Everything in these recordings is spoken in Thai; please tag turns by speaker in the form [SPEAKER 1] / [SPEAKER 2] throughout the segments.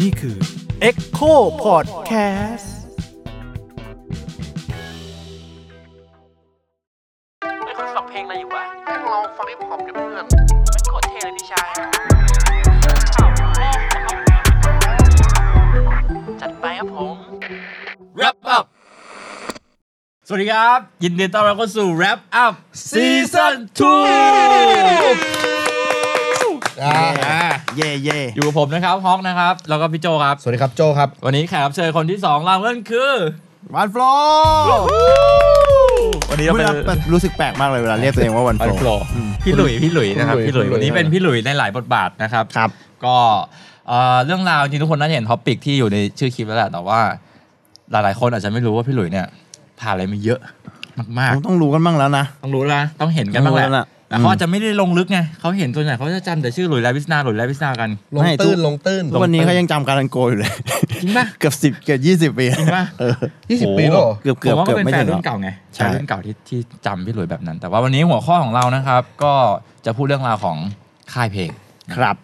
[SPEAKER 1] นี่คือ Echo Podcast
[SPEAKER 2] ไม่คุณฟังเพลงอะไรอยู่วะ
[SPEAKER 3] แม่งลองฟังฮิปฮอปดิเพื่อน
[SPEAKER 2] ไม่โคตรเท่เลยพี่ชาย จัดไปครับผม
[SPEAKER 4] wrap up สวัสดีครับ ยินดีต้อนรับเข้าสู่ wrap up season 2
[SPEAKER 5] เย่เย่
[SPEAKER 4] อยู่กับผมนะครับ ฮอกนะครับ แล้วก็พี่โจครับ
[SPEAKER 5] สวัสดีครับโจครับ
[SPEAKER 4] วันนี้แขกรับเชิญคนที่สองเราเพื่อนคือ
[SPEAKER 5] วันฟลอ
[SPEAKER 4] วันนี้เรา
[SPEAKER 5] เว
[SPEAKER 4] เป็น
[SPEAKER 5] ลาแบบรู้สึกแปลกมากเลยเวลาเรียกตัวเองว่าวัน
[SPEAKER 4] อั
[SPEAKER 5] ฟล
[SPEAKER 4] นโปร
[SPEAKER 5] อ
[SPEAKER 4] พี่หลุยพี่หลุยนะครับ
[SPEAKER 5] คุณหลุย
[SPEAKER 4] พี่หลุย
[SPEAKER 5] คุณหลุย
[SPEAKER 4] วันนี้เป็นพี่หลุยในหลายบทบาทนะครับ
[SPEAKER 5] ครับ
[SPEAKER 4] ก็เอ่อเรื่องราวจริงทุกคนน่าจะเห็นท็อปิกที่อยู่ในชื่อคลิปแล้วแหละแต่ว่า หลายๆ คนอาจจะไม่รู้ว่าพี่หลุยเนี่ยผ่านอะไรมาเยอะมากๆ
[SPEAKER 5] ต้องรู้กันบ้างแล้วนะ
[SPEAKER 4] ต้องรู้แล้วนะต้องเห็นกันบ้างแห
[SPEAKER 5] ต้องรู้
[SPEAKER 4] ละ
[SPEAKER 5] แล้วล่ะ
[SPEAKER 4] แต่เขา
[SPEAKER 5] อืม
[SPEAKER 4] อาจจะไม่ได้ลงลึกไงเขาเห็นตัวไหนเขาจะจำแต่ชื่อหลุยส์แลวิสนาหลุยส์แลวิสนากัน
[SPEAKER 6] ลง
[SPEAKER 5] ไม่ทุ
[SPEAKER 6] ตื้
[SPEAKER 5] ก
[SPEAKER 6] นลงตื้น
[SPEAKER 5] ทุกวันนี้เขายังจำการันโกอยู่เลย
[SPEAKER 4] จริงปะ
[SPEAKER 5] เกือบสิบเกือบยี่สิบปี
[SPEAKER 4] จริงปะ
[SPEAKER 5] เออ
[SPEAKER 6] ยี่สิบ
[SPEAKER 4] โอ้
[SPEAKER 6] ปีแล้วเหรอ
[SPEAKER 5] เกือบ
[SPEAKER 4] ผ
[SPEAKER 5] เกือบ
[SPEAKER 4] มว่า
[SPEAKER 5] เกื
[SPEAKER 4] ก็
[SPEAKER 5] อบ
[SPEAKER 4] เป็น
[SPEAKER 5] ไม่
[SPEAKER 4] แฟน
[SPEAKER 5] ถึงหร
[SPEAKER 4] รุ่
[SPEAKER 5] อก
[SPEAKER 4] นเก่าไง
[SPEAKER 5] ใช่
[SPEAKER 4] แฟนรุ่นเก่าที่ที่จำพี่หลุยส์แบบนั้น แต่ว่าวันนี้หัวข้อของเรานะครับ ก็จะพูดเรื่องราวของค่ายเพลง
[SPEAKER 5] ครับ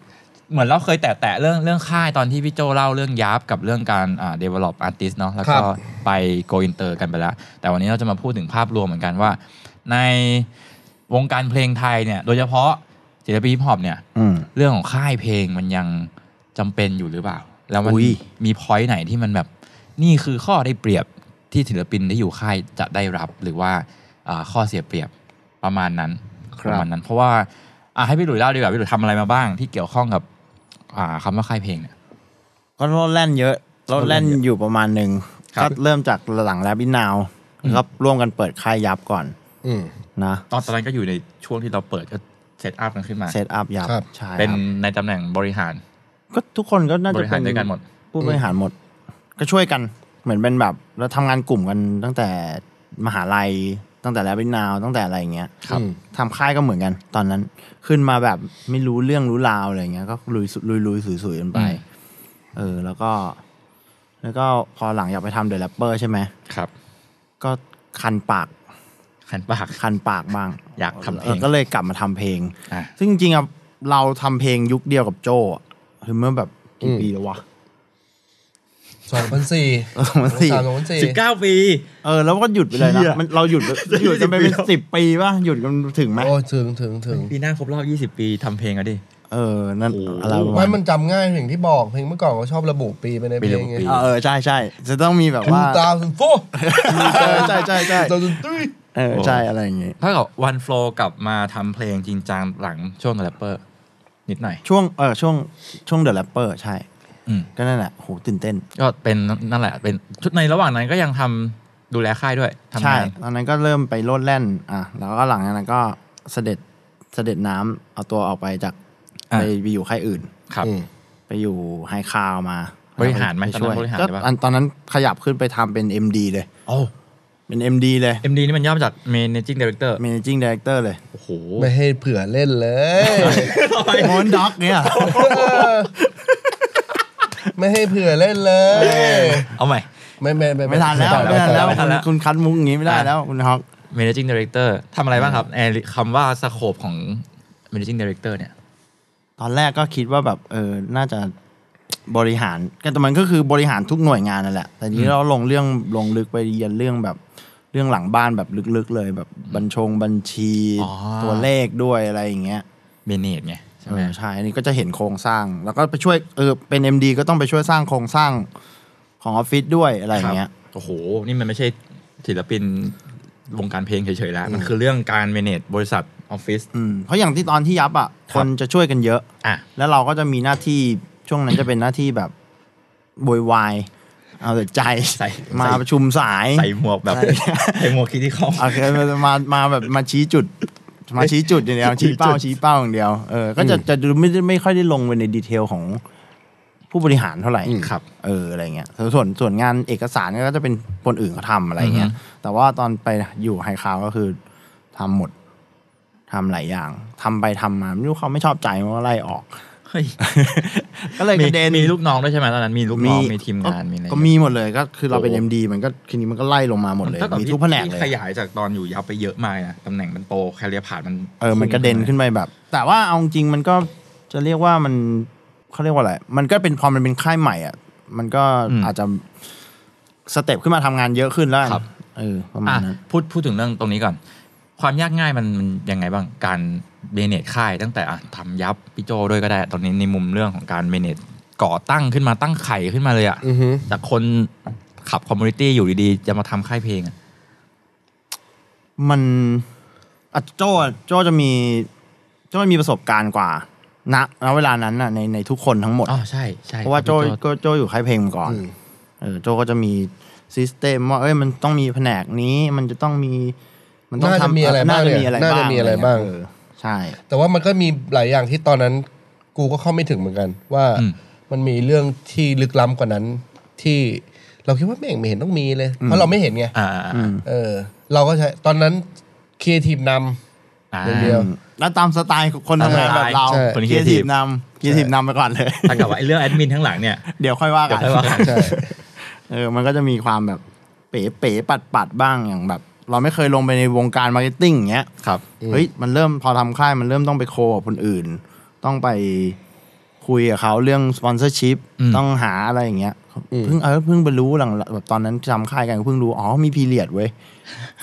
[SPEAKER 4] เหมือนเราเคยแตะแตะเรื่องเรื่องค่ายตอนที่พี่โจเล่าเรื่องยับกับเรื่องการอ่า develop artist เนาะแล้วก็ไป go inter กันไปแล้ว แต่วันนี้เราจะมาพูดถึงภาพรวมเหมือนกันว่า ในวงการเพลงไทยเนี่ย โดยเฉพาะศิลปินฮิปฮอปเนี่ย
[SPEAKER 5] อืม
[SPEAKER 4] เรื่องของค่ายเพลงมันยังจำเป็นอยู่หรือเปล่า แล้วมัน
[SPEAKER 5] อุ๊ย
[SPEAKER 4] มีพอยต์ไหนที่มันแบบ นี่คือข้อได้เปรียบที่ศิลปินที่อยู่ค่ายจะได้รับหรือว่าอ่าข้อเสียเปรียบประมาณนั้นประมาณนั้น เพราะว่าอ่ะให้พี่หลุยเล่าดีกว่าพี่หลุยทำอะไรมาบ้างที่เกี่ยวข้องกับ อ่าคำว่าค่ายเพลงเนี่ย
[SPEAKER 5] ก็รถแล่นเยอะรถแล่นอยู่ประมาณหนึ่ง
[SPEAKER 4] ครับ
[SPEAKER 5] ก็เริ่มจากหลังแลบอินนาวก็ร่วมกันเปิดค่ายยับก่อน
[SPEAKER 6] อืม
[SPEAKER 5] นะ
[SPEAKER 4] ตอนตอนนั้นก็อยู่ในช่วงที่เราเปิดก็เซตอัพกันขึ้นมา
[SPEAKER 5] เซตอัพยับ
[SPEAKER 6] ครับ
[SPEAKER 5] ใช่
[SPEAKER 4] เป็น
[SPEAKER 5] ครับ
[SPEAKER 4] ในตำแหน่งบริหาร
[SPEAKER 5] ก็ทุกคนก็น่า
[SPEAKER 4] บ
[SPEAKER 5] จะ
[SPEAKER 4] ริหา
[SPEAKER 5] เป็
[SPEAKER 4] ร
[SPEAKER 5] น
[SPEAKER 4] ด้วยกันหมด
[SPEAKER 5] ผู้บริหารหมด ก็ช่วยกันเหมือนเป็นแบบเราทำงานกลุ่มกันตั้งแต่มหาลัยตั้งแต่แลบอินนาวตั้งแต่อะไรอย่างเงี้ย
[SPEAKER 4] ครับ
[SPEAKER 6] อืม
[SPEAKER 5] ทำค่ายก็เหมือนกัน ตอนนั้นขึ้นมาแบบไม่รู้เรื่องรู้ราวอะไรเงี้ยก็ลุยลุยลุยสุยสุยกันไป
[SPEAKER 4] อืม
[SPEAKER 5] เออ แล้วก็ แล้วก็พอหลังอยากไปทำเดอะแรปเปอร์ใช่ไหม
[SPEAKER 4] ครับ
[SPEAKER 5] ก็คันปาก
[SPEAKER 4] ขันปาก
[SPEAKER 5] คันปากบ้าง
[SPEAKER 4] อยากทำเพลง
[SPEAKER 5] ออก็เลยกลับมาทำเพลง
[SPEAKER 4] อ่ะ
[SPEAKER 5] ซึ่งจริงๆอ่ะเราทำเพลงยุคเดียวกับโจอ่ะคือเมื่อแบบกี่ปีแล้ววะ
[SPEAKER 6] สองพันสี่
[SPEAKER 5] สองพันสี่
[SPEAKER 6] สามสองพันสี่
[SPEAKER 4] สิบเก้าปี
[SPEAKER 5] เออ แล้วก็หยุดไปเลยนะ
[SPEAKER 4] เหี้ย
[SPEAKER 5] มันเราหยุดหยุดกันไปเป็น
[SPEAKER 4] 20
[SPEAKER 5] สิบปีป่ะหยุดกันถึงไหม
[SPEAKER 6] โอ้ถึงถึงถึง
[SPEAKER 4] ปีหน้าครบรอบ 20 ปีทำเพลงอะดิ
[SPEAKER 5] เออนั่นอะไรประมา
[SPEAKER 6] ไม่
[SPEAKER 5] ณ
[SPEAKER 6] มันจำง่ายอย่างที่บอก เพลงเมื่อก่อนเขาชอบระบุปีไปในเพลงไง
[SPEAKER 4] ปี
[SPEAKER 5] เออเออใช่ใช่จะต้องมีแบบ
[SPEAKER 6] ทู
[SPEAKER 5] ว่า
[SPEAKER 6] ตาสันโฟ
[SPEAKER 5] เออใช่ใช่ใช่
[SPEAKER 6] ตาสันตุ้ย
[SPEAKER 5] เออใช่อะไรอย่างงี้
[SPEAKER 4] ถ้ากับวันฟลกลับมาทำเพลงจริงจังหลังช่วงแรปเปอร์นิดหน่อย
[SPEAKER 5] ช่วงเออช่วงช่วงเดอะแรปเปอร์ใช่
[SPEAKER 4] อืม
[SPEAKER 5] ก็นั่นแหละโหตื่นเต้น
[SPEAKER 4] ก็เป็นนั่นแหละ เป็นชุดในระหว่างนั้นก็ยังทำดูแลค่ายด้วยทำ
[SPEAKER 5] ใช่
[SPEAKER 4] งาน
[SPEAKER 5] ตอนนั้นก็เริ่มไปโลดแล่น อ่ะ แล้วก็หลังจากนั้นก็เสด็จเสด็จน้ำเอาตัวออกไปจาก
[SPEAKER 4] อ่ะ
[SPEAKER 5] ไปไปอยู่ค่ายอื่น
[SPEAKER 4] ครับ
[SPEAKER 6] อืม
[SPEAKER 5] ไปอยู่ไฮคาวมา
[SPEAKER 4] บริหารไหม
[SPEAKER 5] ปช่ว
[SPEAKER 4] ต
[SPEAKER 5] ย
[SPEAKER 4] อนนั้นบริหาร
[SPEAKER 5] ก็
[SPEAKER 4] ได้ปะ
[SPEAKER 5] อันตอนนั้นขยับขึ้นไปทำเป็น MD เลย
[SPEAKER 4] โอ้
[SPEAKER 5] เป็น MD เลย
[SPEAKER 4] เอ็มดีนี่มันย่อมาจาก managing director
[SPEAKER 5] Managing Director เลย
[SPEAKER 4] โอ้โห
[SPEAKER 6] ไม่ให้เผื่อเล่นเลย
[SPEAKER 5] มอนด็อกเนี่ย
[SPEAKER 6] ไม่ให้เผื่อเล่นเลย
[SPEAKER 4] เอาใหม่
[SPEAKER 6] ไม่ไม่ไม่
[SPEAKER 5] ไม่ทันแล้ว
[SPEAKER 6] ต่อ
[SPEAKER 5] ไม่ทันแล้ว
[SPEAKER 6] ต่อ
[SPEAKER 4] ไม่ทันแล้ว
[SPEAKER 5] คุณคัดมุกอย่างงี้ไม่ได้แล้วคุณฮอก
[SPEAKER 4] managing director ทำอะไรบ้างครับแอร์คำว่าสโคปของ managing director เนี่ย
[SPEAKER 5] ตอนแรกก็คิดว่าแบบเออ น่าจะบริหารก็แต่มันก็คือบริหารทุกหน่วยงานนั่นแหละ แต่ทีนี้เราลงเรื่องลงลึกไปเรียนเรื่องแบบเรื่องหลังบ้านแบบลึกๆเลยแบบบัญชงบัญชี
[SPEAKER 4] อ๋อ
[SPEAKER 5] ตัวเลขด้วยอะไรอย่างเงี้ย
[SPEAKER 4] manage ไงใช่ไหม
[SPEAKER 5] เออใช่อันนี้ก็จะเห็นโครงสร้าง แล้วก็ไปช่วยเออเป็น MD ก็ต้องไปช่วยสร้างโครงสร้างของออฟฟิศด้วยอะไรอย่างเงี้ย
[SPEAKER 4] ครับโอ้โห นี่มันไม่ใช่ศิลปินวงการเพลงเฉยๆแล้ว มันคือเรื่องการเมเนจบริษัทออฟฟิศ
[SPEAKER 5] อืมเพราะอย่างที่ตอนที่ยับอ่ะคนจะช่วยกันเยอะ
[SPEAKER 4] อ่ะ
[SPEAKER 5] แล้วเราก็จะมีหน้าที่ช่วงนั้นจะเป็นหน้าที่แบบโวยวายเอาแต่ใจ
[SPEAKER 4] ใส่
[SPEAKER 5] มาประชุมสาย
[SPEAKER 4] ใส่หมวกแบบ
[SPEAKER 5] ใช่
[SPEAKER 4] ใส่หมวกคิดที่เขา
[SPEAKER 5] โอเคมามาแบบมาชี้จุด มาชี้จุดอย่างเดี ยวชี้เป้าชี้เป้าอย่างเดียวเออก็จะจะดูไม่ได้ไม่ค่อยได้ลงไปในดีเทลของผู้บริหารเท่าไหร่
[SPEAKER 4] ครับ
[SPEAKER 5] เอออะไรเงี้ยส่วนส่วนส่วนงานเอกสารก็จะเป็นคนอื่นเขาทำอะไรเงี้ย แต่ว่าตอนไปอยู่ไฮคาวก็คือทำหมดทำหลายอย่างทำไปทำมาไม่รู้เขาไม่ชอบใจมันก็ไล่ออก
[SPEAKER 4] เฮ้ย
[SPEAKER 5] ก็เลย
[SPEAKER 4] มี
[SPEAKER 5] กระเด็น
[SPEAKER 4] มีลูกน้องด้วยใช่ไหมตอนนั้น มีลูกน้อง มีทีมงาน มีอะไร
[SPEAKER 5] ก็มีหมดเลยก็คือเราเป็น
[SPEAKER 4] โอ้โห
[SPEAKER 5] MD มันก็ทีนี้มันก็ไล่ลงมาหมดเลย
[SPEAKER 4] ถ้าบ
[SPEAKER 5] มี
[SPEAKER 4] พี่
[SPEAKER 5] ทุกแผนกเล
[SPEAKER 4] พี่
[SPEAKER 5] ย
[SPEAKER 4] ขยายจากตอนอยู่ยับไปเยอะมากเลยนะตำแหน่งมันโตแคเรียผ่านมัน
[SPEAKER 5] เออ มันกระเด็นขึ้นไปแบบ แต่ว่าเอาจริงมันก็เจ จะเรียกว่ามันเขาเรียกว่าอะไร มันก็เป็นพอมันเป็นค่ายใหม่อ่ะ มันก็
[SPEAKER 4] อืม
[SPEAKER 5] อาจจะสเต็ปขึ้นมาทำงานเยอะขึ้นแล้วกัน
[SPEAKER 4] ครับ
[SPEAKER 5] เออประมาณ
[SPEAKER 4] อ่ะ
[SPEAKER 5] นั้น
[SPEAKER 4] พูดพูดถึงเรื่องตรงนี้ก่อน ความยากง่ายมันมันยังไงบ้างการเมเนจค่ายตั้งแต่อ่ะทำยับพี่โจด้วยก็ได้ ตอนนี้ในมุมเรื่องของการเมเนจก่อตั้งขึ้นมาตั้งไข่ขึ้นมาเลยอะ
[SPEAKER 6] อือฮึ
[SPEAKER 4] จากคนขับคอมมูนิตี้อยู่ดีๆ จะมาทำค่ายเพลงอะ
[SPEAKER 5] มันอ่ะโจ้อ่ะโจ้จะมีโจ้มีประสบการณ์กว่าณณเวลานั้นน่ะในในทุกคนทั้งหมด
[SPEAKER 4] อ๋อใช่ใช่
[SPEAKER 5] เพราะว่าโจ
[SPEAKER 4] คบพี่
[SPEAKER 5] ก็โจอยู่ค่ายเพลงมาก่อน
[SPEAKER 6] อืม
[SPEAKER 5] เออโจก็จะมีซิสเต็มว่าเอ้ยมันต้องมีแผนกนี้ มันจะต้องมี มันต้อง
[SPEAKER 6] น่าจะ
[SPEAKER 5] ทำ
[SPEAKER 6] มีอะไร
[SPEAKER 5] น่า
[SPEAKER 6] บ้าง
[SPEAKER 5] จะ
[SPEAKER 6] เนี่ย
[SPEAKER 5] มีอะไร
[SPEAKER 6] น่า
[SPEAKER 5] บ้า
[SPEAKER 6] จะ
[SPEAKER 5] ง
[SPEAKER 6] มีอะไรบ้าง
[SPEAKER 5] เใช่
[SPEAKER 6] แต่ว่ามันก็มีหลายอย่างที่ตอนนั้นกูก็เข้าไม่ถึงเหมือนกัน ว่า
[SPEAKER 4] อืม
[SPEAKER 6] มันมีเรื่องที่ลึกล้ำกว่านั้น ที่เราคิดว่าแม่งไม่เห็นต้องมีเลย เพราะเราไม่เห็นไง
[SPEAKER 4] อ่า
[SPEAKER 5] อืม
[SPEAKER 6] เออ เราก็ใช้ตอนนั้นครีเอทีฟน
[SPEAKER 4] อ่า
[SPEAKER 6] เรื่องเดียว
[SPEAKER 5] แล้วตามสไตล์ของคนทำงานแบบเรา
[SPEAKER 6] ใช่
[SPEAKER 4] คน
[SPEAKER 5] เคีย
[SPEAKER 4] creative
[SPEAKER 5] ทีฟนำเคียทีฟนำไปก่อนเลย
[SPEAKER 4] ถ้ากับว่าไอ้เรื่องแอดมินทั้งหลังเนี่ย
[SPEAKER 5] เดี๋ยวค่อยว่ากั
[SPEAKER 4] เดี๋
[SPEAKER 5] น
[SPEAKER 4] ยวค่อยว่ากัน
[SPEAKER 6] ใช่
[SPEAKER 5] เออมันก็จะมีความแบบเป๋เป๋ปัดปัดๆบ้างอย่างแบบ เราไม่เคยลงไปในวงการมาร์เก็ตติ้งอย่างเงี้ย
[SPEAKER 4] ครับ
[SPEAKER 5] เฮ้ยมันเริ่มพอทำค่ายมันเริ่มต้องไปโคกับคนอื่น ต้องไปคุยกับเขาเรื่องสปอนเซอร์ชิพ
[SPEAKER 4] อืม
[SPEAKER 5] ต้องหาอะไรอย่างเงี้ย
[SPEAKER 6] อืม
[SPEAKER 5] เพิ่งเออเพิ่งไปรู้หลังแบบตอนนั้นจำค่ายกันก็เพิ่งรู้อ๋อมีพีเรียดเว้ย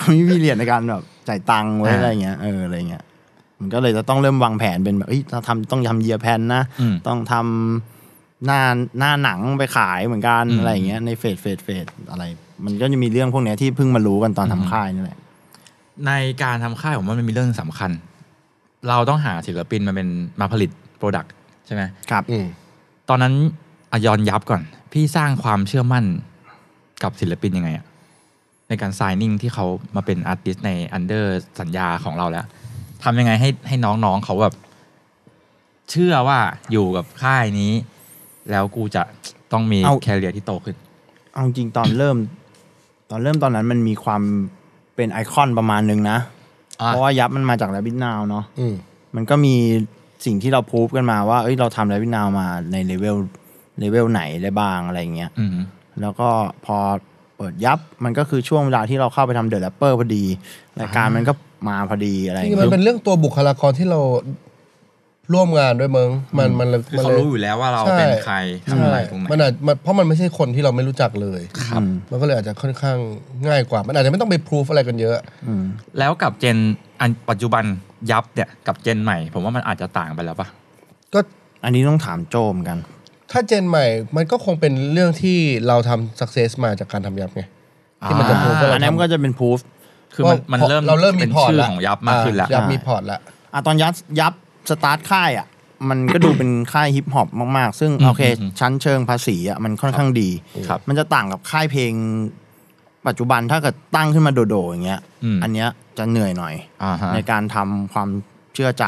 [SPEAKER 5] มีพีเรียดในการแบบจ่ายตังค์ไว้อะไรเงี้ยเอออะไรเงี้ยมันก็เลยจะต้องเริ่มวางแผนเป็นแบบเฮ้ยเราทำต้องทำเยียแพนนะ
[SPEAKER 4] อืม
[SPEAKER 5] ต้องทำหน้าหน้าหนังไปขายเหมือนกัน
[SPEAKER 4] อืม
[SPEAKER 5] อะไรอย่างเงี้ยในเฟสเฟสเฟสอะไร มันก็จะมีเรื่องพวกเนี้ยที่เพิ่งมารู้กันตอนทำค่ายนี่แหละ
[SPEAKER 4] ในการทำค่ายผมว่ามันมีเรื่องสำคัญ เราต้องหาศิลปินมาเป็นมาผลิตโปรดักต์ใช่ไหม
[SPEAKER 5] ครับ
[SPEAKER 6] อืม
[SPEAKER 4] ตอนนั้นอะยอนยับก่อน พี่สร้างความเชื่อมั่นกับศิลปินยังไงอะในการ s ซนิ่งที่เขามาเป็นอาร์ติสในอันเดอร์สัญญาของเราแล้วทำยังไงให้ให้น้องๆเขาแบบ เชื่อว่าอยู่กับค่ายนี้ แล้วกูจะต้องมี
[SPEAKER 5] เอา
[SPEAKER 4] แคเรียที่โตขึ้น
[SPEAKER 5] เอาจริงตอนเริ่ม ตอนเริ่มตอนนั้นมันมีความเป็นไอคอนประมาณนึงนะ
[SPEAKER 4] อ่ะ
[SPEAKER 5] เพราะว่ายับมันมาจากแรบิทนาวเนาะ
[SPEAKER 6] อืม
[SPEAKER 5] มันก็มีสิ่งที่เราพูฟกันมาว่าเอ้ยเราทำแรบิทนาวมาในเลเวลเลเวลไหนได้บ้างอะไรอย่างเงี้ย
[SPEAKER 4] อืม
[SPEAKER 5] แล้วก็พอเปิดยับมันก็คือช่วงเวลาที่เราเข้าไปทำเดอะแรปเปอร์พอดีรายการมันก็มาพอดีอะไรอ
[SPEAKER 6] จ
[SPEAKER 5] ย่าง
[SPEAKER 6] ริงๆมัน
[SPEAKER 5] เงี้
[SPEAKER 6] เป็
[SPEAKER 5] ย
[SPEAKER 6] นเรื่องตัวบุคลากรที่เราร่วมงานด้วยมึงมันมันเลย
[SPEAKER 4] คือ
[SPEAKER 6] มัน
[SPEAKER 4] เขา
[SPEAKER 6] เลย
[SPEAKER 4] รู้อยู่แล้วว่าเรา
[SPEAKER 6] ใช่
[SPEAKER 4] เป็นใครทำอะไร
[SPEAKER 6] ใช่
[SPEAKER 4] ตรงไหน
[SPEAKER 6] มันอาจมันเพราะมันไม่ใช่คนที่เราไม่รู้จักเลย
[SPEAKER 4] ครับ
[SPEAKER 5] อืม
[SPEAKER 6] มันก็เลยอาจจะค่อนข้างง่ายกว่า มันอาจจะไม่ต้องไปพิสูจอะไรกันเยอะ
[SPEAKER 5] อืม
[SPEAKER 4] แล้วกับเจนอันปัจจุบันยับเนี่ยกับเจนใหม่ ผมว่ามันอาจจะต่างไปแล้วปะ
[SPEAKER 6] ก็
[SPEAKER 5] อันนี้ต้องถามโจเหมอนกัน
[SPEAKER 6] ถ้าเจนใหม่ มันก็คงเป็นเรื่องที่เราทำ success มาจากการทำยับไง ที่มันจะพูดว่า
[SPEAKER 5] อันนี้นมันก็จะเป็นพูฟ
[SPEAKER 4] คือมันมั
[SPEAKER 6] ว่า
[SPEAKER 4] น
[SPEAKER 6] พอ
[SPEAKER 4] เริ่ม
[SPEAKER 6] เราเริ่มมี
[SPEAKER 4] เป็น
[SPEAKER 6] พอร์ต
[SPEAKER 4] ชื่อ
[SPEAKER 6] ละ
[SPEAKER 4] ของยับมากขึ้นแล้ว
[SPEAKER 6] อ่ยับ
[SPEAKER 5] ใช่
[SPEAKER 6] มีพอร์ตละ
[SPEAKER 5] อะตอนยับยับสตาร์ทค่ายอ่ะมันก็ดูเป็นค่ายฮิปฮอปมาก ๆ ซึ่ง
[SPEAKER 4] อืม
[SPEAKER 5] โอเค
[SPEAKER 4] อืม
[SPEAKER 5] ชั้นเชิงภาษีอ่ะมันค่อนข้างดี
[SPEAKER 4] ครับ
[SPEAKER 5] มันจะต่างกับค่ายเพลง ปัจจุบันถ้าเกิดตั้งขึ้นมาโดดๆอย่างเงี้ย
[SPEAKER 4] อืม
[SPEAKER 5] อันเนี้ยจะเหนื่อยหน่อย
[SPEAKER 4] อ่าฮะ
[SPEAKER 5] ในการทำความเชื่อใจ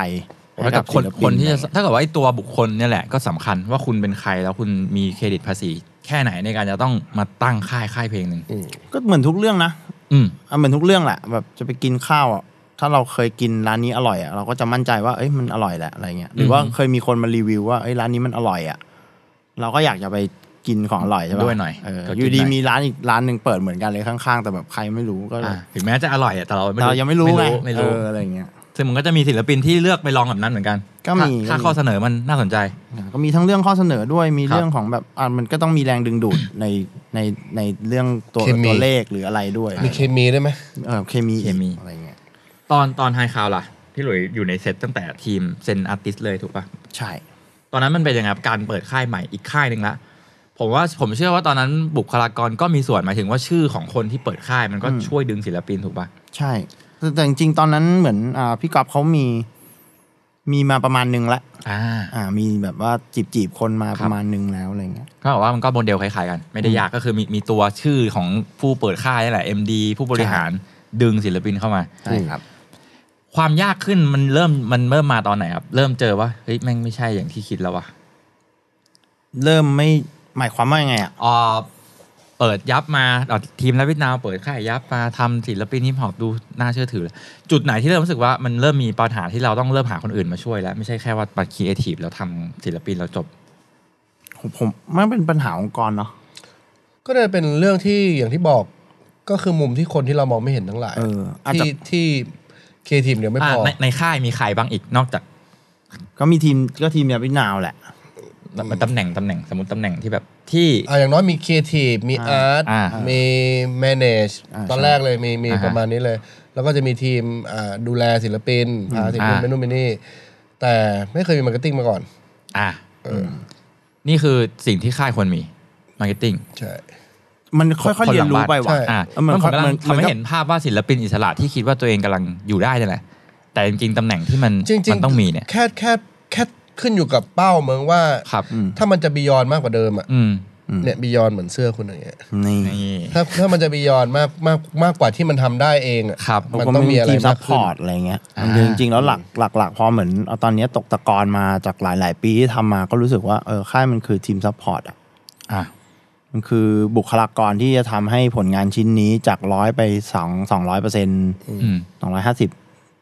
[SPEAKER 5] ให้
[SPEAKER 4] แล้วกับคน
[SPEAKER 5] ศิลปิ
[SPEAKER 4] คนที่จะ
[SPEAKER 5] อะไรเงี้ย
[SPEAKER 4] ถ้าเกิดว่าไอ้ตัวบุคคลเนี่ยแหละก็สำคัญว่าคุณเป็นใครแล้วคุณมีเครดิตภาษี แค่ไหนในการจะต้องมาตั้งค่ายค่ายเพลงหนึ่ง
[SPEAKER 6] อืม
[SPEAKER 5] ก็เหมือนทุกเรื่องนะ
[SPEAKER 4] อืม
[SPEAKER 5] อ่ะเหมือนทุกเรื่องแหละแบบจะไปกินข้าวอ่ะถ้าเราเคยกินร้านนี้อร่อยอ่ะเราก็จะมั่นใจว่าเอ้ยมันอร่อยแหละอะไรเงี้ยหรือว่า
[SPEAKER 4] อืม
[SPEAKER 5] เคยมีคนมารีวิวว่าเอ้ยร้านนี้มันอร่อยอ่ะเราก็อยากจะไปกินของอร่อยใช่ปะ
[SPEAKER 4] ด้วยหน่อย
[SPEAKER 5] เออ
[SPEAKER 4] ก็กิน
[SPEAKER 5] อยู่ดี
[SPEAKER 4] หน่อย
[SPEAKER 5] มีร้านอีกร้านหนึ่งเปิดเหมือนกันเลยข้างๆ แต่แบบใครไม่รู้ก็เลย
[SPEAKER 4] อ่าถึงแม้จะอร่อยอะแต่เราไม่
[SPEAKER 5] เรายังไม่รู้ไง
[SPEAKER 4] ไม่
[SPEAKER 5] เอ
[SPEAKER 4] รู้
[SPEAKER 5] ออะไรเงี้ย
[SPEAKER 4] ซึ่งมันก็จะมีศิลปินที่เลือกไปลองแบบนั้นเหมือนกัน
[SPEAKER 5] ก็มี
[SPEAKER 4] ถ้าถ้าข้อเสนอมันน่าสนใจ
[SPEAKER 5] นะก็มีทั้งเรื่องข้อเสนอด้วยมี
[SPEAKER 4] ครับ
[SPEAKER 5] เรื่องของแบบอ่ะมันก็ต้องมีแรงดึงดู ดในในในเรื่องตัวตัวเลขหรืออะไรด้วย
[SPEAKER 6] มีเคมีด้วยไหม
[SPEAKER 5] เออเคมี
[SPEAKER 4] เคมี
[SPEAKER 5] อะไรเงี้ย
[SPEAKER 4] ตอนตอนไฮคาวล่ะพี่หลุยอยู่ในเซตตั้งแต่ทีมเซนอาร์ติสเลยถูกปะ
[SPEAKER 5] ใช่
[SPEAKER 4] ตอนนั้นมันเป็นยังไงครับการเปิดค่ายใหม่อีกค่ายหนึ่งละผมว่าผมเชื่อว่าตอนนั้นบุคลากรก็มีส่วนหมายถึงว่าชื่อของคนที่เปิดค่ายมันก็ช่วยดึงศิลปินถูกปะ
[SPEAKER 5] ใช่แต่แต่จริงๆตอนนั้นเหมือนอ่าพี่กอบเขามีมีมาประมาณหนึงละ
[SPEAKER 4] อ่า
[SPEAKER 5] อ่า มีแบบว่าจีบจีบๆคนมา
[SPEAKER 4] ค
[SPEAKER 5] ป
[SPEAKER 4] รับ
[SPEAKER 5] ระมาณหนึงแล้วอะไรเงี้ย
[SPEAKER 4] ก็บอกว่ามันก็โมเดลคล้ายๆกัน ไม่ได้ยากก็คือมีมีตัวชื่อของผู้เปิดค่ายนี่แหละ MD ผู้บริหารดึงศิลปินเข้ามา
[SPEAKER 5] ใช่ครับ
[SPEAKER 4] ความยากขึ้นมันเริ่มมันเริ่มมาตอนไหนครับ เริ่มเจอว่าเฮ้ยแม่งไม่ใช่อย่างที่คิดแล้วว่ะ
[SPEAKER 5] เริ่มไม่หมายความว่ายังไงอ่ะ
[SPEAKER 4] อ่าเปิดยับมาอ่ะทีมและวิทนาวเปิดค่ายยับมาทำศิลปินฮิปฮอปดูน่าเชื่อถือ จุดไหนที่เริ่มรู้สึกว่ามันเริ่มมีปัญหาที่เราต้องเริ่มหาคนอื่นมาช่วยแล้ว ไม่ใช่แค่ว่าปัดคีเอทีฟแล้วทำศิลปินเราจบ
[SPEAKER 5] ผมผมมันเป็นปัญหาองค์กรเนาะ
[SPEAKER 6] ก็เลยเป็นเรื่องที่อย่างที่บอกก็คือมุมที่คนที่เรามองไม่เห็นทั้งหลาย
[SPEAKER 5] เอออาจจะ
[SPEAKER 6] ที่ที่เคทีมเดียวไม่
[SPEAKER 4] อ่ะ
[SPEAKER 6] พอ
[SPEAKER 4] ในในค่ายมีใครบ้างอีกนอกจาก
[SPEAKER 5] ก็มีทีมก็ทีมยาพินาวแหละ
[SPEAKER 4] มันตำแหน่งตำแหน่งสมมติตำแหน่งที่แบบที่
[SPEAKER 6] อ่ะอย่างน้อยมีครีเอทีฟมี
[SPEAKER 5] อ่า
[SPEAKER 6] อาร์ต
[SPEAKER 4] อ่า
[SPEAKER 6] มีแม a g e
[SPEAKER 5] อ่า
[SPEAKER 6] ตอน
[SPEAKER 5] ใช่
[SPEAKER 6] แรกเลยมีมี
[SPEAKER 4] อ่าฮะ
[SPEAKER 6] ประมาณนี้เลย แล้วก็จะมีทีมอ่าดูแลศิลปินพาศิลปิน
[SPEAKER 4] อ่า
[SPEAKER 6] ไปนู่นไปนี่ แต่ไม่เคยมีมาร์เก็ตติ้งมาก่อน
[SPEAKER 4] อ่ะ
[SPEAKER 6] เออ
[SPEAKER 4] นี่คือสิ่งที่ค่ายควรมีมาร์เก็ตติ้ง
[SPEAKER 6] ใช่
[SPEAKER 5] มันค่อยๆเรียนรู้ไปว่ะ
[SPEAKER 6] ใช่
[SPEAKER 4] อ่ะ
[SPEAKER 5] เหมื
[SPEAKER 4] มั
[SPEAKER 5] อน
[SPEAKER 4] นผมกำลั
[SPEAKER 5] เหมือง น
[SPEAKER 4] ทำให้
[SPEAKER 5] เหมือนกับ
[SPEAKER 4] เห็นภาพว่าศิลปินอิสระที่คิดว่าตัวเองกำลังอยู่ได้นี่แหละแต่จริงๆตำแหน่งที่มัน
[SPEAKER 6] จริง
[SPEAKER 4] มันต้องมีเนี่ย
[SPEAKER 6] แค่แค่แค่ขึ้นอยู่กับเป้าเมืองว่า
[SPEAKER 4] ครับ
[SPEAKER 6] ถ้ามันจะบียอนมากกว่าเดิมอ่ะ
[SPEAKER 4] อืม
[SPEAKER 6] เนี่ยบียอนเหมือนเสื้อคุณอย่างเงี้ย
[SPEAKER 5] นี่
[SPEAKER 4] นี่
[SPEAKER 6] ถ้าถ้ามันจะบียอนมากมากมากกว่าที่มันทำได้เองอ่ะ
[SPEAKER 4] ครับ
[SPEAKER 5] เขา
[SPEAKER 6] มัน
[SPEAKER 5] ก็
[SPEAKER 6] ต้อง
[SPEAKER 5] ไม่
[SPEAKER 6] มี
[SPEAKER 5] มี
[SPEAKER 6] อะไร
[SPEAKER 5] ทีมซั
[SPEAKER 6] มา
[SPEAKER 5] พ
[SPEAKER 6] ก
[SPEAKER 5] พ
[SPEAKER 6] ขึ้น
[SPEAKER 5] อร์ตอะไรเงี้ย
[SPEAKER 4] อ่า
[SPEAKER 5] จริงๆแล้วหลักหลักหลักพอเหมือนเอาตอนเนี้ยตกตะกอนมาจากหลาย ๆ ปีที่ทำมาก็รู้สึกว่าเออค่ายมันคือทีมซัพพอร์ตอ่ะ
[SPEAKER 4] อ่ะ
[SPEAKER 5] มันคือบุคลากรที่จะทำให้ผลงานชิ้นนี้จากร้อยไปสองสองร้อยเปอร์เซ็น
[SPEAKER 4] อืม
[SPEAKER 5] สองร้อยห้าสิบ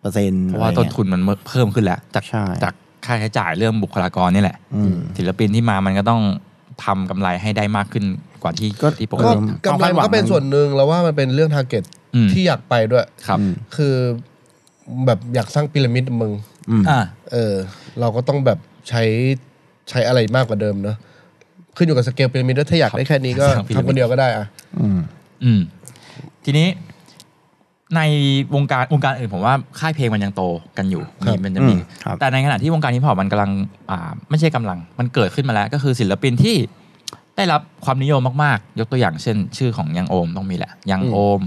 [SPEAKER 5] เปอร์เซ็นต์
[SPEAKER 4] เพราะว่าต้นทุนมันเพิ่มขึ้นแล้ว จาก
[SPEAKER 5] ใช่
[SPEAKER 4] จากค่าใช้จ่ายเรื่องบุคลากรนี่แหละ
[SPEAKER 5] อืม
[SPEAKER 4] ศิลปินที่มามันก็ต้องทำกำไรให้ได้มากขึ้นกว่าที่
[SPEAKER 5] ก็
[SPEAKER 4] ที่ปก
[SPEAKER 6] ก็
[SPEAKER 4] ติ
[SPEAKER 5] ต้อง
[SPEAKER 6] กำ
[SPEAKER 5] คา
[SPEAKER 6] ลั
[SPEAKER 5] ด
[SPEAKER 6] ง
[SPEAKER 5] หวัง
[SPEAKER 6] ก็เป็นส่วนหนึ่งแล้วว่ามันเป็นเรื่องทาร์เก็ต
[SPEAKER 4] อืม
[SPEAKER 6] ที่อยากไปด้วย
[SPEAKER 4] ครับ
[SPEAKER 6] คือแบบอยากสร้างพีระมิดมึง
[SPEAKER 4] อ่ะ
[SPEAKER 6] เออ เราก็ต้องแบบใช้ใช้อะไรมากกว่าเดิมเนอะขึ้นอยู่กับสเกลพีระมิดด้วยถ้าอยากได้แค่นี้ก็ทำคนเดียวก็ได้อะ
[SPEAKER 5] อืม
[SPEAKER 4] อืม ทีนี้ในวงการวงการอื่นผมว่าค่ายเพลงมันยังโตกันอยู่มีมันจะมี
[SPEAKER 5] อืมครับ
[SPEAKER 4] แต่ในขณะที่วงการฮิปฮอปมันกำลังอ่าไม่ใช่กำลัง มันเกิดขึ้นมาแล้ว ก็คือศิลปินที่ได้รับความนิยมมากๆ ยกตัวอย่างเช่น ชื่อของยังโอมต้องมีแหละ ยังโอม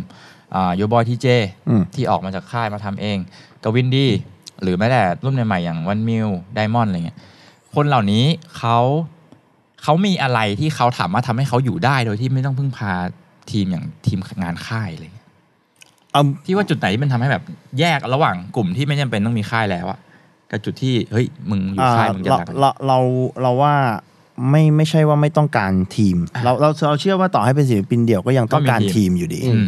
[SPEAKER 4] โยบอยทีเจ
[SPEAKER 5] อืม
[SPEAKER 4] ที่ออกมาจากค่ายมาทำเองกวินดีหรือแม้แต่รุ่นใหม่ๆอย่างวันมิวไดมอนด์อะไรเงี้ยคนเหล่านี้เขาเขามีอะไรที่เขาสามารถทำให้เขาอยู่ได้โดยที่ไม่ต้องพึ่งพาทีมอย่างทีมงานค่ายอะไรเงี้ย
[SPEAKER 5] เอา
[SPEAKER 4] ที่ว่าจุดไหนที่มันทำให้แบบแยกระหว่างกลุ่มที่ไม่จำเป็นต้องมีค่ายแล้วอะกับจุดที่เฮ้ยมึงอยู่
[SPEAKER 5] อ่า
[SPEAKER 4] ค่ายมึงจะ
[SPEAKER 5] เรา
[SPEAKER 4] ดัง
[SPEAKER 5] เราเราเราว่าไม่ไม่ใช่ว่าไม่ต้องการทีม เราเราเราเชื่อว่าต่อให้เป็นศิลปินเดี่ยวก็ยังต้องการ
[SPEAKER 4] ก็มีที
[SPEAKER 5] ที
[SPEAKER 4] ม
[SPEAKER 5] มอยู่ดี
[SPEAKER 4] อืม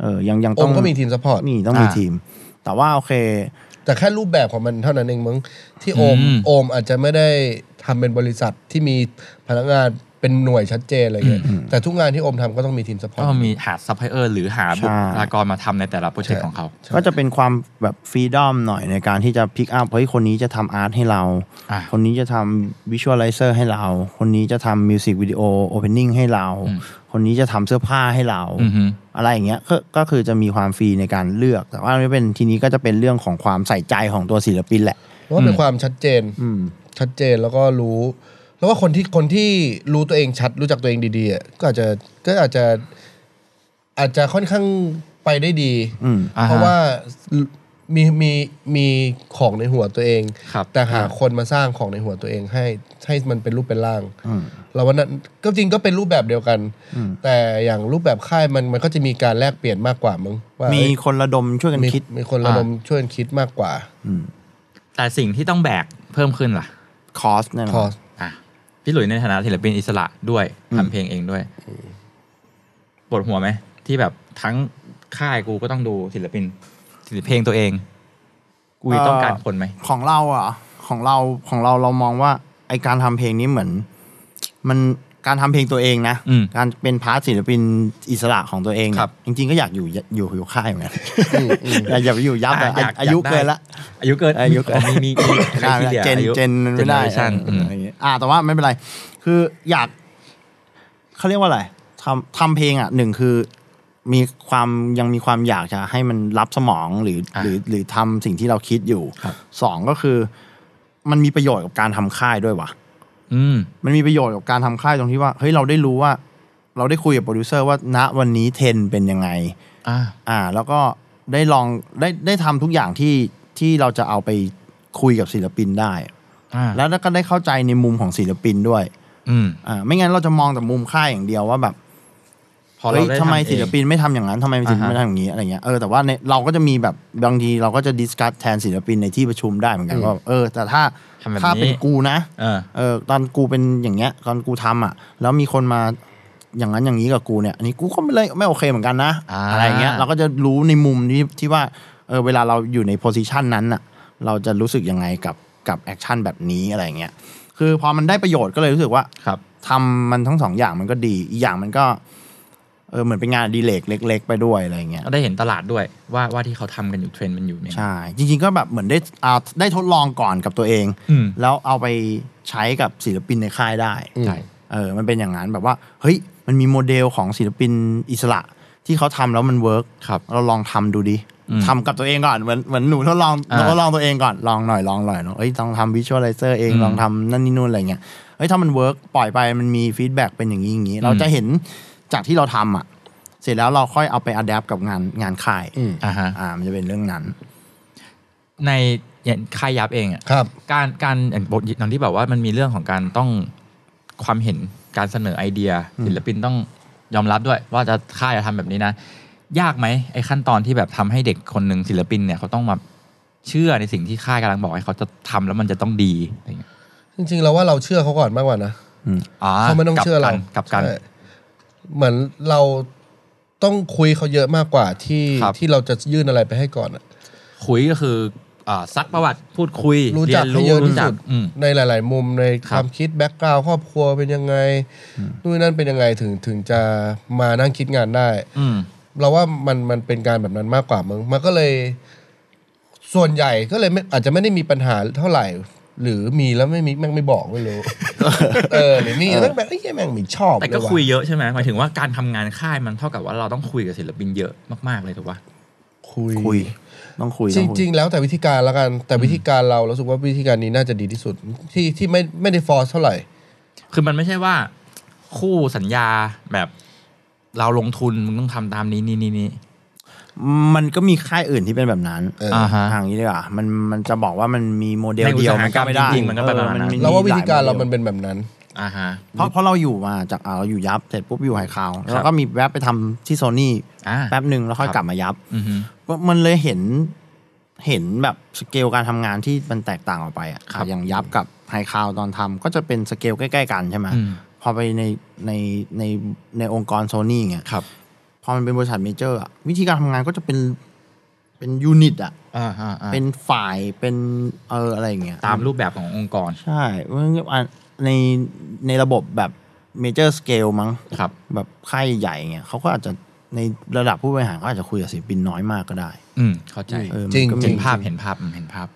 [SPEAKER 5] เออยังยัง
[SPEAKER 6] โอ
[SPEAKER 5] ต้อง
[SPEAKER 6] มก็มีทีมซัพพอร์ต
[SPEAKER 5] มีต้องมี
[SPEAKER 4] อ่า
[SPEAKER 5] ทีม แต่ว่าโอเค
[SPEAKER 6] แต่แค่รูปแบบของมันเท่านั้นเองมึงที่โอม
[SPEAKER 4] อืม
[SPEAKER 6] โอมอาจจะไม่ได้ทำเป็นบริษัทที่มีพนักงานเป็นหน่วยชัดเจนอะไรเงี้ย
[SPEAKER 4] อืม
[SPEAKER 6] แต่ทุกงานที่โอมทำก็ต้องมีทีมซัพพอร์
[SPEAKER 4] ก็
[SPEAKER 6] ต
[SPEAKER 4] มีหาซัพพลายเออร์หรือหา
[SPEAKER 5] ใช่
[SPEAKER 4] บุคลากรมาทำในแต่ละโปรเจกต์
[SPEAKER 6] ใช่
[SPEAKER 4] ของเขา
[SPEAKER 6] ใช่
[SPEAKER 5] ก็จะเป็นความแบบฟรีดอมหน่อยในการที่จะพิกอัพเฮ้ยคนนี้จะทำอาร์ตให้เรา
[SPEAKER 4] อ่า
[SPEAKER 5] คนนี้จะทำวิชวลไลเซอร์ให้เรา คนนี้จะทำมิวสิกวิดีโอโอเพนนิ่งให้เรา
[SPEAKER 4] อืม
[SPEAKER 5] คนนี้จะทำเสื้อผ้าให้เรา
[SPEAKER 4] อือฮึ
[SPEAKER 5] อะไรอย่างเงี้ยก็ก็คือจะมีความฟรีในการเลือก แต่ว่าไม่เป็นทีนี้ก็จะเป็นเรื่องของความใส่ใจของตัวศิลปินแหละ
[SPEAKER 6] เพราะว่าเป็นความชัดเจน
[SPEAKER 5] อืม
[SPEAKER 6] ชัดเจนแล้วก็รู้ แล้วว่าคนที่คนที่รู้ตัวเองชัดรู้จักตัวเองดีๆอ่ะก็อาจจะก็อาจจะอาจจะค่อนข้างไปได้ดี
[SPEAKER 5] อืม
[SPEAKER 4] อ่ฮ
[SPEAKER 6] เพราะว่ามีมีมีของในหัวตัวเอง
[SPEAKER 4] ครับ
[SPEAKER 6] แต่หาคนมาสร้างของในหัวตัวเองให้ให้มันเป็นรูปเป็นร่าง
[SPEAKER 5] อืม
[SPEAKER 6] เราว่านั้นก็จริงก็เป็นรูปแบบเดียวกัน แต่อย่างรูปแบบค่ายมันมันก็จะมีการแลกเปลี่ยนมากกว่ามึงว่า
[SPEAKER 5] มี
[SPEAKER 6] เอ้ย
[SPEAKER 5] คนระดมช่วยกัน
[SPEAKER 6] มี
[SPEAKER 5] คิด
[SPEAKER 6] มีคนระดมช่วยกันคิดมากกว่า
[SPEAKER 5] อืม
[SPEAKER 4] แต่สิ่งที่ต้องแบกเพิ่มขึ้นล่ะ
[SPEAKER 5] คอสแน่น
[SPEAKER 6] คอ
[SPEAKER 5] อน
[SPEAKER 6] ส
[SPEAKER 4] อ่ะพี่หลุยในฐานะศิลปินอิสระด้วยทำเพลงเองด้วยปวดหัวไหม ที่แบบทั้งค่ายกูก็ต้องดูศิลปินศิลปินเพลงตัวเอง กูจะต้องการคนไหม
[SPEAKER 5] ของเราอ่ะ ของเราของเราเรามองว่าไอการทำเพลงนี้เหมือน มันการทำเพลงตัวเองนะ
[SPEAKER 4] อืม
[SPEAKER 5] การเป็นพาร์ทศิลปินอิสระของตัวเองเนี่ย
[SPEAKER 4] ครับ
[SPEAKER 5] จริง ๆ ก็อยากอยู่อยู่อยู่ค่ายเหมือนกัน อยากอยากไปอยู่ยับอะ
[SPEAKER 4] ก
[SPEAKER 5] อายุ
[SPEAKER 4] ได้
[SPEAKER 5] เกินละ
[SPEAKER 4] อายุเกิน
[SPEAKER 5] อายุเกิน
[SPEAKER 4] มีมีมีใครที่เหลือ
[SPEAKER 5] เจน
[SPEAKER 4] อายุ
[SPEAKER 5] เจนมันไม่ได้
[SPEAKER 4] generation
[SPEAKER 5] เอ
[SPEAKER 4] อืม
[SPEAKER 5] ออะไรอย่างเงี้ยอ่าแต่ว่าไม่เป็นไร คืออยากเขาเรียกว่าอะไรทำทำเพลงอ่ะหนึ่งคือมีความยังมีความอยากจะให้มันรับสมองหรือ
[SPEAKER 4] อ่ะ
[SPEAKER 5] หรือหรือทำสิ่งที่เราคิดอยู่
[SPEAKER 4] ครับ
[SPEAKER 5] สองก็คือ มันมีประโยชน์กับการทำค่ายด้วยว่ะ
[SPEAKER 4] อืม
[SPEAKER 5] มันมีประโยชน์กับการทำค่ายตรงที่ว่าเฮ้ยเราได้รู้ว่า เราได้คุยกับโปรดิวเซอร์ว่าณวันนี้เทรนด์เป็นยังไง
[SPEAKER 4] อ่า
[SPEAKER 5] อ่าแล้วก็ได้ลองได้ได้ทำทุกอย่างที่ที่เราจะเอาไปคุยกับศิลปินได้
[SPEAKER 4] อ่า
[SPEAKER 5] แล้วก็ได้เข้าใจในมุมของศิลปินด้วย
[SPEAKER 4] อืม
[SPEAKER 5] อ่าไม่งั้นเราจะมองแต่มุมค่ายอย่างเดียวว่าแบบ
[SPEAKER 4] พอเรา
[SPEAKER 5] เฮ้ย
[SPEAKER 4] ได้
[SPEAKER 5] ทำไม
[SPEAKER 4] เอง
[SPEAKER 5] ศิลปินไม่ทำอย่างนั้นทำไมศิลปินไม่ทำอย่างนี้อะไรเงี้ยเออแต่ว่าในเราก็จะมีแบบบางทีเราก็จะดิสคัสแทนศิลปินในที่ประชุมได้เหมือนกันว่าเออ แต่ถ้า
[SPEAKER 4] ทำแบบนี้
[SPEAKER 5] ถ้าเป็นกูนะ
[SPEAKER 4] เออ
[SPEAKER 5] เออตอนกูเป็นอย่างเงี้ยตอนกูทำอ่ะ แล้วมีคนมาอย่างนั้นอย่างนี้กับกูเนี่ยอันนี้กูก็ไม่เลยไม่โอเคเหมือนกันนะ
[SPEAKER 4] อ่า
[SPEAKER 5] ไรเงี้ยเราก็จะรู้ในมุมที่ที่ว่าเออเวลาเราอยู่ในโพสิชันนั้นอ่ะ เราจะรู้สึกยังไงกับกับแอคชั่นแบบนี้อะไรเงี้ยคือพอมันได้ประโยชน์ก็เลยรู้สึกว่า
[SPEAKER 4] ครับ
[SPEAKER 5] ทำมันทั้งสองอย่างมันก็ดีอีกอย่างมันก็ เออเหมือนเป็นงานอดีเลกเล็ก ๆ ไปด้วยอะไรเงี้ย
[SPEAKER 4] ก็ได้เห็นตลาดด้วยว่าว่าที่เขาทำกันอยู่เทรนด์มันอยู่เนี่ย
[SPEAKER 5] ใช่ จริงๆก็แบบเหมือนได้อ่าได้ทดลองก่อนกับตัวเอง
[SPEAKER 4] อืม
[SPEAKER 5] แล้วเอาไปใช้กับศิลปินในค่ายได้
[SPEAKER 4] ใช่
[SPEAKER 5] เออ มันเป็นอย่างนั้นแบบว่า เฮ้ย มันมีโมเดลของศิลปินอิสระ ที่เขาทำแล้วมันเวิร์ก
[SPEAKER 4] ครับ
[SPEAKER 5] เราลองทำดูดิ
[SPEAKER 4] อืม
[SPEAKER 5] ทำกับตัวเองก่อน เหมือนเหมือนหนูทดลอง
[SPEAKER 4] อ่า
[SPEAKER 5] ทดลองตัวเองก่อน ลองหน่อย ลองหน่อยเนาะเอ้ย ต้องทำวิชวลไลเซอร์เอง
[SPEAKER 4] อืม
[SPEAKER 5] ลองทำนั่นนี่นู่นอะไรเงี้ย เฮ้ย ถ้ามันเวิร์กปล่อยไป มันมีฟีดแบ็กเป็นอย่างนี้อย่างนี้ เรา
[SPEAKER 4] อืม
[SPEAKER 5] จะเห็นจากที่เราทำอ่ะ เสร็จแล้วเราค่อยเอาไปอัดแอปกับงานงานค่าย
[SPEAKER 6] อืม
[SPEAKER 4] อ่าฮะ
[SPEAKER 5] อ่า มันจะเป็นเรื่องนั้น
[SPEAKER 4] ในอย่างค่ายยับเองอ่ะ
[SPEAKER 6] ครับ
[SPEAKER 4] การการอย่างบทตอนที่แบบว่ามันมีเรื่องของการต้องความเห็นการเสนอไอเดีย ศิลปินต้องยอมรับด้วย ว่าจะค่ายจะทำแบบนี้นะ ยากไหมไอ้ขั้นตอนที่แบบทำให้เด็กคนหนึ่งศิลปินเนี่ยเขาต้องมาเชื่อในสิ่งที่ค่ายกำลังบอกให้เขาจะทำแล้วมันจะต้องดีอะไรเงี้ย
[SPEAKER 6] จริงๆเราว่าเราเชื่อเขาก่อนมากกว่านะ
[SPEAKER 4] อ่
[SPEAKER 6] เขาไม่ต้องเชื่อเรา
[SPEAKER 4] กลับกัน
[SPEAKER 6] ใช่เหมือนเราต้องคุยเขาเยอะมากกว่าที่
[SPEAKER 4] ครับ
[SPEAKER 6] ที่เราจะยื่นอะไรไปให้ก่อนอะ
[SPEAKER 4] คุยก็คืออ่าซักประวัติพูดคุย
[SPEAKER 6] รู้
[SPEAKER 4] เรี
[SPEAKER 6] จัก
[SPEAKER 4] น
[SPEAKER 6] ให้
[SPEAKER 4] รู้
[SPEAKER 6] เยอะ
[SPEAKER 4] รู้
[SPEAKER 6] ที่
[SPEAKER 4] จัก
[SPEAKER 6] สุด
[SPEAKER 4] อืม
[SPEAKER 6] ในหลาย ๆ มุมใน
[SPEAKER 4] ค
[SPEAKER 6] ครับ วามคิดแบ็กกราวครอบครัวเป็นยังไงนู่นนั่นเป็นยังไงถึงถึงจะมานั่งคิดงานได้
[SPEAKER 4] อืม
[SPEAKER 6] เราว่ามันมันเป็นการแบบนั้นมากกว่ามึงมันก็เลย ส่วนใหญ่ก็เลยไม่อาจจะไม่ได้มีปัญหาเท่าไหร่ หรือมีแล้วไม่มีแม่งไม่บอกไม่รู้ เออหรือมีแล้วแม่งแบบไอ้ยแม่งไม่ชอบ
[SPEAKER 4] แต่ก็
[SPEAKER 6] เลวะ
[SPEAKER 4] คุยเยอะใช่ไหมหมายถึงว่าการทำงานค่ายมันเท่ากับว่าเราต้องคุยกับศิลปินเยอะมากๆเลยถูกปะ
[SPEAKER 6] คุย
[SPEAKER 5] คุย ต้องคุย
[SPEAKER 6] จ
[SPEAKER 5] ต้องคุย
[SPEAKER 6] ริง ๆ แล้วแต่วิธีการละกัน แต่วิธีการเราเรารู้สึกว่าวิธีการนี้น่าจะดีที่สุด ที่ที่ไม่ไม่ได้ฟอร์สเท่าไหร่
[SPEAKER 4] คือมันไม่ใช่ว่าคู่สัญญาแบบเราลงทุนมึงต้องทำตามนี้นี่นี่นี่
[SPEAKER 5] มันก็มีค่ายอื่นที่เป็นแบบนั้น
[SPEAKER 6] เออ
[SPEAKER 4] อ่าฮะ
[SPEAKER 5] ทางนี้ดีกว่ามันมันจะบอกว่ามันมีโมเดล
[SPEAKER 4] ในอุต
[SPEAKER 5] เดียว
[SPEAKER 4] สาห
[SPEAKER 5] มัน
[SPEAKER 4] กร
[SPEAKER 5] ก็
[SPEAKER 4] รม
[SPEAKER 5] ไม่ได้
[SPEAKER 4] จริงๆมันก็เป็นแบบนั้น
[SPEAKER 5] ออมี
[SPEAKER 6] เราว่าวิธีการ
[SPEAKER 5] หล
[SPEAKER 6] เรา
[SPEAKER 5] ย
[SPEAKER 6] มันเป็นแบบนั้น
[SPEAKER 4] อ่าฮะ
[SPEAKER 5] เพราะเพราะเราอยู่มาจากอ่าเราอยู่ยับเสร็จปุ๊บอยู่ไฮคาวแล้วก็มีแวบไปทำที่โซนี่
[SPEAKER 4] อ่า
[SPEAKER 5] แป๊บหนึ่งแล้วค่อย
[SPEAKER 4] ครับ
[SPEAKER 5] กลับมายับ
[SPEAKER 4] อือฮึ
[SPEAKER 5] มันเลยเห็นเห็นแบบสเกลการทำงานที่มันแตกต่างออกไปอ่ะ
[SPEAKER 4] ครับ
[SPEAKER 5] อย่างยับกับไฮคาวตอนทำก็จะเป็นสเกลใกล้ ๆ กันใช่ไหม
[SPEAKER 4] อืม
[SPEAKER 5] พอไปในในในในองค์กรโซนี่เงี้ย
[SPEAKER 4] ครับ
[SPEAKER 5] พอมันเป็นบริษัทเมเจอร์อะวิธีการทำงานก็จะเป็นเป็นยูนิตอ่ะ
[SPEAKER 4] อ่าอ่าอ่า
[SPEAKER 5] เป็นฝ่ายเป็นเอออะไรอย่างเงี้ย
[SPEAKER 4] ตามรูปแบบขององค์กร
[SPEAKER 5] ใช่มันก็อ่ะในในระบบแบบเมเจอร์สเกลมั้ง
[SPEAKER 4] ครับ
[SPEAKER 5] แบบค่ายใหญ่ๆเงี้ยเขาก็อาจจะในระดับผู้บริหารเขาอาจจะคุยกับศิลปินน้อยมากก็ได้
[SPEAKER 4] อืมเข้าใจ
[SPEAKER 5] เออ
[SPEAKER 6] จริง
[SPEAKER 5] มันก็มี
[SPEAKER 4] เห็นภาพเห็นภาพอืมเห็นภาพ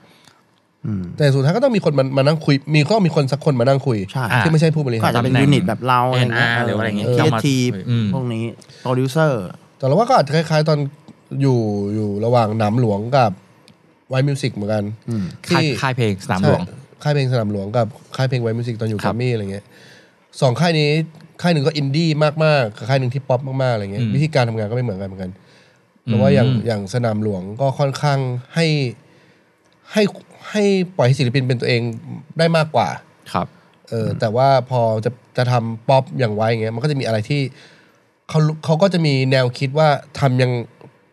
[SPEAKER 5] อืม
[SPEAKER 6] แต่สุดท้ายก็ต้องมีคนมามานั่งคุย มีก็มีคนสักคนมานั่งคุย
[SPEAKER 5] ใช่
[SPEAKER 6] ที่ไม่ใช่ผู้บริ
[SPEAKER 5] ก็
[SPEAKER 6] หาร
[SPEAKER 5] อาจจะเป็น
[SPEAKER 4] ตำแหน่ง
[SPEAKER 5] ยูนิตแบบเราอะไรเงี้ย
[SPEAKER 4] NR หรืออะไรเงี้ยที่
[SPEAKER 5] เอ
[SPEAKER 4] เอา
[SPEAKER 5] อ
[SPEAKER 4] มา
[SPEAKER 5] ที
[SPEAKER 4] อืม
[SPEAKER 5] พวกนี้โปรดิวเซอร์
[SPEAKER 6] แต่เราว่าก็อาจจะคล้าย ๆ ตอนอยู่อยู่ระหว่างหนามหลวงกับไวมิวสิกเหมือนกัน
[SPEAKER 5] อืม
[SPEAKER 4] ค่าย
[SPEAKER 6] ที่
[SPEAKER 4] ค่ายเพลงสนามหลวง
[SPEAKER 6] ใช่ค่ายเพลงสนามหลวงกับค่ายเพลงไวมิวสิกตอนอยู่
[SPEAKER 4] ครั
[SPEAKER 6] แกัม
[SPEAKER 4] บ
[SPEAKER 6] มี่อะไรเงี้ยสองค่ายนี้ค่ายหนึ่งก็อินดี้มากๆกับค่ายหนึ่งที่ป๊อปมากๆอะไรเงี้ย
[SPEAKER 4] อืม
[SPEAKER 6] วิธีการทำงานก็ไม่เหมือนกันเหมือนกัน
[SPEAKER 4] อืม
[SPEAKER 6] เราว่าอย่างอย่างสนามหลวงก็ค่อนข้างให้ให้ให้ปล่อยให้ศิลปินเป็นตัวเองได้มากกว่า
[SPEAKER 4] ครับ
[SPEAKER 6] เออแต่ว่าพอจะจะทำป๊อปอย่างไว้อย่างเงี้ยมันก็จะมีอะไรที่เขาเขาก็จะมีแนวคิดว่าทำยัง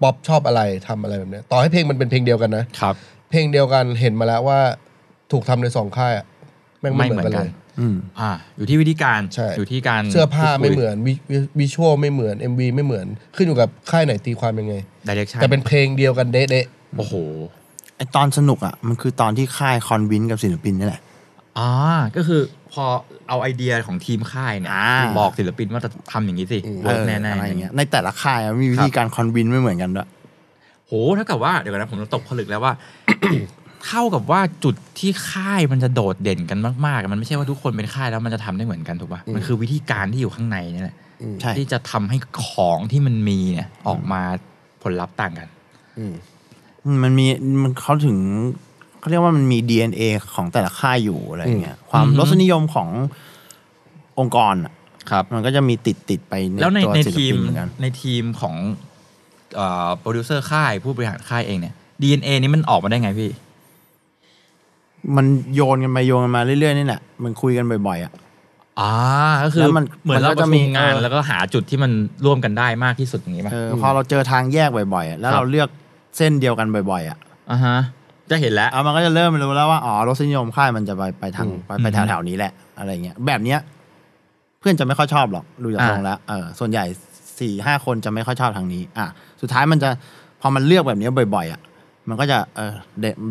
[SPEAKER 6] ป๊อปชอบอะไรทำอะไรแบบเนี้ยต่อให้เพลงมันเป็นเพลงเดียวกันนะ
[SPEAKER 4] ครับ
[SPEAKER 6] เพลงเดียวกันเห็นมาแล้วว่าถูกทำในสองค่ายอะแม่ง
[SPEAKER 4] ไม่เห
[SPEAKER 6] ไม่เห
[SPEAKER 4] มื
[SPEAKER 6] มื
[SPEAKER 4] อ
[SPEAKER 6] อน น
[SPEAKER 4] กั
[SPEAKER 6] กัน นเลย
[SPEAKER 5] อืม
[SPEAKER 4] อ่า อยู่ที่วิธีการ
[SPEAKER 6] ใช่
[SPEAKER 4] อยู่ที่การ
[SPEAKER 6] เสื้อผ้าไม่
[SPEAKER 4] พูดคุย
[SPEAKER 6] เหมือนวิวิวิชวลไม่เหมือน MV ไม่เหมือนขึ้นอยู่กับค่ายไหนตีความยังไง
[SPEAKER 4] direction
[SPEAKER 6] แต่เป็นเพลงเดียวกันเด๊ะ
[SPEAKER 4] โอ้โห
[SPEAKER 5] ไอตอนสนุกอ่ะมันคือตอนที่ค่ายคอนวินกับศิลปินนี่แหละ
[SPEAKER 4] อ่าก็คือพอเอาไอเดียของทีมค่ายเนี่ย
[SPEAKER 5] อ่า
[SPEAKER 4] บอกศิลปินว่าจะทำอย่างนี้สิ
[SPEAKER 5] เออ
[SPEAKER 4] แน่ๆ
[SPEAKER 5] อะ
[SPEAKER 4] อะไร ไร
[SPEAKER 5] อย่าง
[SPEAKER 4] เงี้ย
[SPEAKER 5] เงี้ยในแต่ละค่ายอะมีวิธีการคอนวินไม่เหมือนกันด้วย
[SPEAKER 4] โหเท่ากับว่าเดี๋ยวก่อนนะผมตกผลึกแล้วว่า เท่ากับว่าจุดที่ค่ายมันจะโดดเด่นกันมากๆ มันไม่ใช่ว่าทุกคนเป็นค่ายแล้วมันจะทำได้เหมือนกันถูกป่ะมันคือวิธีการที่อยู่ข้างในนี่แหละ
[SPEAKER 5] ใช่
[SPEAKER 4] ที่จะทำให้ของที่มันมีเนี่ยออกมาผลลัพธ์ต่างกัน
[SPEAKER 6] ๆอืม
[SPEAKER 5] อืมมันมีมันเขาถึงเขาเรียกว่ามันมี DNA ของแต่ละค่ายอยู่อะไรอย่างเงี้ยความ
[SPEAKER 4] อืม
[SPEAKER 5] รสนิยมขององค์กรอะ
[SPEAKER 4] ครับ
[SPEAKER 5] มันก็จะมีติดติดไปใน
[SPEAKER 4] แล้วใน
[SPEAKER 5] ตัว
[SPEAKER 4] ใน
[SPEAKER 5] ศิล
[SPEAKER 4] ทีม
[SPEAKER 5] ปินเหมือนกัน
[SPEAKER 4] ในทีมของโปรดิวเซอร์ค่ายผู้บริหารค่ายเองเนี่ย DNA นี้มันออกมาได้ไงพี่
[SPEAKER 5] มันโยนกันไปโยนกันมาเรื่อยๆนี่แหละมันคุยกันบ่อยๆอ่ะ
[SPEAKER 4] อ่าก็คือ
[SPEAKER 5] แล้วมัน
[SPEAKER 4] เหมือนเรา
[SPEAKER 5] มันก็
[SPEAKER 4] จะ
[SPEAKER 5] จะมี
[SPEAKER 4] มีงาน
[SPEAKER 5] เออ
[SPEAKER 4] แล้วก็หาจุดที่มันร่วมกันได้มากที่สุดอย่างนี้ป่ะ
[SPEAKER 5] เออพอเราเจอทางแยกบ่อยๆอะแล้ว
[SPEAKER 4] ครับ
[SPEAKER 5] เราเลือกเส้นเดียวกันบ่อยๆอ่ะ
[SPEAKER 4] อ่าฮะจะเห็นแล้ว
[SPEAKER 5] เอามันก็จะเริ่มรู้แล้วว่าอ๋อรสนิยมค่ายมันจะไปไปทางไปไป
[SPEAKER 4] อืม
[SPEAKER 5] แถวๆนี้แหละอะไรเงี้ยแบบเนี้ยเพื่อนจะไม่ค่อยชอบหรอกดูจาก
[SPEAKER 4] อ่า
[SPEAKER 5] ทรงแล้วเออส่วนใหญ่สี่ห้าคนจะไม่ค่อยชอบทางนี้ อ่ะสุดท้ายมันจะพอมันเลือกแบบเนี้ยบ่อยๆอ่ะมันก็จะเออ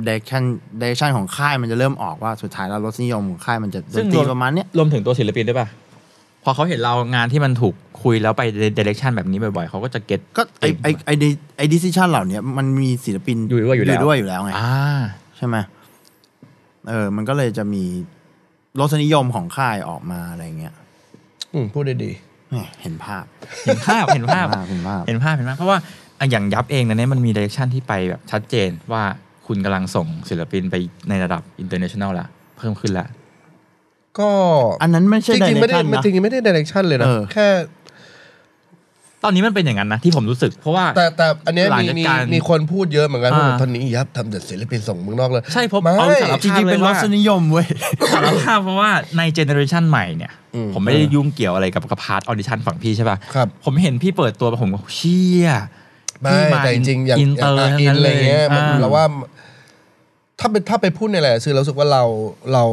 [SPEAKER 5] เดเชั่นเดเชั่นของค่ายมันจะเริ่มออกว่าสุดท้ายแล้วรสนิยมของค่ายมันจะดนตรีประมาณเนี้ย
[SPEAKER 4] รวมถึงตัวศิลปินด้วยป่ะ พอเขาเห็นเรางานที่มันถูกคุยแล้วไปเดเรคชันแบบนี้บ่อยๆเขาก็จะเก็ต
[SPEAKER 5] ก็ไอไอไอไอดิซิชันเหล่าเนี้ยมันมีศิลปิน
[SPEAKER 4] อยู่ด้วยอยู่แล้ว
[SPEAKER 5] ด้วยอยู่แล้วไง
[SPEAKER 4] อ่า
[SPEAKER 5] ใช่ไหมเออ มันก็เลยจะมีรสนิยมของค่ายออกมาอะไรเงี้ย
[SPEAKER 6] อืมพูดได้ดี
[SPEAKER 5] แหม่เห็นภาพ
[SPEAKER 4] เห็นภาพเห็นภาพ
[SPEAKER 5] เห็นภาพ
[SPEAKER 4] เห็นภาพเห็นภาพเพราะว่าอ่ะอย่างยับเองนะเนี่ยมันมีดิเรกชันที่ไปแบบชัดเจนว่าคุณกำลังส่งศิลปินไปในระดับอินเตอร์เนชั่นแนลละเพิ่มขึ้นละ
[SPEAKER 6] ก็
[SPEAKER 5] อันนั้นไม่ใช่
[SPEAKER 6] จริงๆไม่ได้
[SPEAKER 5] direction นะ
[SPEAKER 6] จริงๆไม่ได้ดิเรกชันเลยนะ
[SPEAKER 5] เออ
[SPEAKER 6] แค่
[SPEAKER 4] ตอนนี้มันเป็นอย่างนั้นนะที่ผมรู้สึก เพราะว่า
[SPEAKER 6] แต่แต่อันเนี้ย
[SPEAKER 4] หลัง
[SPEAKER 6] มี
[SPEAKER 4] จาก
[SPEAKER 6] มี
[SPEAKER 4] การ
[SPEAKER 6] มีคนพูดเยอะเหมือนกันว่า
[SPEAKER 4] อ่า
[SPEAKER 6] แบบตอนนี้ยับทำแต่ศิลปินส่งเมืองนอกเลย
[SPEAKER 4] ใช่ผม
[SPEAKER 6] ไม่
[SPEAKER 4] เอาสาร
[SPEAKER 5] จริง
[SPEAKER 4] ภาพ
[SPEAKER 5] ๆ
[SPEAKER 4] เล
[SPEAKER 5] เป็น
[SPEAKER 4] ย
[SPEAKER 5] ร
[SPEAKER 4] ว่า
[SPEAKER 5] สนิยมเว้ย
[SPEAKER 4] สารภา พเพราะว่าในเจเนอเรชันใหม่เนี่ย
[SPEAKER 6] อืม
[SPEAKER 4] ผมไม่ได้ยุ่งเกี่ยวอะไรกับกับพาร์ทออดิชั่นฝั่งพี่ใช่ป่ะ
[SPEAKER 6] ครับ
[SPEAKER 4] ผมเห็นพี่เปิดตัวไปผมก็เชี่ย
[SPEAKER 6] ไม่
[SPEAKER 4] พี่า
[SPEAKER 6] แต่จริงๆอย่าง
[SPEAKER 4] อิน
[SPEAKER 6] อ
[SPEAKER 4] เต
[SPEAKER 6] ย่า
[SPEAKER 4] อง ร์
[SPEAKER 6] อา
[SPEAKER 4] ทั้ง
[SPEAKER 6] อิน
[SPEAKER 4] นั้น
[SPEAKER 6] อะไร
[SPEAKER 4] เลย
[SPEAKER 6] เงี้ยมัน
[SPEAKER 4] อ่า
[SPEAKER 6] เราว่าถ้าเป็นถ้าไปพูดในหลายๆสื่อเรารู้สึกว่าเราเรา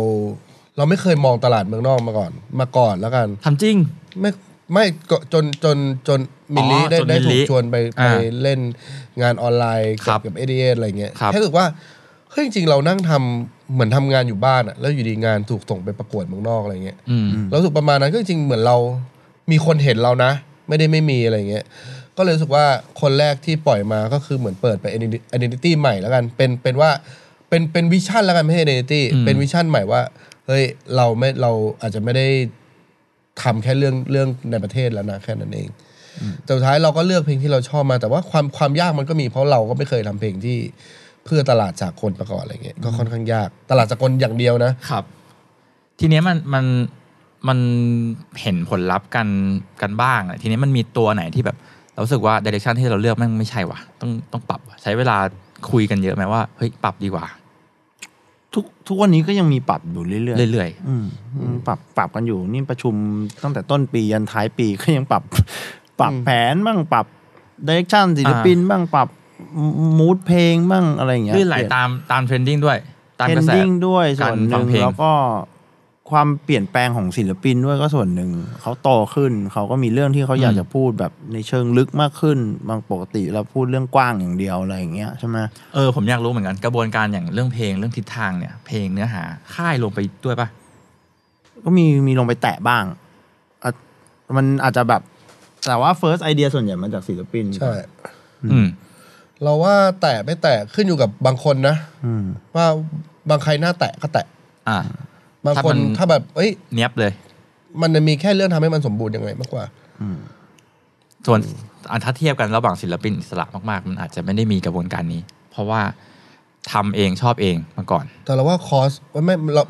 [SPEAKER 6] เราไม่เคยมองตลาดเมืองนอกมาก่อน มาก่อนแล้วกัน
[SPEAKER 4] ทำจริง
[SPEAKER 6] ไม่ไม่ก็จนจนจนมิลลี
[SPEAKER 4] อ๋อ
[SPEAKER 6] ได้
[SPEAKER 4] จน
[SPEAKER 6] ได้
[SPEAKER 4] มิล
[SPEAKER 6] ถู
[SPEAKER 4] ลิ
[SPEAKER 6] กชวนไป
[SPEAKER 4] อ่า
[SPEAKER 6] ไปเล่นงานออนไลน์เกี่
[SPEAKER 4] ครั
[SPEAKER 6] ย
[SPEAKER 4] บ
[SPEAKER 6] วกับเอเดอะไรเงี้ย
[SPEAKER 4] ครับ
[SPEAKER 6] แค่รู้สึกว่าเฮ้ยจริงๆเรานั่งทำเหมือนทำงานอยู่บ้านอะแล้วอยู่ดีงานถูกส่งไปประกวดเมืองนอกอะไรเงี้ย
[SPEAKER 4] อืม
[SPEAKER 6] เรารู้สึกประมาณนั้นก็จริงๆเหมือนเรามีคนเห็นเรานะ ไม่ได้ไม่มีอะไรเงี้ยก็เลยรู้สึกว่าคนแรกที่ปล่อยมาก็คือเหมือนเปิดไป identity ใหม่แล้วกัน เป็นเป็นว่าเป็นเป็นวิชั่นแล้วกันไม่ใช่ identity
[SPEAKER 4] อืม
[SPEAKER 6] เป็นวิชั่นใหม่ว่าเฮ้ยเราไม่เราอาจจะไม่ได้ทำแค่เรื่องเรื่องในประเทศแล้วนะแค่นั้นเองแต่สุดท้ายเราก็เลือกเพลงที่เราชอบมาแต่ว่าความความยากมันก็มีเพราะเราก็ไม่เคยทำเพลงที่เพื่อตลาดจากคนประกอบอะไรเงี้ยก็ค่อนข้างยากตลาดจากคนอย่างเดียวนะ
[SPEAKER 4] ครับ ทีเนี้ยมันมันมันเห็นผลลัพธ์กันกันบ้างอะทีเนี้ยมันมีตัวไหนที่แบบเรารู้สึกว่าดิเรกชันที่เราเลือกแมันไม่ใช่วะต้องต้องปรับว่ะใช้เวลาคุยกันเยอะไหมว่าเฮ้ยปรับดีกว่า
[SPEAKER 5] ทุกทุกวันนี้ก็ยังมีปรับอยู่เรื่อยๆ
[SPEAKER 4] เรื่อย
[SPEAKER 5] อืมอืมปรับปรับกันอยู่นี่ประชุมตั้งแต่ต้นปียันท้ายปีก็ยังปรับ ปรับแผนบ้างปรับดิเรกชันศิลปินบ้างปรับมูดเพลงบ้างอะไรอย่างเงี้
[SPEAKER 4] ๆ
[SPEAKER 5] ย
[SPEAKER 4] ลื่นไหลตามตามเทรนดิ้งด้วย ตาม
[SPEAKER 5] เท
[SPEAKER 4] ก
[SPEAKER 5] ร
[SPEAKER 4] ระ
[SPEAKER 5] น
[SPEAKER 4] แส
[SPEAKER 5] ดิ้งด้วย
[SPEAKER 4] กา
[SPEAKER 5] ส่
[SPEAKER 4] ร
[SPEAKER 5] วนห
[SPEAKER 4] ฟั
[SPEAKER 5] นึ่
[SPEAKER 4] ง
[SPEAKER 5] ง
[SPEAKER 4] เพลง
[SPEAKER 5] แล้วก็ความเปลี่ยนแปลงของศิลปินด้วยก็ส่วนหนึ่งเขาโตขึ้น เขาก็มีเรื่องที่เขาอยากจะพูดแบบในเชิงลึกมากขึ้น บางปกติเราพูดเรื่องกว้างอย่างเดียวอะไรอย่างเงี้ยใช่ไหม
[SPEAKER 4] เออผมอยากรู้เหมือนกันกระบวนการอย่างเรื่องเพลงเรื่องทิศทางเนี่ย เพลงเนื้อหาค่ายลงไปด้วยปะ
[SPEAKER 5] ก็มีมีลงไปแตะบ้างอ่ะมันอาจจะแบบแต่ว่า first idea ส่วนใหญ่มาจากศิลปิน
[SPEAKER 6] ใช่
[SPEAKER 4] อืม
[SPEAKER 6] เราว่าแตะไม่แตะขึ้นอยู่กับบางคนนะ
[SPEAKER 5] อืม
[SPEAKER 6] ว่าบางใครหน้าแตะก็แตะ
[SPEAKER 4] อ่า
[SPEAKER 6] บางค
[SPEAKER 4] ถ้า
[SPEAKER 6] น
[SPEAKER 4] มัน
[SPEAKER 6] ถ้าแบบเอ้ย
[SPEAKER 4] เนี้ยบเลย
[SPEAKER 6] มันมีแค่เรื่องทำให้มันสมบูรณ์ยังไงมากกว่า
[SPEAKER 4] ส่วนอันถ้าเทียบกันระหว่างศิลปินอิสระมากๆ มันอาจจะไม่ได้มีกระบวนการนี้ เพราะว่าทำเองชอบเองมาก่อน
[SPEAKER 6] แต่เราว่าคอสว่าไม่เรา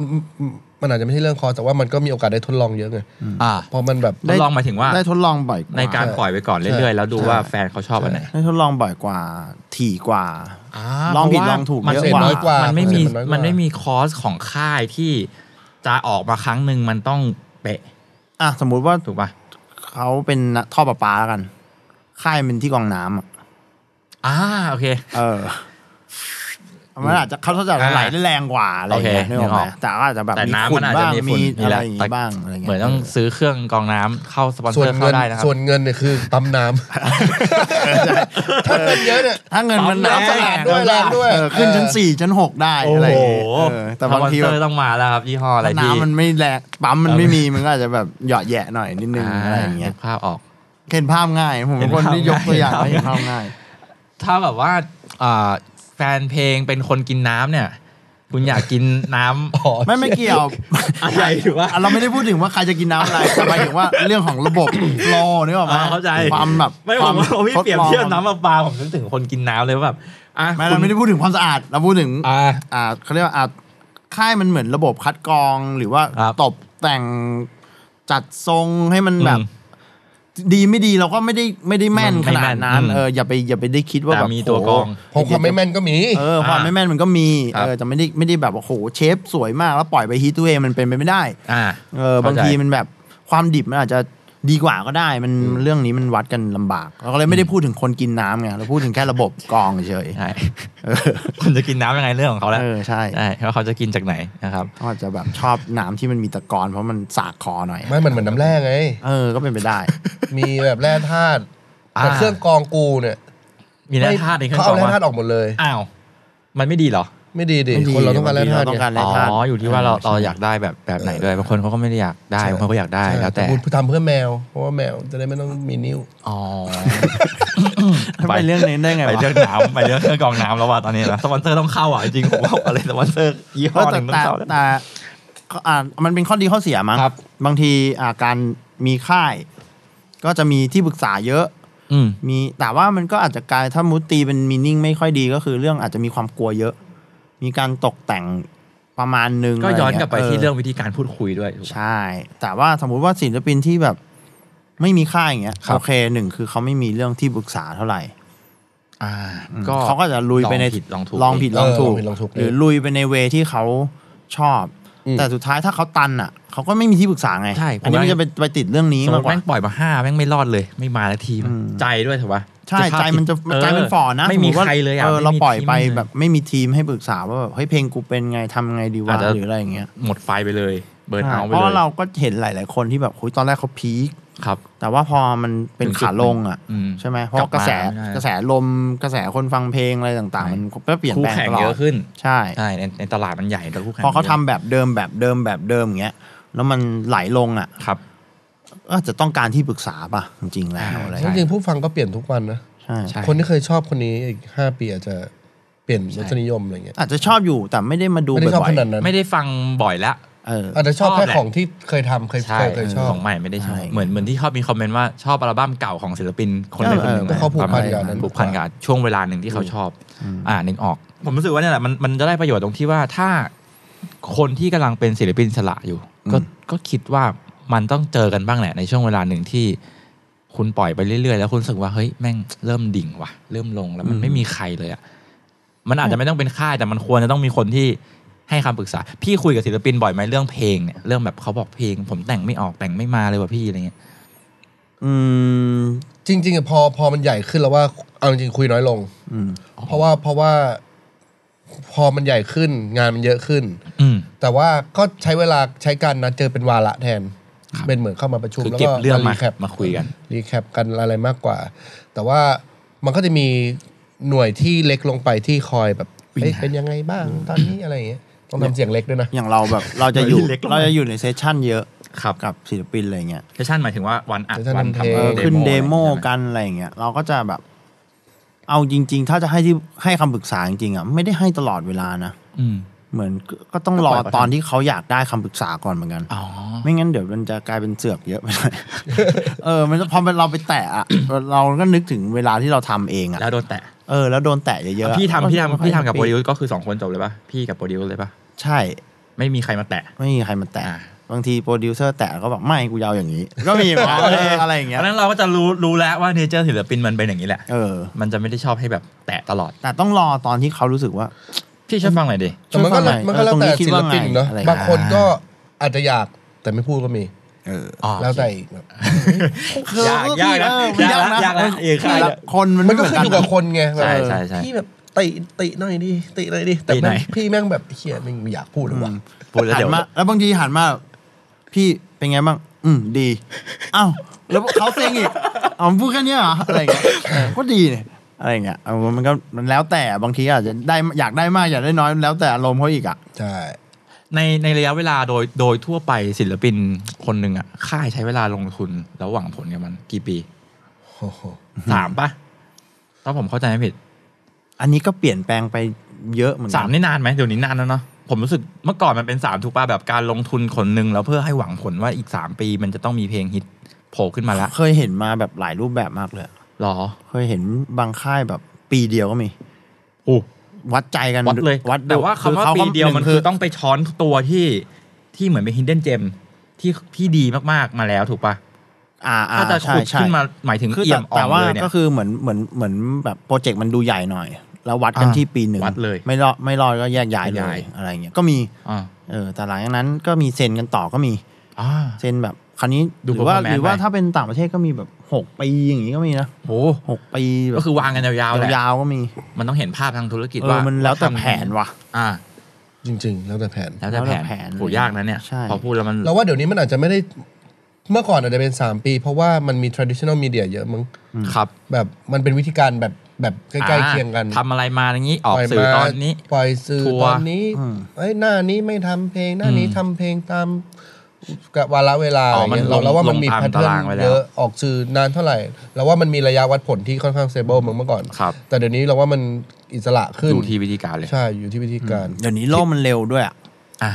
[SPEAKER 6] มันอาจจะไม่ใช่เรื่องคอสแต่ว่ามันก็มีโอกาสได้ทดลองเยอะไง
[SPEAKER 4] อ่า
[SPEAKER 6] เพราะมันแบบ
[SPEAKER 4] ทดลองหมายถึงว่า
[SPEAKER 5] ได้ทดลองบ่อยว่
[SPEAKER 4] ในการปล่อยไปก่อนเรื่อยๆ แล้วดู
[SPEAKER 5] ใช่
[SPEAKER 4] ว่าแฟนเขาชอบอันไหน
[SPEAKER 5] ได้ทดลองบ่อยกว่า ถี่กว่า ลองผิดลองถูก
[SPEAKER 4] มัน
[SPEAKER 5] เยอะ
[SPEAKER 4] เป็น
[SPEAKER 5] กว่า
[SPEAKER 4] น้อยกว่า มันไม่มี
[SPEAKER 6] มันน้อยกว่ามั
[SPEAKER 4] มันไม่มีคอสของค่ายที่จะออกมาครั้งหนึ่งมันต้องเป๊ะ
[SPEAKER 5] อ่ะสมมุติว่า
[SPEAKER 4] ถูกป่ะ
[SPEAKER 5] เขาเป็นนักท่อประปาแล้วกัน ค่ายเป็นที่กรองน้ำอะ
[SPEAKER 4] อ่าโอเค
[SPEAKER 5] เออมันอาจจะเขาเขาจะไหลได้แรงกว่าอะไรอย่างเงี้ย
[SPEAKER 4] โอเค
[SPEAKER 5] นึกออกไห
[SPEAKER 4] นึกอ
[SPEAKER 5] ม
[SPEAKER 4] อก
[SPEAKER 5] แต่ก็อาจจะแบบ
[SPEAKER 4] แต่
[SPEAKER 5] มี
[SPEAKER 4] น้ำ
[SPEAKER 5] ขุ่
[SPEAKER 4] มันนอาจจะ
[SPEAKER 5] บ้าง
[SPEAKER 4] มีฝุ่
[SPEAKER 5] มี
[SPEAKER 4] น
[SPEAKER 5] อะ
[SPEAKER 4] แห
[SPEAKER 5] ไร
[SPEAKER 4] ละ
[SPEAKER 5] อย่างงี้บ้างอะไรเงี้ย
[SPEAKER 4] เหมือนต้องซื้อเครื่องกรองน้ำเข้าสปอนเซ
[SPEAKER 6] ส่ว
[SPEAKER 4] อน ร์เข้า
[SPEAKER 6] เงิน
[SPEAKER 4] ได้นะครับ
[SPEAKER 6] ส่วนเงินเนี่ยคือตำ น้ำถ้าเงินเยอะเนี่ย
[SPEAKER 5] ถ้าเงินมัน
[SPEAKER 4] น้ำสะอาด
[SPEAKER 6] ด้วยแรงด้วย
[SPEAKER 5] เออขึ้นชั้นสี่ชั้นหกได้
[SPEAKER 4] โอ้
[SPEAKER 5] อะไร
[SPEAKER 4] โห
[SPEAKER 5] อย่างเงี้ยเออแต่บางที
[SPEAKER 4] สป
[SPEAKER 5] แบ
[SPEAKER 4] อนเซอร์
[SPEAKER 5] บ
[SPEAKER 4] ต้องมาแล้วครับยี่ห้ออะไร
[SPEAKER 5] ถ้า
[SPEAKER 4] ที่
[SPEAKER 5] น้ำมันไม่แรงปั๊มมันไม่มีมันก็อาจจะแบบเหยาะแหยะหน่อยนิดนึง
[SPEAKER 4] อ่า
[SPEAKER 5] อะไรอย่างเงี้ย
[SPEAKER 4] นึกภาพออก
[SPEAKER 5] เห็นภาพง่าย ผมเป็นคนที่ยกตัวอย่างให้เห็นภาพง่าย
[SPEAKER 4] ถ้าแบบว่าอ่าแฟนเพลงเป็นคนกินน้ำเนี่ย คุณ อยากกินน้ำ
[SPEAKER 5] ไม่ไม่เกี่ยว
[SPEAKER 4] อะไรหรือว่า
[SPEAKER 5] อ่ะเราไม่ได้พูดถึงว่าใครจะกินน้ำอะไรแต่หมายถึงว่าเรื่องของระบบ โลนี่ออกไหม
[SPEAKER 4] อ่าเข้าใจ
[SPEAKER 5] ความแบบ
[SPEAKER 4] ไม่ผมว่าพี่เปรียบเทียบน้ำประปาผมนึกถึงคนกินน้ำเลยว่าแบบอ่ะ
[SPEAKER 5] ไม่เราไม่ได้พูดถึงความสะอาด เราพูดถึง
[SPEAKER 4] อ่า
[SPEAKER 5] อ่าเขาเรียกว่าอ่าค่ายมันเหมือนระบบคัดกรองหรือว่า
[SPEAKER 4] ครับ
[SPEAKER 5] ตบแต่งจัดทรงให้มันแบบ
[SPEAKER 4] อืม
[SPEAKER 5] ดีไม่ดีเราก็ไม่ได้ไม่ได้แม่น
[SPEAKER 4] ไม่
[SPEAKER 5] ข
[SPEAKER 4] แม่น
[SPEAKER 5] นาดนั้น
[SPEAKER 4] อืม
[SPEAKER 5] เอออย่าไปอย่าไปได้คิดว่า
[SPEAKER 4] แต่
[SPEAKER 5] แบบ
[SPEAKER 4] มีตัวกรอง
[SPEAKER 6] ผมความไม่แม่นก็มี
[SPEAKER 5] เออความ
[SPEAKER 4] อ่า
[SPEAKER 5] ไม่แม่นมันก็มี
[SPEAKER 4] ครับ
[SPEAKER 5] เออแต่ไม่ได้ไม่ได้แบบว่าโหเชฟสวยมากแล้วปล่อยไปฮิตตัวเองมันเป็นไปไม่ได้
[SPEAKER 4] อ่า
[SPEAKER 5] เออบางทีมันแบบความดิบมันอาจจะดีกว่าก็ได้มันเรื่องนี้มันวัดกันลำบากเราก็เลยไม่ได้พูดถึงคนกินน้ำไงเราพูดถึงแค่ระบบกรองเฉย
[SPEAKER 4] ใช่คนจะกินน้ำยังไงเรื่องของเขาแล้ว
[SPEAKER 5] เออใช่
[SPEAKER 4] ใช่ว่าเขาจะกินจากไหนนะครับ
[SPEAKER 5] เขาอาจจะแบบชอบน้ำที่มันมีตะกอนเพราะมันสากคอหน่อย
[SPEAKER 6] ไม่มันเหมือนน้ำแร่ไง
[SPEAKER 5] เออก็เป็นไปได้
[SPEAKER 6] มีแบบแร่ธาตุแต่
[SPEAKER 4] อ่า
[SPEAKER 6] เครื่องกรองกูเนี่ย
[SPEAKER 4] มีแร่ธาตุในเครื่องก
[SPEAKER 6] เขา
[SPEAKER 4] รอง
[SPEAKER 6] เอาแร่
[SPEAKER 4] ว่า
[SPEAKER 6] ธาตุออกหมดเลย
[SPEAKER 4] อ้าว มันไม่ดีเหรอ
[SPEAKER 6] ไม่ดีดิ
[SPEAKER 5] ไม่ดี
[SPEAKER 6] คนเราต้องการแร่ธาตุ
[SPEAKER 5] เรต้อง
[SPEAKER 6] ไง
[SPEAKER 5] การแร่
[SPEAKER 4] อ๋
[SPEAKER 5] ธาตุ
[SPEAKER 4] ออยู่ที่ว่าเราเราอยากได้แบบแบบไหนด้วยบางคนเขาก็ไม่ได้อยากได้
[SPEAKER 6] ใช่
[SPEAKER 4] บางคนก็อยากได้
[SPEAKER 6] ใช่
[SPEAKER 4] แล้วแต่
[SPEAKER 6] พูดทำเพื่อแมว เพราะว่าแมวจะได้ไม่ต้องมีนิ้ว
[SPEAKER 4] อ๋อ
[SPEAKER 5] ไปเรื่องนี้ได้ไง
[SPEAKER 4] ไป
[SPEAKER 5] วะ
[SPEAKER 4] เลือกน้ำไปเลือกเครื่องกรองน้ำแล้วว่ะตอนนี้นะสปอนเซอร์ต้องเข้าอ่ะจริงๆผมว่าอะไรสปอนเซอร์ยี่ห้อห
[SPEAKER 5] แต่
[SPEAKER 4] นึ่งต้องเข้า
[SPEAKER 5] แต่
[SPEAKER 4] แล้ว
[SPEAKER 5] แต่ก็อ่ามันเป็นข้อดีข้อเสียมั้ง
[SPEAKER 4] ครับ
[SPEAKER 5] บางทีอ่าการมีค่าย ก็จะมีที่ปรึกษาเยอะ
[SPEAKER 4] อืม
[SPEAKER 5] มีแต่ว่ามันก็อาจจะกลายถ้ามูดตีเป็นมินิ่งไม่ค่อยดีก็คือเรื่องอาจจะมีความกลัวเยอะ มีการตกแต่งประมาณนึง
[SPEAKER 4] ก็ย้อนกลับไปที่เรื่อง
[SPEAKER 5] ะไ
[SPEAKER 4] วิธีการพูดคุยด้วยถูกปะ
[SPEAKER 5] ใช่ แต่ว่าสมมุติว่าศิลปินที่แบบไม่มีค่ายอย่างเงี้ย
[SPEAKER 4] ครับ
[SPEAKER 5] โอเคหนึ่งคือเขาไม่มีเรื่องที่ปรึกษาเท่าไหร่
[SPEAKER 4] อ่า
[SPEAKER 5] อืม
[SPEAKER 4] ก็
[SPEAKER 5] เขาก็จะลุยไปใน
[SPEAKER 4] ลองผิดลองถูก
[SPEAKER 5] ลองผิดลองถูก
[SPEAKER 6] เออลองผิดลองถูก
[SPEAKER 5] หรือลุยไปในเวที่เขาชอบ
[SPEAKER 6] อืม
[SPEAKER 5] แต่สุดท้ายถ้าเขาตันอ่ะเขาก็ไม่มีที่ปรึกษาไง
[SPEAKER 4] ใช่ผม
[SPEAKER 5] อันนี้มัน
[SPEAKER 4] ว่า
[SPEAKER 5] จะไปไปติดเรื่องนี้
[SPEAKER 4] สมม
[SPEAKER 5] มาก
[SPEAKER 4] ติ
[SPEAKER 5] กว่า
[SPEAKER 4] แม่งปล่อยมาห้าแม่งไม่รอดเลย ไม่มาละทีมัน
[SPEAKER 5] อืม
[SPEAKER 4] ใจด้วยถูกปะ
[SPEAKER 5] ใช่
[SPEAKER 4] ภาพ
[SPEAKER 5] ใจมันจะ
[SPEAKER 4] เออ
[SPEAKER 5] ใจมันฝ่อนะ
[SPEAKER 4] ไม่
[SPEAKER 5] ส
[SPEAKER 4] มี
[SPEAKER 5] ติว่า
[SPEAKER 4] ใครเลยอ่ะ
[SPEAKER 5] เออ
[SPEAKER 4] ไม่มี
[SPEAKER 5] เราปล่อย
[SPEAKER 4] ทีม
[SPEAKER 5] ไป
[SPEAKER 4] เลย
[SPEAKER 5] แบบไม่มีทีมให้ปรึกษาว่าแบบเฮ้ยเพลงกูเป็นไงทำไงดีวะ
[SPEAKER 4] อาจจะ
[SPEAKER 5] หรืออะไรอย่างเงี้ย
[SPEAKER 4] หมดไฟไปเลยเบิร์นเอาท์ไป
[SPEAKER 5] เพราะ
[SPEAKER 4] เล
[SPEAKER 5] ว่าย เราก็เห็นหลาย ๆ คนที่แบบคุยตอนแรกเขาพีค
[SPEAKER 4] ครับ
[SPEAKER 5] แต่ว่าพอมันเป็นขาลงอ่ะ
[SPEAKER 4] อืม
[SPEAKER 5] ใช่ไหมเพราะ
[SPEAKER 4] กลับ
[SPEAKER 5] กระแส
[SPEAKER 4] ไม่ได้
[SPEAKER 5] กระแสลมกระแสคนฟังเพลงอะไรต่าง
[SPEAKER 4] ใช่
[SPEAKER 5] ๆ มันก็เปลี่ยน
[SPEAKER 4] คู่
[SPEAKER 5] แปลง
[SPEAKER 4] แข่ง
[SPEAKER 5] ตลอ
[SPEAKER 4] เย
[SPEAKER 5] ด
[SPEAKER 4] อะขึ้น
[SPEAKER 5] ใช่
[SPEAKER 4] ใช่ในในตลาดมันใหญ่แต่คู่แข่ง
[SPEAKER 5] พอเขา
[SPEAKER 4] ยะ
[SPEAKER 5] ทำแบบเดิมแบบเดิมแบบเดิมอย่างเงี้ยแล้วมันไหลลงอ่ะ
[SPEAKER 4] ครับ
[SPEAKER 5] ก็อาจจะต้องการที่ปรึกษาป่ะจริงๆแล้วอะไร
[SPEAKER 4] ใช่
[SPEAKER 6] จริงๆผู้ฟังก็เปลี่ยนทุกวันนะ
[SPEAKER 5] ใช่
[SPEAKER 4] ใช่
[SPEAKER 6] คนที่เคยชอบคนนี้อีกห้าปีอาจจะเปลี่ยนรสนิยมอะไรเงี้ย
[SPEAKER 5] อาจจะชอบอยู่แต่ไม่ได้มาดู
[SPEAKER 6] ไม่ได้ชอบ
[SPEAKER 5] บ่อ
[SPEAKER 6] ข
[SPEAKER 5] ย
[SPEAKER 6] นาดนั้น
[SPEAKER 4] ไม่ได้ฟังบ่อยแล้ว
[SPEAKER 5] ๆเออ
[SPEAKER 6] อาจจะชอบ
[SPEAKER 4] ชอ
[SPEAKER 6] แค่
[SPEAKER 4] บแหละ
[SPEAKER 6] ของที่เคยทำเคย
[SPEAKER 4] ใช่
[SPEAKER 6] เคยเคยชอบ
[SPEAKER 4] ของใหม่ไม่ได้ชอบ
[SPEAKER 5] ใช่
[SPEAKER 4] เหมือนเหมือนที่เขามีคอมเมนต์ว่าชอบอัลบั้มเก่าของศิลปินคนใดคนหนึ่ง
[SPEAKER 5] เออเออ
[SPEAKER 6] เขาผูกพันกับ
[SPEAKER 4] ประมา
[SPEAKER 6] อัน
[SPEAKER 4] ณ
[SPEAKER 6] นั้น
[SPEAKER 4] ผูกพันกับช่วงเวลาหนึ่งที่เขาชอบ อ่านึกออก ผมรู้สึกว่าเนี่ยแหละมันมันจะได้ประโยชน์ตรงที่ว่าถ้าคนที่กำลังเป็นศิลปินอิสระอยู่ ก็
[SPEAKER 5] อืม
[SPEAKER 4] ก็คิดว่ามันต้องเจอกันบ้างแหละในช่วงเวลาหนึ่งที่ คุณปล่อยไปเรื่อยๆ แล้วคุณรู้สึกว่าเฮ้ยแม่งเริ่มดิ่งว่ะ เริ่มลงแล้วมันไม่มีใครเลยอ่ะมันอาจจะไม่ต้องเป็นค่ายแต่มันควรจะต้องมีคนที่ให้คำปรึกษา พี่คุยกับศิลปินบ่อยไหมเรื่องเพลงเนี่ยเรื่องแบบเขาบอกเพลง ผมแต่งไม่ออกแต่งไม่มาเลยว่ะพี่อะไรเงี้ย
[SPEAKER 5] อืม
[SPEAKER 6] จริงๆอะพอพอมันใหญ่ขึ้นแล้วว่าเอาจริงๆคุยน้อยลง
[SPEAKER 5] อืม
[SPEAKER 6] เพราะว่าเพราะว่าพอมันใหญ่ขึ้นงานมันเยอะขึ้น
[SPEAKER 4] อืม
[SPEAKER 6] แต่ว่าก็ใช้เวลาใช้การนัดเจอเป็นวาระแทน เป็นเหมือนเข้ามาประชุม
[SPEAKER 4] คือ
[SPEAKER 6] แล้ว
[SPEAKER 4] เก็บ
[SPEAKER 6] ก็
[SPEAKER 4] เรื่องมา
[SPEAKER 6] แคป
[SPEAKER 4] มาคุยกัน
[SPEAKER 6] รีแคปกันอะไรมากกว่า แต่ว่ามันก็จะมีหน่วยที่เล็กลงไปที่คอยแบบเฮ้ยเป็นยังไงบ้างตอนนี้อะไรอย่างเงี้ยต้องทำเสียงเล็กด้วยนะ
[SPEAKER 5] อย่างเราแบบ เราจะอยู่
[SPEAKER 4] เล็กลง
[SPEAKER 5] เราจะอยู่ในเซสชั่นเยอะ
[SPEAKER 4] ครับ
[SPEAKER 5] กับศิลปินอะไรเงี้ย
[SPEAKER 4] เซสชั่นหมายถึงว่าวันอัด
[SPEAKER 6] เซสชั่น
[SPEAKER 4] วัน
[SPEAKER 6] ทำ
[SPEAKER 4] ทำ
[SPEAKER 6] เพลง
[SPEAKER 4] เอ
[SPEAKER 5] เออ
[SPEAKER 4] อ
[SPEAKER 5] ขึ้นเดโม
[SPEAKER 4] อะไรอย่างเงี้ย
[SPEAKER 5] กันอะไรเงี้ยเราก็จะแบบ เอาจริง ๆ ถ้าจะให้ที่ให้คำปรึกษาจริงๆอ่ะไม่ได้ให้ตลอดเวลานะ
[SPEAKER 4] อืม
[SPEAKER 5] เหมือนก็ก็ต้องรอ
[SPEAKER 4] ก็ปล่อยเขาทำ
[SPEAKER 5] ตอนที่เขาอยากได้คำปรึกษาก่อนเหมือนกัน
[SPEAKER 4] อ๋อ
[SPEAKER 5] ไม่งั้นเดี๋ยวมันจะกลายเป็นเสือกเยอะไปหน่อย เออ มันจะพอเราไปแตะอ่ะ เราก็นึกถึงเวลาที่เราทำเองอ่ะ
[SPEAKER 4] แล้วโดนแตะ
[SPEAKER 5] เออแล้วโดนแตะเยอะๆอะ
[SPEAKER 4] พี่ทำพี่
[SPEAKER 5] ไม่
[SPEAKER 4] ทำ
[SPEAKER 5] ค่อย
[SPEAKER 4] พี่ทำกับ
[SPEAKER 5] แฮ
[SPEAKER 4] โปรดิวซ์ก็คือสองคนจบเลยปะพี่กับโปรดิวซ์เลยปะ
[SPEAKER 5] ใช่
[SPEAKER 4] ไม่มีใครมาแตะ
[SPEAKER 5] ไม่มีใครมาแตะ
[SPEAKER 4] อ่า
[SPEAKER 5] บางทีโปรดิวเซอร์แตะก็บอกไม่กูยาวอย่างนี้ ก็มีเหมือนกันเอออะไรอย่างเงี้
[SPEAKER 4] เพ
[SPEAKER 5] ย
[SPEAKER 4] ราะฉะนั้นเราก็จะรู้รู้แล้วว่าเนเจอร์ศิลปินมันเป็นอย่างนี้แหละ
[SPEAKER 5] เออ
[SPEAKER 4] มันจะไม่ได้ชอบให้แบบแตะตลอด
[SPEAKER 5] แต่ต้องรอตอนที่เขารู้สึกว่า
[SPEAKER 4] พี่ช่วยฟังหน่อยดิ
[SPEAKER 6] แต่มันก็
[SPEAKER 5] ช่วยฟังหอย
[SPEAKER 6] มันก็แล้ว
[SPEAKER 5] ออร
[SPEAKER 6] แต่
[SPEAKER 5] งคิด
[SPEAKER 6] ศิล
[SPEAKER 5] ว่ไ
[SPEAKER 6] ปินเนาะ
[SPEAKER 5] อะไร
[SPEAKER 6] บางคนก็อาจจะอยากแต่ไม่พูดก็มี
[SPEAKER 5] เออ
[SPEAKER 4] อ๋อ
[SPEAKER 6] แล้วแต่อีกแบบ
[SPEAKER 4] ยากยากนะ
[SPEAKER 5] เออย
[SPEAKER 4] ากนะยากนะเออใช่
[SPEAKER 5] ละคนมัน
[SPEAKER 6] มั
[SPEAKER 5] ไม่
[SPEAKER 6] น
[SPEAKER 5] เหมื
[SPEAKER 6] ก็
[SPEAKER 5] อนกัน
[SPEAKER 6] ขึ้นอยู่กับคนไง
[SPEAKER 4] ใช่
[SPEAKER 6] แบบ
[SPEAKER 4] ใช่ใช่
[SPEAKER 6] พี่แบบติติหน่อยดิติหน่อยดิแต่
[SPEAKER 4] ติหน่อ
[SPEAKER 6] แม่
[SPEAKER 4] ย
[SPEAKER 6] งพี่แม่งแบบเฮียแม่งอยากพูดหรือวะ
[SPEAKER 4] พูดแล้ว
[SPEAKER 5] หั
[SPEAKER 4] เดี๋ย
[SPEAKER 5] น
[SPEAKER 4] ว
[SPEAKER 5] มาแล้วบางทีหันมา พี่เป็นไงบ้าง อืมดีอ้าวแล้วเขาเซ็งอีกอ๋อพูดแค่เนี้ยเหรออะไรอย่างเงี้ยเออก็ดีเนี่ยอะไรอย่างเงี้ยเออมันก็มันแล้วแต่บางทีอาจจะได้อยากได้มากอยากได้น้อยแล้วแต่อารมณ์เขาอีกอ่ะ
[SPEAKER 6] ใช่
[SPEAKER 4] ในในระยะเวลาโดยโดยทั่วไปศิลปินคนหนึ่งอ่ะค่ายใช้เวลาลงทุนแล้วหวังผลกับมันกี่ปี
[SPEAKER 6] โอ้โห
[SPEAKER 4] สามปะถ้าผมเข้าใจไม่ผิด
[SPEAKER 5] อันนี้ก็เปลี่ยนแปลงไปเยอะเหมือน
[SPEAKER 4] สาม
[SPEAKER 5] กัน
[SPEAKER 4] นี่นานไหมเดี๋ยวนี้นานแล้วเนาะผมรู้สึกเมื่อก่อนมันเป็นสามถูกป่ะแบบการลงทุนคนหนึ่งแล้วเพื่อให้หวังผลว่าอีกสามปี มันจะต้องมีเพลงฮิตโผล่ขึ้นมาละ
[SPEAKER 5] เคยเห็นมาแบบหลายรูปแบบมากเลย
[SPEAKER 4] หรอ
[SPEAKER 5] เคยเห็นบางค่ายแบบปีเดียวก็มี
[SPEAKER 4] โอ้
[SPEAKER 5] วัดใจกัน
[SPEAKER 4] วัดเลย
[SPEAKER 5] วัด
[SPEAKER 4] แต่ว่าคำว่า
[SPEAKER 5] อข
[SPEAKER 4] ปีเดียว
[SPEAKER 5] หง
[SPEAKER 4] มันคือต้องไปช้อนตัวที่ที่เหมือนเป็น hidden gem ที่ที่ดีมากๆมาแล้วถูกปะ
[SPEAKER 5] อ่าอ่า
[SPEAKER 4] ถ้าจะ
[SPEAKER 5] ใช่
[SPEAKER 4] ขุด
[SPEAKER 5] ใช่
[SPEAKER 4] ขึ้นมาหมายถึง
[SPEAKER 5] คือ
[SPEAKER 4] เอี่
[SPEAKER 5] แต่
[SPEAKER 4] ยมอ่อน
[SPEAKER 5] แต่
[SPEAKER 4] เล
[SPEAKER 5] ว่า
[SPEAKER 4] ยเนี่ย
[SPEAKER 5] ก็คือเหมือนเหมือนเหมือนแบบโปรเจกต์มันดูใหญ่หน่อย แล้ววัดกัน
[SPEAKER 4] อ่า
[SPEAKER 5] ที่ปีหนึ่ง
[SPEAKER 4] วัดเลย
[SPEAKER 5] ไม่รอดไม่รอดก็แยกย้าย
[SPEAKER 4] แยก
[SPEAKER 5] เล
[SPEAKER 4] ย้าย
[SPEAKER 5] ยอะไรเงี้ยก็มี
[SPEAKER 4] อ่า
[SPEAKER 5] เออแต่หลังจากนั้นก็มีเซ็นกันต่อก็มี
[SPEAKER 4] อ่า
[SPEAKER 5] เซ็นแบบคราวนี้
[SPEAKER 4] ดู
[SPEAKER 5] หรือว่า
[SPEAKER 4] performance
[SPEAKER 5] หรือว่า
[SPEAKER 4] ไป
[SPEAKER 5] ถ้าเป็นต่างประเทศก็มีแบบหกปีอย่างงี้ก็มีนะ
[SPEAKER 4] โห
[SPEAKER 5] หกปีแบบ
[SPEAKER 4] ก็คือวางกันยาวๆแหละ
[SPEAKER 5] ยาวๆก็มี
[SPEAKER 4] มันต้องเห็นภาพทางธุรกิจ
[SPEAKER 5] เออ
[SPEAKER 4] ว่า
[SPEAKER 5] มั
[SPEAKER 4] มัน
[SPEAKER 5] แล้วแต่แผนว่ะ
[SPEAKER 4] อ่า
[SPEAKER 6] จริง ๆ แล้วแต่แผน
[SPEAKER 4] แล้วแต่
[SPEAKER 5] แล้วแต่
[SPEAKER 4] แผน
[SPEAKER 5] แผน
[SPEAKER 4] โหยากนะเนี่ย
[SPEAKER 5] ใช่
[SPEAKER 4] พอพูดแล้วมัน
[SPEAKER 6] เราว่าเดี๋ยวนี้มันอาจจะไม่ได้ เมื่อก่อนอาจจะเป็น 3 ปี เพราะว่ามันมี traditional media เยอะมึง
[SPEAKER 4] ครับ
[SPEAKER 6] แบบมันเป็นวิธีการแบบ แบบใกล้ๆเคียงกัน
[SPEAKER 4] ทำอะไรมาอย่างนี้ออก
[SPEAKER 6] ปล่ย
[SPEAKER 4] สื่อ
[SPEAKER 6] มา
[SPEAKER 4] ตอนนี้
[SPEAKER 6] ปล่อยสื่อ
[SPEAKER 4] ทัวร์
[SPEAKER 6] ตอนนี้
[SPEAKER 5] อืม
[SPEAKER 6] เอ้ยหน้านี้ไม่ทำเพลงหน้านี้
[SPEAKER 4] อืม
[SPEAKER 6] ทำเพลงตามกะวาระเวลา
[SPEAKER 4] อ๋อ
[SPEAKER 6] อะไรเงี้
[SPEAKER 4] มัน
[SPEAKER 6] ย
[SPEAKER 4] ล
[SPEAKER 6] เรา
[SPEAKER 4] ง
[SPEAKER 6] เราว่ามัน
[SPEAKER 4] ลง
[SPEAKER 6] มี
[SPEAKER 4] ตาม
[SPEAKER 6] แพท
[SPEAKER 4] ตา
[SPEAKER 6] เทิร์
[SPEAKER 4] ราน งไว้แล้ว
[SPEAKER 6] เยอะออกสื่อนานเท่าไหร่เราว่ามันมีระยะวัดผลที่ค่อนข้างเซเบิลเหมือนเมื่อก่อน
[SPEAKER 4] ครับ
[SPEAKER 6] แต่เดี๋ยวนี้เราว่ามันอิสระขึ้น
[SPEAKER 4] ดูที่วิธีการเลย
[SPEAKER 6] ใช่ อยู่ที่วิธีการ
[SPEAKER 5] เดี๋ยวนี้โลกมันเร็วด้วยอะ
[SPEAKER 4] อ่ะ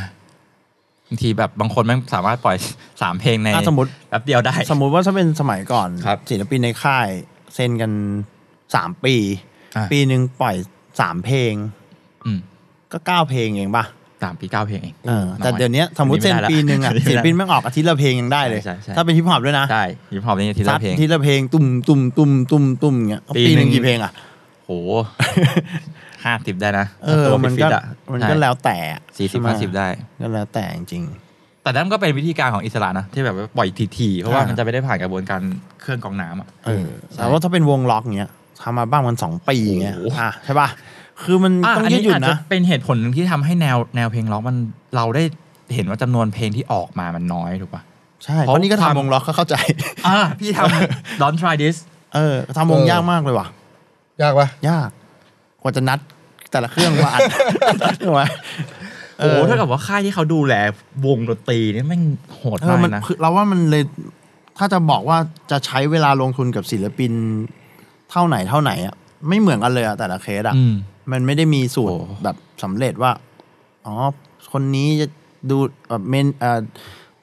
[SPEAKER 4] บางทีแบบบางคนแม่งสามารถปล่อย สามเพลงใน
[SPEAKER 5] อ่ะสมมุติ
[SPEAKER 4] แป๊บเดียวได้
[SPEAKER 5] สมมุติว่าถ้าเป็นสมัยก่อน
[SPEAKER 4] ครับ
[SPEAKER 5] ศิลปินในค่ายเซ็นกันสามปี
[SPEAKER 4] อ่ะ
[SPEAKER 5] ปีหนึ่งปล่อยสามเพลง
[SPEAKER 4] อืม
[SPEAKER 5] ก็เก้าเพลงเองป่ะ
[SPEAKER 4] สามปีเก้าเพลงเอง
[SPEAKER 5] เออ
[SPEAKER 4] น้อ
[SPEAKER 5] แต่เดี๋ยวนี้สมมติเซ็น
[SPEAKER 4] ไได้ล
[SPEAKER 5] ปีหนึ่งอ่ะ
[SPEAKER 4] ไม่ได้
[SPEAKER 5] ศิลปินแม่งออกอาทิตย์ละเพลงยังได้เลย
[SPEAKER 4] ใช่ใช่
[SPEAKER 5] ถ้าเป็นฮิปฮอปด้วยนะ
[SPEAKER 4] ใช่ฮิปฮอปนี่ที
[SPEAKER 5] ซั
[SPEAKER 4] ละ
[SPEAKER 5] ด
[SPEAKER 4] เพลง
[SPEAKER 5] อาทิตย์ละเพลงตุ่มตุ่มตุ่มตุ่มตุ่มเงี้ยก็
[SPEAKER 4] ปี
[SPEAKER 5] ปี
[SPEAKER 4] ห
[SPEAKER 5] ห
[SPEAKER 4] นึ่
[SPEAKER 5] นึ่
[SPEAKER 4] ง
[SPEAKER 5] งกี่เพลงอ่ะ
[SPEAKER 4] โหห้าสิบได้นะ
[SPEAKER 5] เออ
[SPEAKER 4] ตัว
[SPEAKER 5] มัน
[SPEAKER 4] ฟิ
[SPEAKER 5] ก็
[SPEAKER 4] ตๆอะ
[SPEAKER 5] มันก็
[SPEAKER 4] ใช่
[SPEAKER 5] แล้วแต่อะ
[SPEAKER 4] สี่สิบ
[SPEAKER 5] ใช่ไม
[SPEAKER 4] ห้าสิบได้
[SPEAKER 5] ก็แล้วแต่จริง
[SPEAKER 4] แต่นั่นก็เป็นวิธีการของอิสระนะ ที่แบบว่าปล่อยทีๆเพราะว่า
[SPEAKER 5] อ่ามั
[SPEAKER 4] มันจะไม่ได้ผ่านกระบวนการเครื่องกรองน้ำอ่ะ
[SPEAKER 5] เออแต่ว่าถ้าเป็นวงล็อกเงี้ยทำมาบ้างมันสองปีเงี้ย
[SPEAKER 4] โอ้โห
[SPEAKER 5] อ่ะใช่ป่ะคือมัน
[SPEAKER 4] อ่ะ
[SPEAKER 5] ต้องยืดหยุ่น
[SPEAKER 4] อาจ
[SPEAKER 5] นะ
[SPEAKER 4] จเป็นเหตุผลหนึ่งที่ทำให้แนวแนวเพลงล็อกมันเราได้เห็นว่าจำนวนเพลงที่ออกมามันน้อยถูกปะ
[SPEAKER 5] ใช่
[SPEAKER 4] เพ
[SPEAKER 5] เพ
[SPEAKER 4] ราะ
[SPEAKER 5] ราะนี่ก็
[SPEAKER 4] ความ
[SPEAKER 5] ทำวงล็อกก็เข้าใจ
[SPEAKER 4] อ่ะพี่ท ำ Don't try this
[SPEAKER 5] เออทำวง
[SPEAKER 6] เออ
[SPEAKER 5] ยากมากเลยว่ะ
[SPEAKER 6] ยากปะ
[SPEAKER 5] ยาก กว่าจะนัดแต่ละเครื่องว่าอัด ใช่ไหม
[SPEAKER 4] โอ้โหถ้ากับว่าค่ายที่เขาดูแลวงดนตรีนี่แม่งโหด
[SPEAKER 5] เอ
[SPEAKER 4] มา
[SPEAKER 5] อก มัน
[SPEAKER 4] นะ
[SPEAKER 5] คือเราว่ามันเลย ถ้าจะบอกว่าจะใช้เวลาลงทุนกับศิลปิน เท่าไหนเท่าไหนอ่ะไม่เหมือนกันเลยอ่ะแต่ละเคสอ่ะ
[SPEAKER 4] อืม
[SPEAKER 5] มันไม่ได้มีสูตร
[SPEAKER 4] โอ้
[SPEAKER 5] แบบสำเร็จว่า อ๋อ คนนี้จะดูแบบเมนเอ่อ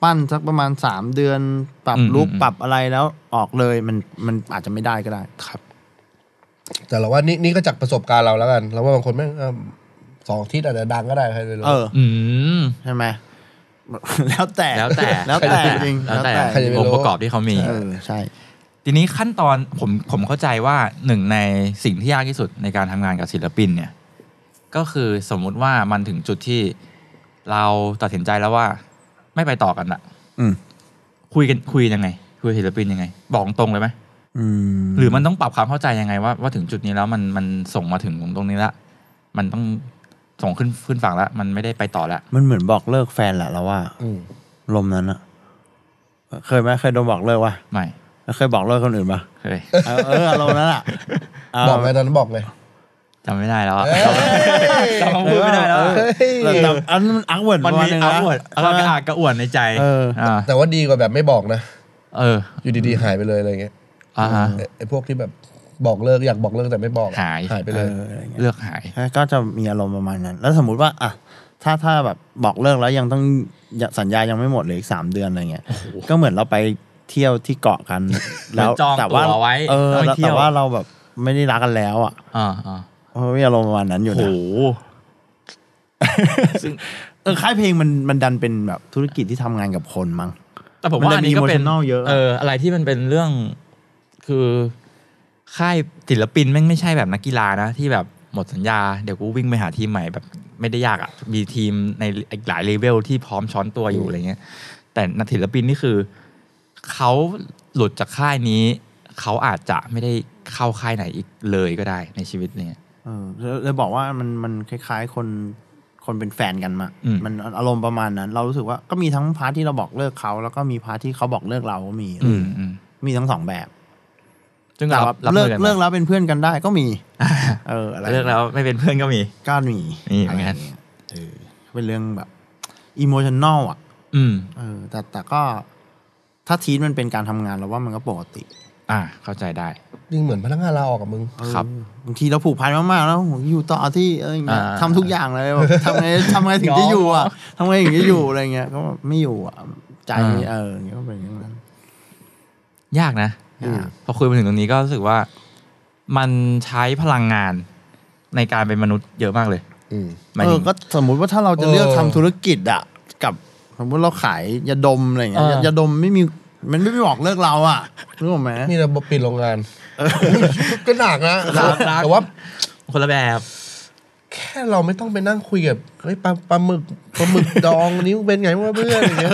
[SPEAKER 5] ปั้นสักประมาณสามเดือน ปรับลุกปรับอะไรแล้วออกเลยมันมันอาจจะไม่ได้ก็ได้ ครับ
[SPEAKER 6] แต่เราว่านี่นี่ก็จากประสบการณ์เราแล้วกันเราว่าบางคนแม่งเอิ่มสองอาทิตย์อาจจะดังก็ได้ใครเลยรู้
[SPEAKER 5] เออ
[SPEAKER 4] อืม
[SPEAKER 5] ใช่ไหม แล้วแต่
[SPEAKER 4] แล้วแต่
[SPEAKER 5] แล้วแต่จริง
[SPEAKER 4] แล้วแต่
[SPEAKER 5] แล้วแต่
[SPEAKER 4] องค์ประกอบที่เขามี
[SPEAKER 5] เออใช่
[SPEAKER 4] ทีนี้ขั้นตอนผมผมเข้าใจว่าหนึ่งในสิ่งที่ยากที่สุดในการทำงานกับศิลปินเนี่ย ก็คือสมมุติว่ามันถึงจุดที่เราตัดสินใจแล้วว่า ไม่ไปต่อกันละ
[SPEAKER 5] อืม
[SPEAKER 4] คุยกันคุยยังไง คุยศิลปินยังไง บอกตรงเลยไหม
[SPEAKER 5] อืม
[SPEAKER 4] หรือมันต้องปรับความเข้าใจยังไงว่าว่าถึงจุดนี้แล้วมันมันส่งมาถึงตรงนี้ละมันต้องส่งขึ้นขึ้นฝั่งละมันไม่ได้ไปต่อละ
[SPEAKER 5] มันเหมือนบอกเลิกแฟนแหละเราว่า
[SPEAKER 6] อืม
[SPEAKER 5] ลมนั้นอะเคยไหมเคยโดนบอกเลิกวะ
[SPEAKER 4] ไม่
[SPEAKER 5] แล้วเคยบอกเลิกคนอื่นปะ
[SPEAKER 4] เคย
[SPEAKER 5] เออเออลมณ์นั้นอะเ
[SPEAKER 6] บอกเลยตอนนั้นบอกเลย
[SPEAKER 4] จำไม่ได้แล้วอะ
[SPEAKER 6] เอ้ย
[SPEAKER 4] จำคำพูดไม่ได้แล้วอะ
[SPEAKER 6] เฮ้ย
[SPEAKER 5] แต่แต่อันนั้นมันอักเวิร์ด
[SPEAKER 4] มันมีอา
[SPEAKER 5] ประาณนึงนะ
[SPEAKER 4] วดเรากระอากกระอ่วนในใจ
[SPEAKER 5] เออ
[SPEAKER 4] อ่า
[SPEAKER 6] แต่ว่าดีกว่าแบบไม่บอกนะ
[SPEAKER 4] เออ
[SPEAKER 6] อยู่ดีๆหายไปเลยอะไรเงี้ย
[SPEAKER 4] อ่าฮะ
[SPEAKER 6] ไอ้ไอ้พวกที่แบบบอกเลิกอยากบอกเลิกแต่ไม่บอกอะ
[SPEAKER 4] หาย
[SPEAKER 6] หายไป
[SPEAKER 5] เอ
[SPEAKER 6] เลย
[SPEAKER 5] ออะไรเงี้ย
[SPEAKER 4] เลือกหาย
[SPEAKER 5] ก็จะมีอารมณ์ประมาณนั้น แล้วสมมุติว่าอ่ะถ้าถ้าแบบบอกเลิกแล้วยังต้องยังสัญญายังไม่หมดเลยอีกสามเดือนอะไรเงี้ย ก็เหมือนเราไปเที่ยวที่เกาะกัน แล้
[SPEAKER 4] เห
[SPEAKER 5] ว
[SPEAKER 4] มือนจอง
[SPEAKER 5] แต่ว่า
[SPEAKER 4] ตั๋วไว้
[SPEAKER 5] เออ
[SPEAKER 4] แล้วไป
[SPEAKER 5] แล้ว
[SPEAKER 4] เที่ยว
[SPEAKER 5] แต่ว่าเราแบบไม่ได้รักกันแล้วอ่ะ
[SPEAKER 4] อ่าอ่า
[SPEAKER 5] เพราะมีอารมณ์ประมาณนั้นอยู่
[SPEAKER 4] โห
[SPEAKER 5] นะเออค่ายเพลงมันมันดันเป็นแบบธุรกิจที่ทำงานกับคนมั้ง
[SPEAKER 4] แต่ผม
[SPEAKER 5] มัน
[SPEAKER 4] ว่า
[SPEAKER 5] เลย
[SPEAKER 4] อันนี้ก็เป็น
[SPEAKER 5] มี emotional เยอะ
[SPEAKER 4] เออ อะไรที่มันเป็นเรื่องคือค่ายศิลปินแม่งไม่ใช่แบบนักกีฬานะ ที่แบบหมดสัญญา เดี๋ยวกูวิ่งไปหาทีมใหม่แบบไม่ได้ยากอะ่ะ มีทีมในอีกหลายเลเวลที่พร้อมช้อนตัวอยู่อะไรเงี้ย แต่นักศิลปินนี่คือ เขาหลุดจากค่ายนี้ เขาอาจจะไม่ได้เข้าค่ายไหนอีกเลยก็ได้ในชีวิตเนี่ย
[SPEAKER 5] เออแล้วเลยบอกว่ามันมันคล้าย ๆ คนคนเป็นแฟนกันมา
[SPEAKER 4] อืม
[SPEAKER 5] มันอารมณ์ประมาณนั้น เรารู้สึกว่าก็มีทั้งพาร์ทที่เราบอกเลิกเขาแล้วก็มีพาร์ทที่เขาบอกเลิกเราก็มี
[SPEAKER 4] อืมอืม
[SPEAKER 5] มีทั้งสองแบบ
[SPEAKER 4] ซึ่ง
[SPEAKER 5] แต่
[SPEAKER 4] เรา
[SPEAKER 5] ว่า
[SPEAKER 4] รับ
[SPEAKER 5] เลิ
[SPEAKER 4] มือ
[SPEAKER 5] ก
[SPEAKER 4] กันไหม
[SPEAKER 5] เลิกแล้วเป็นเพื่อนกันได้ ก็มี เอออะไร
[SPEAKER 4] เลิกแล้วไม่เป็นเพื่อนก็มี
[SPEAKER 5] ก็มี
[SPEAKER 4] นี่เหมือนกัน
[SPEAKER 5] ะไรย่างเงี้ยเออเป็นเรื่องแบบอิโมชันแนลอ่ะ
[SPEAKER 4] อืม
[SPEAKER 5] เออแต่แต่ก็ถ้าทีนมันเป็นการทำงานเราว่ามันก็ปกติ
[SPEAKER 4] อ่าเข้าใจได้
[SPEAKER 6] จริงเหมือนพนักงานลาออกกับมึง
[SPEAKER 5] เออ
[SPEAKER 4] ครับ
[SPEAKER 5] บางทีเราผูกพันมากๆแล้วโหอยู่ต่อที่เอออย่างเงี้ย
[SPEAKER 4] อ่า
[SPEAKER 5] ทำทุกอย่างเลยแบบทำไงทำไงถึงจะอยู่อ่ะทำไงถึงจะอยู่อะไรเงี้ยก็แบบไม่อยู่อ่ะใจเอออย่างเงี้ยก็เป็นอย่างนั้น
[SPEAKER 4] ยากนะ
[SPEAKER 5] ยาก
[SPEAKER 4] พอคุยมาถึงตรงนี้ก็รู้สึกว่ามันใช้พลังงานในการเป็นมนุษย์เยอะมากเลย
[SPEAKER 6] อืม
[SPEAKER 4] หมาย
[SPEAKER 5] เอ
[SPEAKER 4] ถึ
[SPEAKER 5] อง ก็สมมุติว่าถ้าเราจะเลือก
[SPEAKER 6] เออ
[SPEAKER 5] ทำธุรกิจอ่ะกับสมมติเราขายยาดมอะไรเงี้ย
[SPEAKER 4] เออ
[SPEAKER 5] ยายาดมไม่มีมันไม่ไปบอกเลิกเราอ่ะรู้ไหม
[SPEAKER 6] มีระบบปิดโรงงานก็หนักนะ
[SPEAKER 4] หนักหนัก
[SPEAKER 6] แต่ว่า
[SPEAKER 4] คนละแบบ
[SPEAKER 6] แค่เราไม่ต้องไปนั่งคุยกับเฮ้ยปลาปลาหมึกปลาหมึกดองนิ้วเป็นไงวะเพื่อนอย่างเงี้ย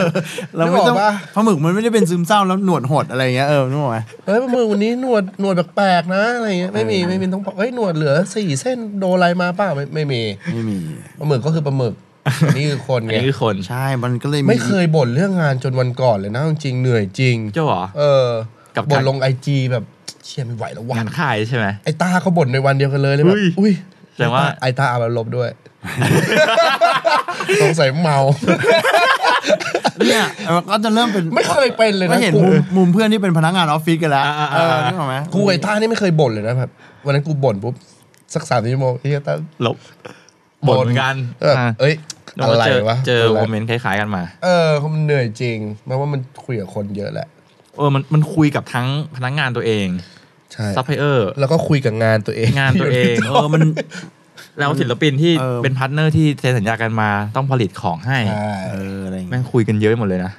[SPEAKER 5] เราไม่ต้อง
[SPEAKER 6] นึกกปะ
[SPEAKER 5] ปลาหมึกมันไม่ได้เป็นซึมเศร้าแล้วหนวดหดอะไรเงี้ยเออนึกออกไหม
[SPEAKER 6] เฮ้ยปลาหมึกวันนี้หนวดหนวดแปลกๆนะอะไรเงี้ยไม่มีไม่มีต้องบอกเฮ้ยหนวดเหลือสี่เส้นโดนอะไรมาเปล่าไม่ไม่มี
[SPEAKER 5] ไม่มี
[SPEAKER 6] ปลาหมึกก็คือปลาหมึกอันนี่คือคน
[SPEAKER 4] อัน
[SPEAKER 6] ไง
[SPEAKER 4] นี้คือคน
[SPEAKER 5] ใช่มันก็เลย
[SPEAKER 6] ไม่เคยบ่นเรื่องงานจนวันก่อนเลยนะจริงๆเหนื่อยจริง
[SPEAKER 4] เจ้าเหรอ
[SPEAKER 6] เออ
[SPEAKER 4] กับ
[SPEAKER 6] บ่
[SPEAKER 4] กาน ร
[SPEAKER 6] ลงไอจีแบบ เชี่ยไม่ไหวแล้วว่ะ
[SPEAKER 4] งานค่ายใช่ไหม
[SPEAKER 6] ไอ้ตาเขาบ่นในวันเดียวกันเลยเลยแบบ
[SPEAKER 4] อุ้ย
[SPEAKER 6] อุ้ย
[SPEAKER 4] แสดงว่า
[SPEAKER 6] ไอ้ตาเอาไปลบด้วย สงสัย เมา
[SPEAKER 5] เนี่ยมันก็จะเริ่มเป็น
[SPEAKER 6] ไม่เคยเป็นเลยนะ
[SPEAKER 5] ก็เห็น
[SPEAKER 6] กู
[SPEAKER 5] มุมมุมเพื่อนที่เป็นพนักงานออฟฟิศกันแล้ว
[SPEAKER 4] อ่าๆๆ
[SPEAKER 5] เออนึกออกไหม
[SPEAKER 6] กูไอ้ตานี่ไม่เคยบ่นเลยนะแบบวันนั้นกูบ่นปุ๊บสักสามชั่วโมงไอ้ตา
[SPEAKER 4] ลบบ่นเหมือนกัน
[SPEAKER 6] เออ
[SPEAKER 4] อ่ะ
[SPEAKER 6] เอ้ย
[SPEAKER 4] แล้ว
[SPEAKER 6] อะไร
[SPEAKER 4] เจอ
[SPEAKER 6] วะ
[SPEAKER 4] เจอ
[SPEAKER 6] ป็นไร
[SPEAKER 4] โมเมนต์คล้ายๆกันมา
[SPEAKER 6] เออมันเหนื่อยจริงแม้ว่ามันคุยกับคนเยอะแหละ
[SPEAKER 4] เออมันมันคุยกับทั้งพนักงานตัวเอง
[SPEAKER 6] ใช่
[SPEAKER 4] ซัพพลายเออร์
[SPEAKER 6] แล้วก็คุยกับงานตัวเอง
[SPEAKER 4] งานตัวเอง
[SPEAKER 5] เออมัน
[SPEAKER 4] แล้วศิลปินที่
[SPEAKER 5] เออ
[SPEAKER 4] เป็นพาร์ทเนอร์ที่เซ็นสัญญากันมาต้องผลิตของให้
[SPEAKER 6] ใช่
[SPEAKER 5] เอออะไรอย่างเงี้ย
[SPEAKER 4] แม่งคุยกันเยอะหมดเลยนะ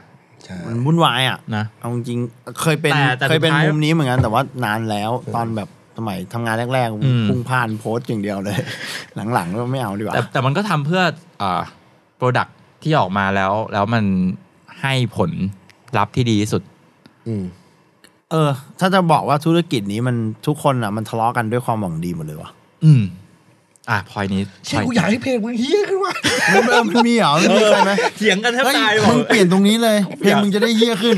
[SPEAKER 6] ใช่
[SPEAKER 5] มันวุ่นวายอ่ะ
[SPEAKER 4] นะ
[SPEAKER 5] เอาจริงๆเคยเป็น
[SPEAKER 4] แต่แต่
[SPEAKER 5] เคยเป็น
[SPEAKER 4] สุดท้าย
[SPEAKER 5] มุมนี้เหมือนกันแต่ว่านานแล้วตอนแบบสมัยทำงานแรก
[SPEAKER 4] อืม
[SPEAKER 5] ๆพุ่งผ่านโพสต์อย่างเดียวเลย หลังๆก็ไม่เอาดีกว่า
[SPEAKER 4] แต่แต่มันก็ทำเพื่ออ่าโปรดักที่ออกมาแล้ว แล้วมันให้ผลลัพธ์ที่ดีที่สุด
[SPEAKER 6] อืม
[SPEAKER 5] เออ ถ้าจะบอกว่าธุรกิจนี้มันทุกคนอ่ะมันทะเลาะกันด้วยความหวังดีหมดเลยวะ
[SPEAKER 4] อืม อ่ะพอยนี้
[SPEAKER 6] เชี่ยกูอยากให้เพลงมึงเฮี้ยขึ้นว่ะ
[SPEAKER 5] มันเออมันมีเหรอมันมีใครไหม
[SPEAKER 4] เถียงกันแทบ
[SPEAKER 5] เฮ้ย
[SPEAKER 4] ตาย
[SPEAKER 5] มึงเปลี่ยนตรงนี้เลย เพลงมึง จะได้เยี่ยขึ้น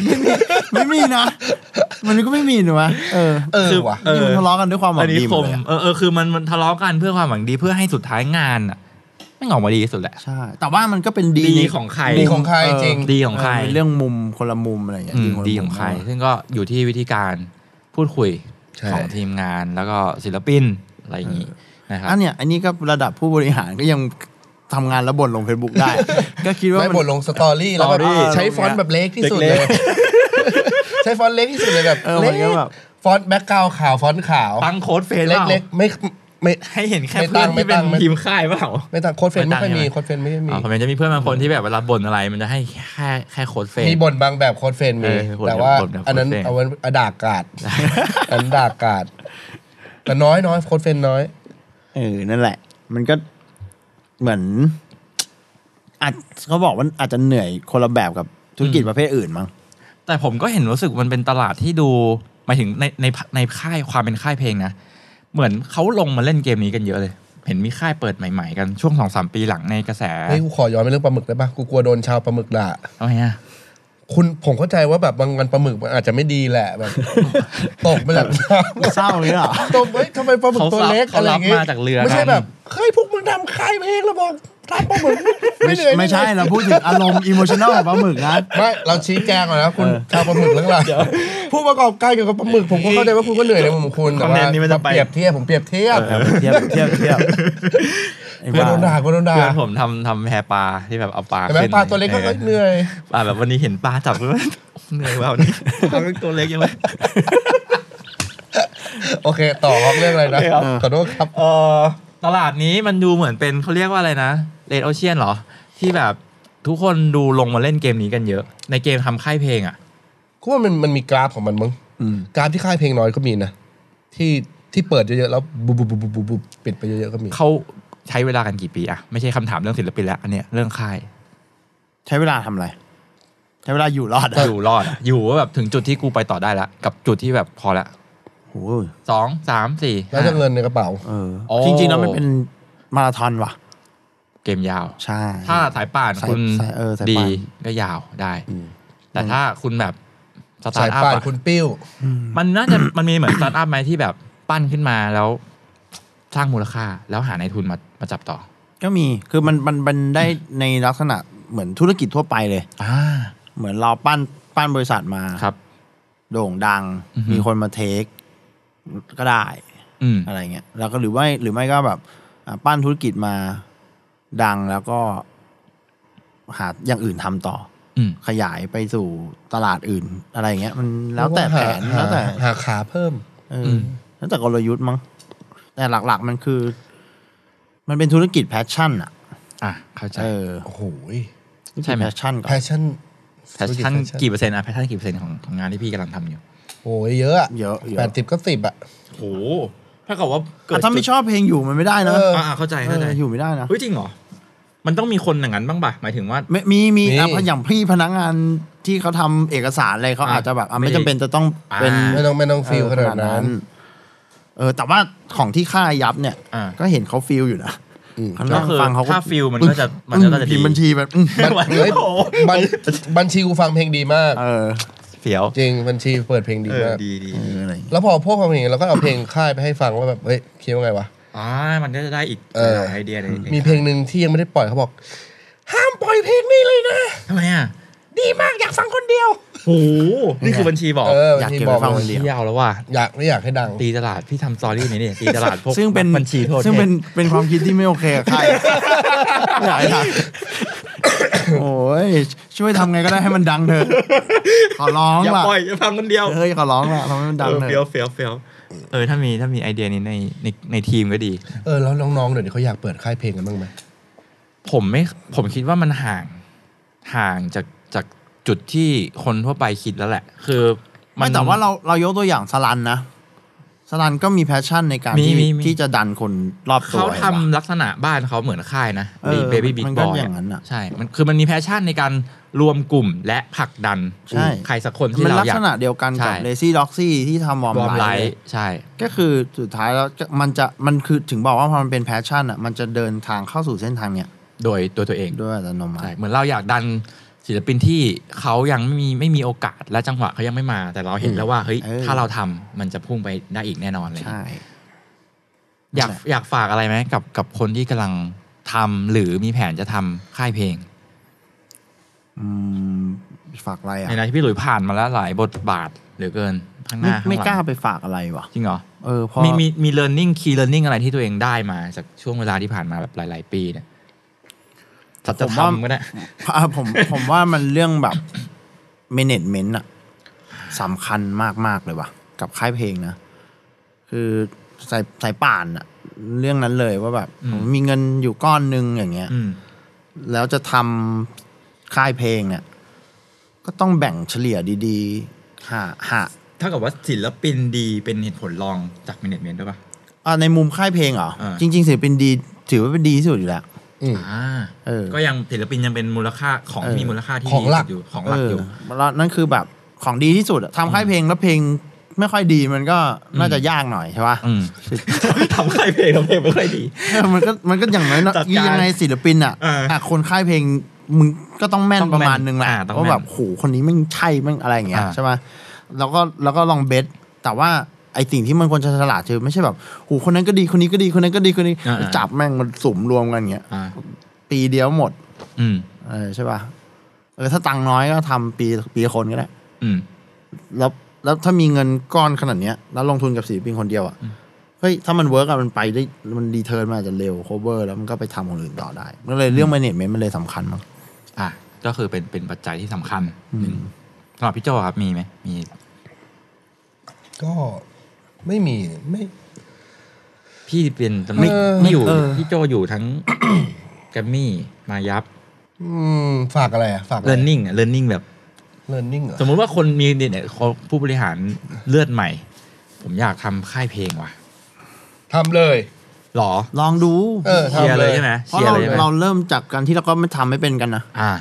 [SPEAKER 5] ไม่มีนะ มันก็ไม่มีหนูวะเออ
[SPEAKER 6] เออว่ะ
[SPEAKER 5] นี่มันทะเลาะกันด้วยความหวั
[SPEAKER 4] อัน
[SPEAKER 5] ง
[SPEAKER 4] นี้
[SPEAKER 5] ดีห
[SPEAKER 4] ผม ม
[SPEAKER 5] ดเลยอะ
[SPEAKER 4] เออเออคือมันมันทะเลาะกันเพื่อความหวังดีเพื่อให้สุดท้ายงานอ่ะไม่งออกมาดีที่สุดแหละ
[SPEAKER 5] ใช่แต่ว่ามันก็เป็นดี
[SPEAKER 4] ดี
[SPEAKER 5] ใน
[SPEAKER 4] ของใคร
[SPEAKER 6] ดีของใครจริง
[SPEAKER 4] ดีของใคร
[SPEAKER 5] เเป็นเรื่องมุมคนละมุมอะไรอย่างเงี้ย
[SPEAKER 4] อืม
[SPEAKER 5] นละ
[SPEAKER 4] ดีของ
[SPEAKER 5] มุม
[SPEAKER 4] ใคร
[SPEAKER 5] มากกว่า
[SPEAKER 4] ซึ่งก็อยู่ที่วิธีการพูดคุย
[SPEAKER 6] ใช่
[SPEAKER 4] ของทีมงานแล้วก็ศิลปินอะไรอย่างนี้นะครับ
[SPEAKER 5] อันเนี้ยอันนี้ก็ระดับผู้บริหารก็ยังทำงานแล้วบ่นลง Facebook ได้ ก็คิดว่า
[SPEAKER 6] ไม่
[SPEAKER 5] มัน
[SPEAKER 6] บทลงสตอรี่แล้วแบบ
[SPEAKER 5] สตอรี่
[SPEAKER 6] ใช้ฟอนต์แบบเล็กที่สุดเลย ใช้ฟอนต์เล็กที่สุดเลยแบบ
[SPEAKER 5] เออมันก็แบบ
[SPEAKER 6] ฟอนต์แบ็กกราวขาวฟอนต์ขาว
[SPEAKER 4] ตั้งโค้ดเฟซ
[SPEAKER 6] เล็ก
[SPEAKER 4] เปล่า
[SPEAKER 6] เล็กๆไม่ไม่
[SPEAKER 4] ให้เห็นแค่
[SPEAKER 6] ไม่ตั้
[SPEAKER 4] เพื่อนที่
[SPEAKER 6] งไม่
[SPEAKER 4] เป็
[SPEAKER 6] ตั้
[SPEAKER 4] น
[SPEAKER 6] งไม่
[SPEAKER 4] ทีมค่ายเปล่า
[SPEAKER 6] ไม่ต่างโค้ดเฟน
[SPEAKER 4] ไม่
[SPEAKER 6] ไม่
[SPEAKER 4] ต่าง
[SPEAKER 6] ค่อยมี
[SPEAKER 4] ใช่ไหม
[SPEAKER 6] โค้ดเฟนไม่ค่อยมี
[SPEAKER 4] อ๋อผมยังจะมีเพื่อนบางคนที่แบบเวลาบ่นอะไร มันจะให้แค่แค่โค้ดเฟซ
[SPEAKER 6] มีบ่นบางแบบโค้ดเฟนมี
[SPEAKER 4] เออบ่น
[SPEAKER 6] แต่ว่า
[SPEAKER 4] บ่นแบบ
[SPEAKER 6] อันนั้น
[SPEAKER 4] Code Fan
[SPEAKER 6] เอาไว้อดา กาศ อันนั้นดากาศแต่น้อยน้อยโค้ดเฟนน้อย
[SPEAKER 5] เออนั่นแหละ มันก็เหมือนอาจเขาบอกว่าอาจจะเหนื่อยคนละแบบกับธุรกิจประเภทอื่นมั้ง
[SPEAKER 4] แต่ผมก็เห็นรู้สึกมันเป็นตลาดที่ดูหมายถึงในในในค่ายความเป็นค่ายเพลงนะ เหมือนเขาลงมาเล่นเกมนี้กันเยอะเลย เห็นมีค่ายเปิดใหม่ๆ กันช่วงสองสามปีหลังในกระแส
[SPEAKER 6] เฮ้ยกูขอย้อนไปเรื่องปลาหมึกได้ปะกูกลัวโดนชาวปลาหมึกด่า
[SPEAKER 4] ทำไมอะ
[SPEAKER 6] คุณผมเข้าใจว่าแบบบางวันปลาหมึกมันอาจจะไม่ดีแหละ แบบ ตกมาจากน้ำ
[SPEAKER 5] เศร้าเลยเหรอ
[SPEAKER 6] ตบเฮ้ยทำไมปลาหมึกตัวเล็ก
[SPEAKER 4] เขา
[SPEAKER 6] อะไร
[SPEAKER 4] รั
[SPEAKER 6] อบย่างงี้
[SPEAKER 4] มาจากเรือ
[SPEAKER 6] ไม่ใช่
[SPEAKER 4] กัน
[SPEAKER 6] แบบเฮ้ยพวกมึงทำใครมาเองแล้วบอกทำปลาหมึกไม่เหนื่อย
[SPEAKER 5] ไม่ใช่เราพูดถึงอารมณ์อิโมชัน a ลของปลาหมึกนะ
[SPEAKER 6] ไม่เราชี้แจงก่อนนะคุณชาวปลาหมึกทั้งหลายผู้ประกอบการเกี่ยวกับปลาหมึกผมก็เข้าใจว่าคุณก็เหนื่อยในมุมคุณ
[SPEAKER 4] ค
[SPEAKER 6] แต่
[SPEAKER 4] อน
[SPEAKER 6] ว่า
[SPEAKER 4] เทนต์นี้มันจะไป
[SPEAKER 6] เปรียบเทียบผมเปรียบเทียบ
[SPEAKER 5] เออเทียบเทียบเทียบไอ้
[SPEAKER 6] กลัว
[SPEAKER 5] บ้า
[SPEAKER 6] โดนด่ากลัวโดนด่า
[SPEAKER 4] เพื่อนผมทำทำแพปลาที่แบบเอาปลา
[SPEAKER 6] แต่แม่
[SPEAKER 4] ขึ้น
[SPEAKER 6] ปลาตัวเล็กก็
[SPEAKER 4] ออ
[SPEAKER 6] เหนื่อย
[SPEAKER 4] ปลาแบบวันนี้เห็นปลาจับ ก็ เหนื่อยว่ะวัน นี้ปลาเป็นตัวเล็กยังไง
[SPEAKER 6] โอเค ต่อครับเรื่องอะไรนะ
[SPEAKER 4] โอเคครับ
[SPEAKER 6] ขอโทษครับ
[SPEAKER 4] เออตลาดนี้มันดูเหมือนเป็นเขาเรียกว่าอะไรนะเลดโอเชียนเหรอ ที่แบบทุกคนดูลงมาเล่นเกมนี้กันเยอะ ในเกมทำค่ายเพลงอ่ะ
[SPEAKER 6] กูว่ามันมันมีกราฟของมันมั้ง
[SPEAKER 5] อืม
[SPEAKER 6] กราฟที่ค่ายเพลงน้อยก็มีนะที่ที่เปิดเยอะๆแล้วบุบบุบบุบบุบบุบปิดไปเยอะๆก็มี
[SPEAKER 4] เขาใช้เวลากันกี่ปีอะไม่ใช่คำถามเรื่องศิลปินแล้วอันเนี้ยเรื่องค่าย
[SPEAKER 5] ใช้เวลาทำอะไร ใช้เวลาอยู่รอดอะ
[SPEAKER 4] อยู่รอดอะอยู่ว่าแบบถึงจุดที่กูไปต่อได้ละกับจุดที่แบบพอละ
[SPEAKER 5] โอ้ย
[SPEAKER 4] สองสามสี่
[SPEAKER 6] แล้วจะ
[SPEAKER 4] ห้า
[SPEAKER 6] เงินในกระเป๋า
[SPEAKER 5] เออ
[SPEAKER 4] โอ้
[SPEAKER 5] จริงๆแล้วมันเป็นมาราธอนว่ะ
[SPEAKER 4] เกมยาว
[SPEAKER 5] ใช่
[SPEAKER 4] ถ้าสายป่าน
[SPEAKER 5] สาย
[SPEAKER 4] คุณ
[SPEAKER 5] สายเออสาย
[SPEAKER 4] ดี
[SPEAKER 5] ป่าน
[SPEAKER 4] ก็ยาวได้ แต่ถ้าคุณแบบสตา
[SPEAKER 6] สา
[SPEAKER 4] ร์
[SPEAKER 6] ย
[SPEAKER 4] ทอัพ
[SPEAKER 6] ป่าน
[SPEAKER 4] อะ
[SPEAKER 6] คุณปิ้ว
[SPEAKER 4] มันน่าจะ มันมีเหมือนสตาร์ทอัพไหมที่แบบปั้นขึ้นมาแล้วสร้างมูลค่าแล้วหาในายทุนมามาจับต่อ
[SPEAKER 5] ก็มี คือมันมันมันได้ในลักษณะเหมือนธุรกิจทั่วไปเลย
[SPEAKER 4] อ่า
[SPEAKER 5] เหมือนเราปั้นปั้นบริษัทมา
[SPEAKER 4] ครับ
[SPEAKER 5] โด่งดัง
[SPEAKER 4] อือฮึ
[SPEAKER 5] มีคนมาเทค ก็ได้
[SPEAKER 4] อืม
[SPEAKER 5] อะไรเงี้ย แล้วก็หรือว่าหรือไม่ก็แบบอ่ะปั้นธุรกิจมาดังแล้วก็ หาอย่างอื่นทำต่อ
[SPEAKER 4] อืม
[SPEAKER 5] ขยายไปสู่ตลาดอื่น อะไรเงี้ย มันแล้วแต่แผน
[SPEAKER 6] หา
[SPEAKER 5] แล้วแต่
[SPEAKER 6] หาหาขาเพิ่ม
[SPEAKER 5] เอออแล้วแต่กลยุทธ์มั้ง แต่หลัก ๆ มันคือ มันเป็นธุรกิจแพชชั่นอะ
[SPEAKER 4] อ่ะเข้าใจ
[SPEAKER 5] เออ
[SPEAKER 6] โอ้โห
[SPEAKER 4] ใช่ไหม
[SPEAKER 5] แพชชั่นก่อน
[SPEAKER 6] แพชชั่น
[SPEAKER 4] แพชชั่นกี่เปอร์เซ็นต์อะแพชชั่นกี่เปอร์เซ็นต์ของของงานที่พี่กำลังทำอยู่
[SPEAKER 6] โอ้ยเยอะ
[SPEAKER 5] เยอะเยอะ
[SPEAKER 6] แปดสิบก็สิบอะ
[SPEAKER 4] โหถ้าเกิดว่าเกิด
[SPEAKER 5] อ่ะถ้าไม่ชอบเพลงอยู่มันไม่ได้นะ
[SPEAKER 4] จุดอ่าเข้าใจเข้าใจ
[SPEAKER 5] เอออยู่ไม่ได้นะ
[SPEAKER 4] เฮ้ยจริงเหรอ มันต้องมีคนอย่างนั้นบ้างป่ะ หมายถึงว่า
[SPEAKER 5] ไม่มีมีอ่ะ
[SPEAKER 6] มี
[SPEAKER 5] เพราะอย่างพี่พนักงานที่เขาทำเอกสารอะไรเขา
[SPEAKER 4] อ่ะ
[SPEAKER 5] อาจจะแบบอ่ะไม่
[SPEAKER 4] ไม่
[SPEAKER 5] จำเป็นจะต้อง
[SPEAKER 4] อ่า
[SPEAKER 5] เป็น
[SPEAKER 6] ไม่ต้องไม่ต้องฟิล
[SPEAKER 5] เออ
[SPEAKER 6] ขนาดนั้น
[SPEAKER 5] เออ แต่ว่าของที่ค่ายยับเนี่ย
[SPEAKER 4] อ่า
[SPEAKER 5] ก็เห็นเขาฟิลอยู่นะ
[SPEAKER 6] อืม
[SPEAKER 5] เขา
[SPEAKER 4] ก็
[SPEAKER 5] นั่ง
[SPEAKER 4] คือ
[SPEAKER 5] ฟังเขาก็
[SPEAKER 4] ถ้าฟิลมันก็จะมันก็จะดี
[SPEAKER 5] พิมพ์บัญชีแบบอืม
[SPEAKER 6] บัญเฮ้ยบัญบัญชีกูฟังเพลงดีมาก
[SPEAKER 5] เออ
[SPEAKER 4] เดี๋ยว
[SPEAKER 6] จริงบัญชีเปิดเพลงดี
[SPEAKER 4] เออ
[SPEAKER 6] มาก
[SPEAKER 4] ดีดี
[SPEAKER 5] เอออะไรอย่างเงี้ย
[SPEAKER 6] แล้วพอพวกความเห็นเราก็เอาเพลงค่ายไปให้ฟังว่าแบบเฮ้ยคิดว่าไงวะ
[SPEAKER 4] อ่ามันก็จะได้อีก
[SPEAKER 6] เอ
[SPEAKER 4] ห
[SPEAKER 6] อ
[SPEAKER 4] ลายไอเดียในใน
[SPEAKER 6] มีเพลงหนึ่งที่ยังไม่ได้ปล่อยเขาบอก ห้ามปล่อยเพลงนี้เลยนะ
[SPEAKER 4] ทำไมอ่ะ
[SPEAKER 6] ดีมากอยากฟังคนเดียว
[SPEAKER 4] โหนี่คือบัญชีบอก
[SPEAKER 6] เอออย
[SPEAKER 5] อากเก็บไว้ฟังคนเดียว
[SPEAKER 4] เที่ยวแล้วว่ะ
[SPEAKER 6] อยากไม่อยากให้ดัง
[SPEAKER 4] ตีตลาดพี่ทำซอรี่นี้ เนี่ยตีตลาดพวก
[SPEAKER 5] ซึ่งเป็น
[SPEAKER 4] บัญชีโทษ
[SPEAKER 5] ซึ่งเป็นเป็นความคิดที่ไม่โอเคกับใคร อยากให้ ทำโอ้ยช่วยทำไงก็ได้ให้มันดังเถอะขอร้อง
[SPEAKER 4] อย่า
[SPEAKER 5] ล่ะ
[SPEAKER 4] ปล่อยอย่าฟังคนเดียว
[SPEAKER 5] เฮ้ยขอร้องล่ะทำให้มันดัง
[SPEAKER 4] เออ
[SPEAKER 5] เถ
[SPEAKER 4] เฟี้ยว
[SPEAKER 5] อะ
[SPEAKER 4] เฟี้ยวเฟี้ยวเออถ้ามีถ้ามีไอเดียนี้ในในในทีมก็ดี
[SPEAKER 6] เออแล้วน้องๆเดี๋ยวนี้เขาอยากเปิดค่ายเพลงกันบ้างไหม
[SPEAKER 4] ผมไม่ผมคิดว่ามันห่างห่างจากจากจุดที่คนทั่วไปคิดแล้วแหละ คือ
[SPEAKER 5] ไม่แต่ว่าเราเรายกตัวอย่างสลันนะสลันก็มีแพชชั่นในการ
[SPEAKER 4] มี
[SPEAKER 5] ที่
[SPEAKER 4] มีมี
[SPEAKER 5] ที่จะดันคนรอบตัว
[SPEAKER 4] เขาทำ
[SPEAKER 5] ห็นปะ
[SPEAKER 4] ลักษณะบ้านเขาเหมือนค่ายนะ
[SPEAKER 5] เออ
[SPEAKER 4] เบบี้บิ๊ก
[SPEAKER 5] มัน
[SPEAKER 4] บ
[SPEAKER 5] ก็
[SPEAKER 4] อย
[SPEAKER 5] อย่างนั้นอะ
[SPEAKER 4] ใช่มันคือมันมีแพชชั่นในการรวมกลุ่มและผลักดัน
[SPEAKER 5] ใช่
[SPEAKER 4] ใครสักคน
[SPEAKER 5] มั
[SPEAKER 4] ที่
[SPEAKER 5] น
[SPEAKER 4] เรา
[SPEAKER 5] ลัก
[SPEAKER 4] อยา
[SPEAKER 5] ษ
[SPEAKER 4] ก
[SPEAKER 5] ณะเดียวกันกับ
[SPEAKER 4] ใช่
[SPEAKER 5] เลซี่ด็อกซี่ที่ทำวอร์
[SPEAKER 4] รวม
[SPEAKER 5] ม
[SPEAKER 4] ไล
[SPEAKER 5] ไลท์
[SPEAKER 4] ท์ใช่
[SPEAKER 5] ก็คือสุดท้ายแล้วจะมันจะมันคือถึงบอกว่าพอมันเป็นแพชชั่นอ่ะมันจะเดินทางเข้าสู่เส้นทางเนี้ย
[SPEAKER 4] โดยตัวตัวเอง
[SPEAKER 5] ด้วยอัตโนมั
[SPEAKER 4] ใช่
[SPEAKER 5] ติ
[SPEAKER 4] เหมือนเราอยากดันศิลปินที่เขายังไม่มีไม่มีโอกาสและจังหวะเขายังไม่มา แต่เราเห็นแล้วว่าเฮ้ย
[SPEAKER 5] เออ
[SPEAKER 4] ถ้าเราทำมันจะพุ่งไปได้อีกแน่นอนเลย
[SPEAKER 5] ใช่
[SPEAKER 4] อยากอยากฝากอะไรไหมกับกับคนที่กำลังทำหรือมีแผนจะทำค่ายเพลง
[SPEAKER 5] อืมฝากอะไรอ่ะ
[SPEAKER 4] ในนั้นที่พี่หลุยผ่านมาแล้วหลายบทบาทเหลือเกินข้างห
[SPEAKER 5] ไม่
[SPEAKER 4] น้าข้างหลัง
[SPEAKER 5] ไม่กล้าไปฝากอะไรวะ
[SPEAKER 4] จริงเหรอ
[SPEAKER 5] เออเพอ
[SPEAKER 4] มีมีมี learning key learning อะไรที่ตัวเองได้มาจากช่วงเวลาที่ผ่านมาแบบหลาย ๆ ปีเนี่ยสัจธรรมก็ได้
[SPEAKER 5] อ่ะผมผมว่ามันเรื่องแบบเมเนจเมนต์อ่ะสำคัญมาก ๆ เลยว่ะ กับค่ายเพลงนะ คือสายสายป่านอ่ะ เรื่องนั้นเลยว่าแบบผมมีเงินอยู่ก้อนนึงอย่างเงี้ย
[SPEAKER 4] อืม
[SPEAKER 5] แล้วจะทำค่ายเพลงเนี่ย ก็ต้องแบ่งเฉลี่ยดีๆ หาหา
[SPEAKER 4] ถ้ากับว่าศิลปินดีเป็นเหตุผลรองจาก management ด้วยป่ะ
[SPEAKER 5] อ่าในมุมค่ายเพลงเหรอ
[SPEAKER 4] อ่า
[SPEAKER 5] จริง ๆศิลปินดี ถือว่าเป็นดีที่สุดอยู่แล้ว
[SPEAKER 6] อืม
[SPEAKER 4] อ่า
[SPEAKER 5] เออ
[SPEAKER 4] ก็ยังศิลปินยังเป็นมูลค่าของ
[SPEAKER 5] เออ
[SPEAKER 4] มีมูลค่าที่
[SPEAKER 6] ของหลัก
[SPEAKER 4] ดียู่ของหลักอยู่
[SPEAKER 5] เออแล้วนั่นคือแบบของดีที่สุดอะทำค่ายเพลงแล้วเพลงไม่ค่อยดีมันก็น่าจะยากหน่อยใช่ปะ
[SPEAKER 4] อืม ทำค่ายเพลงทำเพลงไม่ค่อยดี
[SPEAKER 5] เออมันก็มันก็อย่างน้อยนะ
[SPEAKER 4] จัดการ
[SPEAKER 5] ยังไงศิลปินอะ
[SPEAKER 4] เอออ่
[SPEAKER 5] ะคนค่ายเพลงมึงก็ต้องแม่น
[SPEAKER 4] ต้อง
[SPEAKER 5] ประ
[SPEAKER 4] แม่น
[SPEAKER 5] มาณนึงแหละ
[SPEAKER 4] อ่าต้อง
[SPEAKER 5] ว่า
[SPEAKER 4] แม่น
[SPEAKER 5] แบบโหคนนี้แมันใช่แมันอะไรอย่างเงี้ย
[SPEAKER 4] อ่า
[SPEAKER 5] ใช่ปะแล้วก็แล้วก็ลองเบสแต่ว่าไอสิ่งที่มันควรจะฉลาดคือไม่ใช่แบบโหคนนั้นก็ดีคนนี้ก็ดีคนนั้นก็ดีคนนี้
[SPEAKER 4] อ่า
[SPEAKER 5] ไปจับแม่งมันสุมรวมกันอย่างเงี้ย
[SPEAKER 4] อ่า
[SPEAKER 5] ปีเดียวหมด
[SPEAKER 4] อืม
[SPEAKER 5] เออใช่ปะเออถ้าตังค์น้อยก็ทำปีปีละคนก็ได้
[SPEAKER 4] อืม
[SPEAKER 5] แล้วแล้วถ้ามีเงินก้อนขนาดเนี้ย แล้วลงทุนกับศิลปินคนเดียวอะ่ะเฮ้ยถ้ามันเวิร์กอะมันไปได้มันดีเทิร์นมาจะเร็วโคเวอร์แล้วมันก็ไปทำของอื่นต่อได้ก็เลยเรื่องแมเนจเมนต์มันเลยสำคัญมาก
[SPEAKER 4] อ่ะก็คือเป็นเป็นปัจจัยที่สำคัญหนึ่งสำหรับพี่โจครับมีไหมมี
[SPEAKER 6] ก็ไม่มีไม่
[SPEAKER 4] พี่เป็นไม่
[SPEAKER 6] เออ
[SPEAKER 4] ไม่อยู่
[SPEAKER 5] เออ
[SPEAKER 4] พี่โจอยู่ทั้ง แกรมมี่มายับ
[SPEAKER 6] อืมฝากอะไรอ่ะฝาก
[SPEAKER 4] learning อ่ะ learning แบบ
[SPEAKER 6] learning เหรอ
[SPEAKER 4] สมมุติว่าคนมีเนี่ยเขาผู้บริหารเลือดใหม่ ผมอยากทำค่ายเพลงว่ะ
[SPEAKER 6] ทำเลย
[SPEAKER 4] หรอ
[SPEAKER 5] ลองดู
[SPEAKER 6] เออ
[SPEAKER 4] เชียร์
[SPEAKER 6] ทำ
[SPEAKER 4] เล
[SPEAKER 6] เลยย
[SPEAKER 4] ใช่ไหม
[SPEAKER 5] เพราะ
[SPEAKER 4] เชียร์
[SPEAKER 5] เรา
[SPEAKER 4] เลยใช่ไหม
[SPEAKER 5] เราเริ่มจากการที่เราก็ไม่ทำไม่เป็นกันนะ
[SPEAKER 4] อ่ะ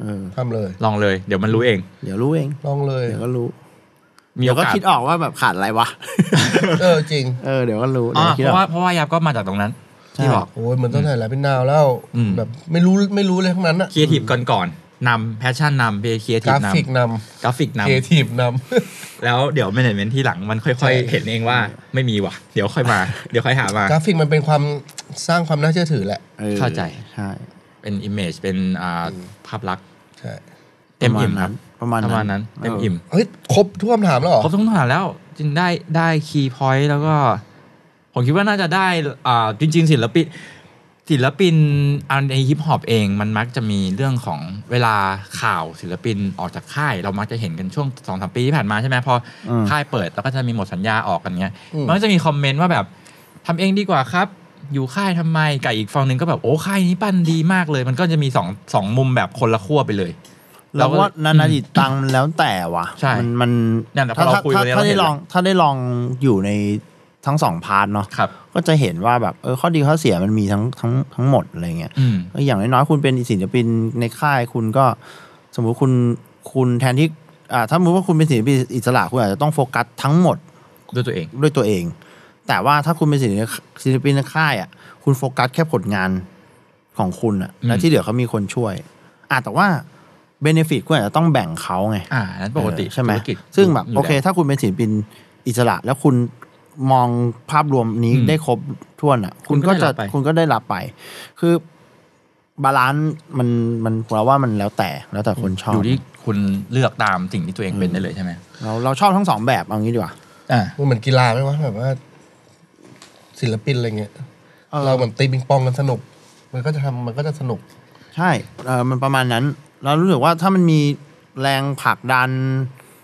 [SPEAKER 5] เออ
[SPEAKER 6] ทำเลย
[SPEAKER 4] ลองเลยเดี๋ยวมันรู้เอง
[SPEAKER 5] เดี๋ยวรู้เอง
[SPEAKER 6] ลองเลย
[SPEAKER 5] เดี๋ยวก็รู้
[SPEAKER 4] มี
[SPEAKER 5] เดี๋ย
[SPEAKER 4] โอ
[SPEAKER 5] วก็
[SPEAKER 4] กาส
[SPEAKER 5] คิดออกว่าแบบขาดอะไรวะ
[SPEAKER 6] เออจริง
[SPEAKER 5] เออเดี๋ยวก็รู้
[SPEAKER 4] อ่ะ
[SPEAKER 5] เดี๋ยวคิ
[SPEAKER 4] เพ
[SPEAKER 5] ดอ
[SPEAKER 4] ราะ
[SPEAKER 5] อ
[SPEAKER 4] ว่าก เพราะว่ายับก็มาจากตรงนั้น
[SPEAKER 5] ใช่
[SPEAKER 4] ที่บอก
[SPEAKER 6] โอ้ยเหมือนต้นถ่ายหลายเป็นนาวแล้ว
[SPEAKER 4] อืม
[SPEAKER 6] แบบไม่รู้ไม่รู้เลยทั้งนั้นอะ
[SPEAKER 4] ครีเอทีฟก่อนก่อนๆนำแพชชั่นนำไปครีเอที
[SPEAKER 6] กราน
[SPEAKER 4] ฟำ
[SPEAKER 6] ฟิกน
[SPEAKER 4] กราฟิก
[SPEAKER 6] ำ
[SPEAKER 4] นำ
[SPEAKER 6] เอทีฟน
[SPEAKER 4] แล้วเดี๋ยวแมเนจเมนที่หลังมันค่
[SPEAKER 6] ใช่
[SPEAKER 4] อยๆ เห็นเองว่าไม่มีว่ะ เดี๋ยวค่อยมา เดี๋ยวค่อยหามา
[SPEAKER 6] ำกราฟิกมันเป็นความสร้างความน่าเชื่อถือแหละ
[SPEAKER 5] ออ
[SPEAKER 4] เข้าใจ
[SPEAKER 5] ใช่
[SPEAKER 4] เป็น image เป็นอ่าภาพลักษณ์
[SPEAKER 6] ใช่
[SPEAKER 4] เต็มอิ่มครับ
[SPEAKER 5] ประมาณ
[SPEAKER 4] ป
[SPEAKER 5] นั้น
[SPEAKER 4] ระมาณนั้น
[SPEAKER 5] ออ
[SPEAKER 4] เต็มอิ่ม
[SPEAKER 6] เฮ้ยครบทุกคำถามแล้วเหรอ
[SPEAKER 4] ครบทุกคำถามแล้วจึงได้ได้คีย์พอยต์แล้วก็ ผมคิดว่าน่าจะได้อ่าจริง ๆ ศิลปิน ศิลปินอันในฮิปฮอปเองมันมักจะมีเรื่องของเวลาข่าวศิลปินออกจากค่าย เรามักจะเห็นกันช่วงสองสามปีที่ผ่านมาใช่ไหมพออค่ายเปิดแล้วก็จะมีหมดสัญญาออกกันเงี้ย
[SPEAKER 6] อืม
[SPEAKER 4] มันก็จะมีคอมเมนต์ว่าแบบทำเองดีกว่าครับ อยู่ค่ายทำไมกับอีกฝั่งหนึ่งก็แบบโอ้ค่ายนี้ปั้นดีมากเลย มันก็จะมีสองสองมุมแบบคนละขั้วไปเลย
[SPEAKER 5] เราว่านานาจิตตังค์มันแล้วแต่ว่ะ
[SPEAKER 4] ใช่
[SPEAKER 5] มันมัน
[SPEAKER 4] เนี่ยแต่พอเราคุยวันนี้
[SPEAKER 5] ถ้า
[SPEAKER 4] เราเห็น
[SPEAKER 5] ได้ล
[SPEAKER 4] แล้ว
[SPEAKER 5] องถ้าได้ลองอยู่ในทั้งสองพาร์ทเนาะ
[SPEAKER 4] ครับ
[SPEAKER 5] ก็จะเห็นว่าแบบเออข้อดีข้อเสียมันมีทั้งทั้งทั้งหมดอะไรเงี้ย
[SPEAKER 4] อืม
[SPEAKER 5] ก็อย่างน้อยๆคุณเป็นศิลปินในค่ายคุณก็ สมมุติคุณคุณแทนที่อ่าถ้าสมมติว่าคุณเป็นศิลปินอิสระคุณอาจจะต้องโฟกัสทั้งหมด
[SPEAKER 4] ด้วยตัวเอง
[SPEAKER 5] ด้วยตัวเอง แต่ว่าถ้าคุณเป็นศิลปินศิลปินในค่ายอ่ะคุณโฟกัสแค่ผลงานของคุณอ่ะ
[SPEAKER 4] อืม
[SPEAKER 5] แล้วที่เหลือเขามีคนช่วยอ่ะแต่ว่า เบเนฟิตคุณอาจจะต้องแบ่งเขาไง
[SPEAKER 4] อ่านั้นปกติ
[SPEAKER 5] เออใช่ไหม
[SPEAKER 4] ธุรกิจ
[SPEAKER 5] ซึ่งแบบ
[SPEAKER 4] ยู่ล้ว
[SPEAKER 5] โอเค ถ้าคุณเป็นศิลปินอิสระแล้วคุณมองภาพรวมนี้
[SPEAKER 4] อืม
[SPEAKER 5] ได้ครบถ้วนอ่ะ
[SPEAKER 4] คุ
[SPEAKER 5] คุณ
[SPEAKER 4] ณก็
[SPEAKER 5] ก็
[SPEAKER 4] ได้
[SPEAKER 5] จะ
[SPEAKER 4] รับไป
[SPEAKER 5] คุณก็ได้รับไป คือบาลานซ์มันมันเราว่ามันแล้วแต่แล้วแต่คนชอบ
[SPEAKER 4] อยู่ที่คุณเลือกตามสิ่งที่ตัวเองเป็นได้เลยใช่ไหม
[SPEAKER 5] เราเราชอบทั้งสองแบบเอางี้ดีกว่า
[SPEAKER 4] อ่า
[SPEAKER 6] มันเหมือนกีฬาไหมวะแบบว่า ศิลปินอะไรเงี้ยเราเหมือนตีปิงปองกันสนุก มันก็จะทำมันก็จะสนุก
[SPEAKER 5] ใช่เออมันประมาณนั้น เรารู้สึกว่าถ้ามันมีแรงผลักดัน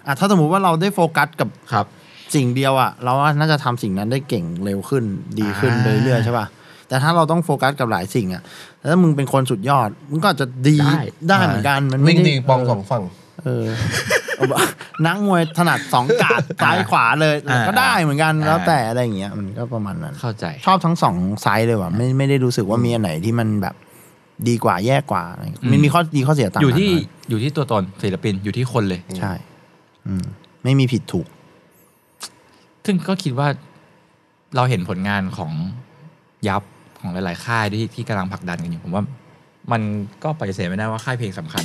[SPEAKER 5] อ่ะถ้าสมมุติว่าเราได้โฟกัสกับ
[SPEAKER 4] ครับ
[SPEAKER 5] สิ่งเดียวอ่ะ เราว่าน่าจะทำสิ่งนั้นได้เก่งเร็วขึ้นดีขึ้น
[SPEAKER 4] อ่า
[SPEAKER 5] เรื่อยๆใช่ป่ะแต่ถ้าเราต้องโฟกัสกับหลายสิ่งอ่ะแล้วถ้ามึงเป็นคนสุดยอดมึงก็อาจจะดี
[SPEAKER 4] ได้
[SPEAKER 5] ได้เหมือนกันมันไม่
[SPEAKER 6] วิ่ง
[SPEAKER 5] ไ
[SPEAKER 6] ตีปิงปองสองฝั่ง
[SPEAKER 5] เออเอาแบบนักมวยถนัดสองกาดซ้ายขวาเลย
[SPEAKER 4] อ่า
[SPEAKER 5] ก็ได้เหมือนกัน
[SPEAKER 4] อ่า
[SPEAKER 5] แล้วแต่อะไรอย่างเงี้ยมันก็ประมาณนั้น
[SPEAKER 4] เข้าใจ
[SPEAKER 5] ชอบทั้งสองไซส์เลยว่ะไม่ไม่ได้รู้สึกว่ามีอันไหนที่มันแบบดีกว่าแย่กว่าอะไร
[SPEAKER 4] อืม
[SPEAKER 5] มันมีข้อดีข้อเสียต่า
[SPEAKER 4] อ
[SPEAKER 5] งกัน
[SPEAKER 4] ยู่ที่
[SPEAKER 5] เน
[SPEAKER 4] อยู่ที่ตัวตนศิลปินอยู่ที่คนเลย
[SPEAKER 5] อะใช่ อืม ไม่มีผิดถูก
[SPEAKER 4] ซึ่งก็คิดว่าเราเห็นผลงานของยับของหลาย ๆ ค่ายที่ที่กำลังผลักดันกันอยู่ผมว่า มันก็ปฏิเสธไม่ได้ว่าค่ายเพลงสำคัญ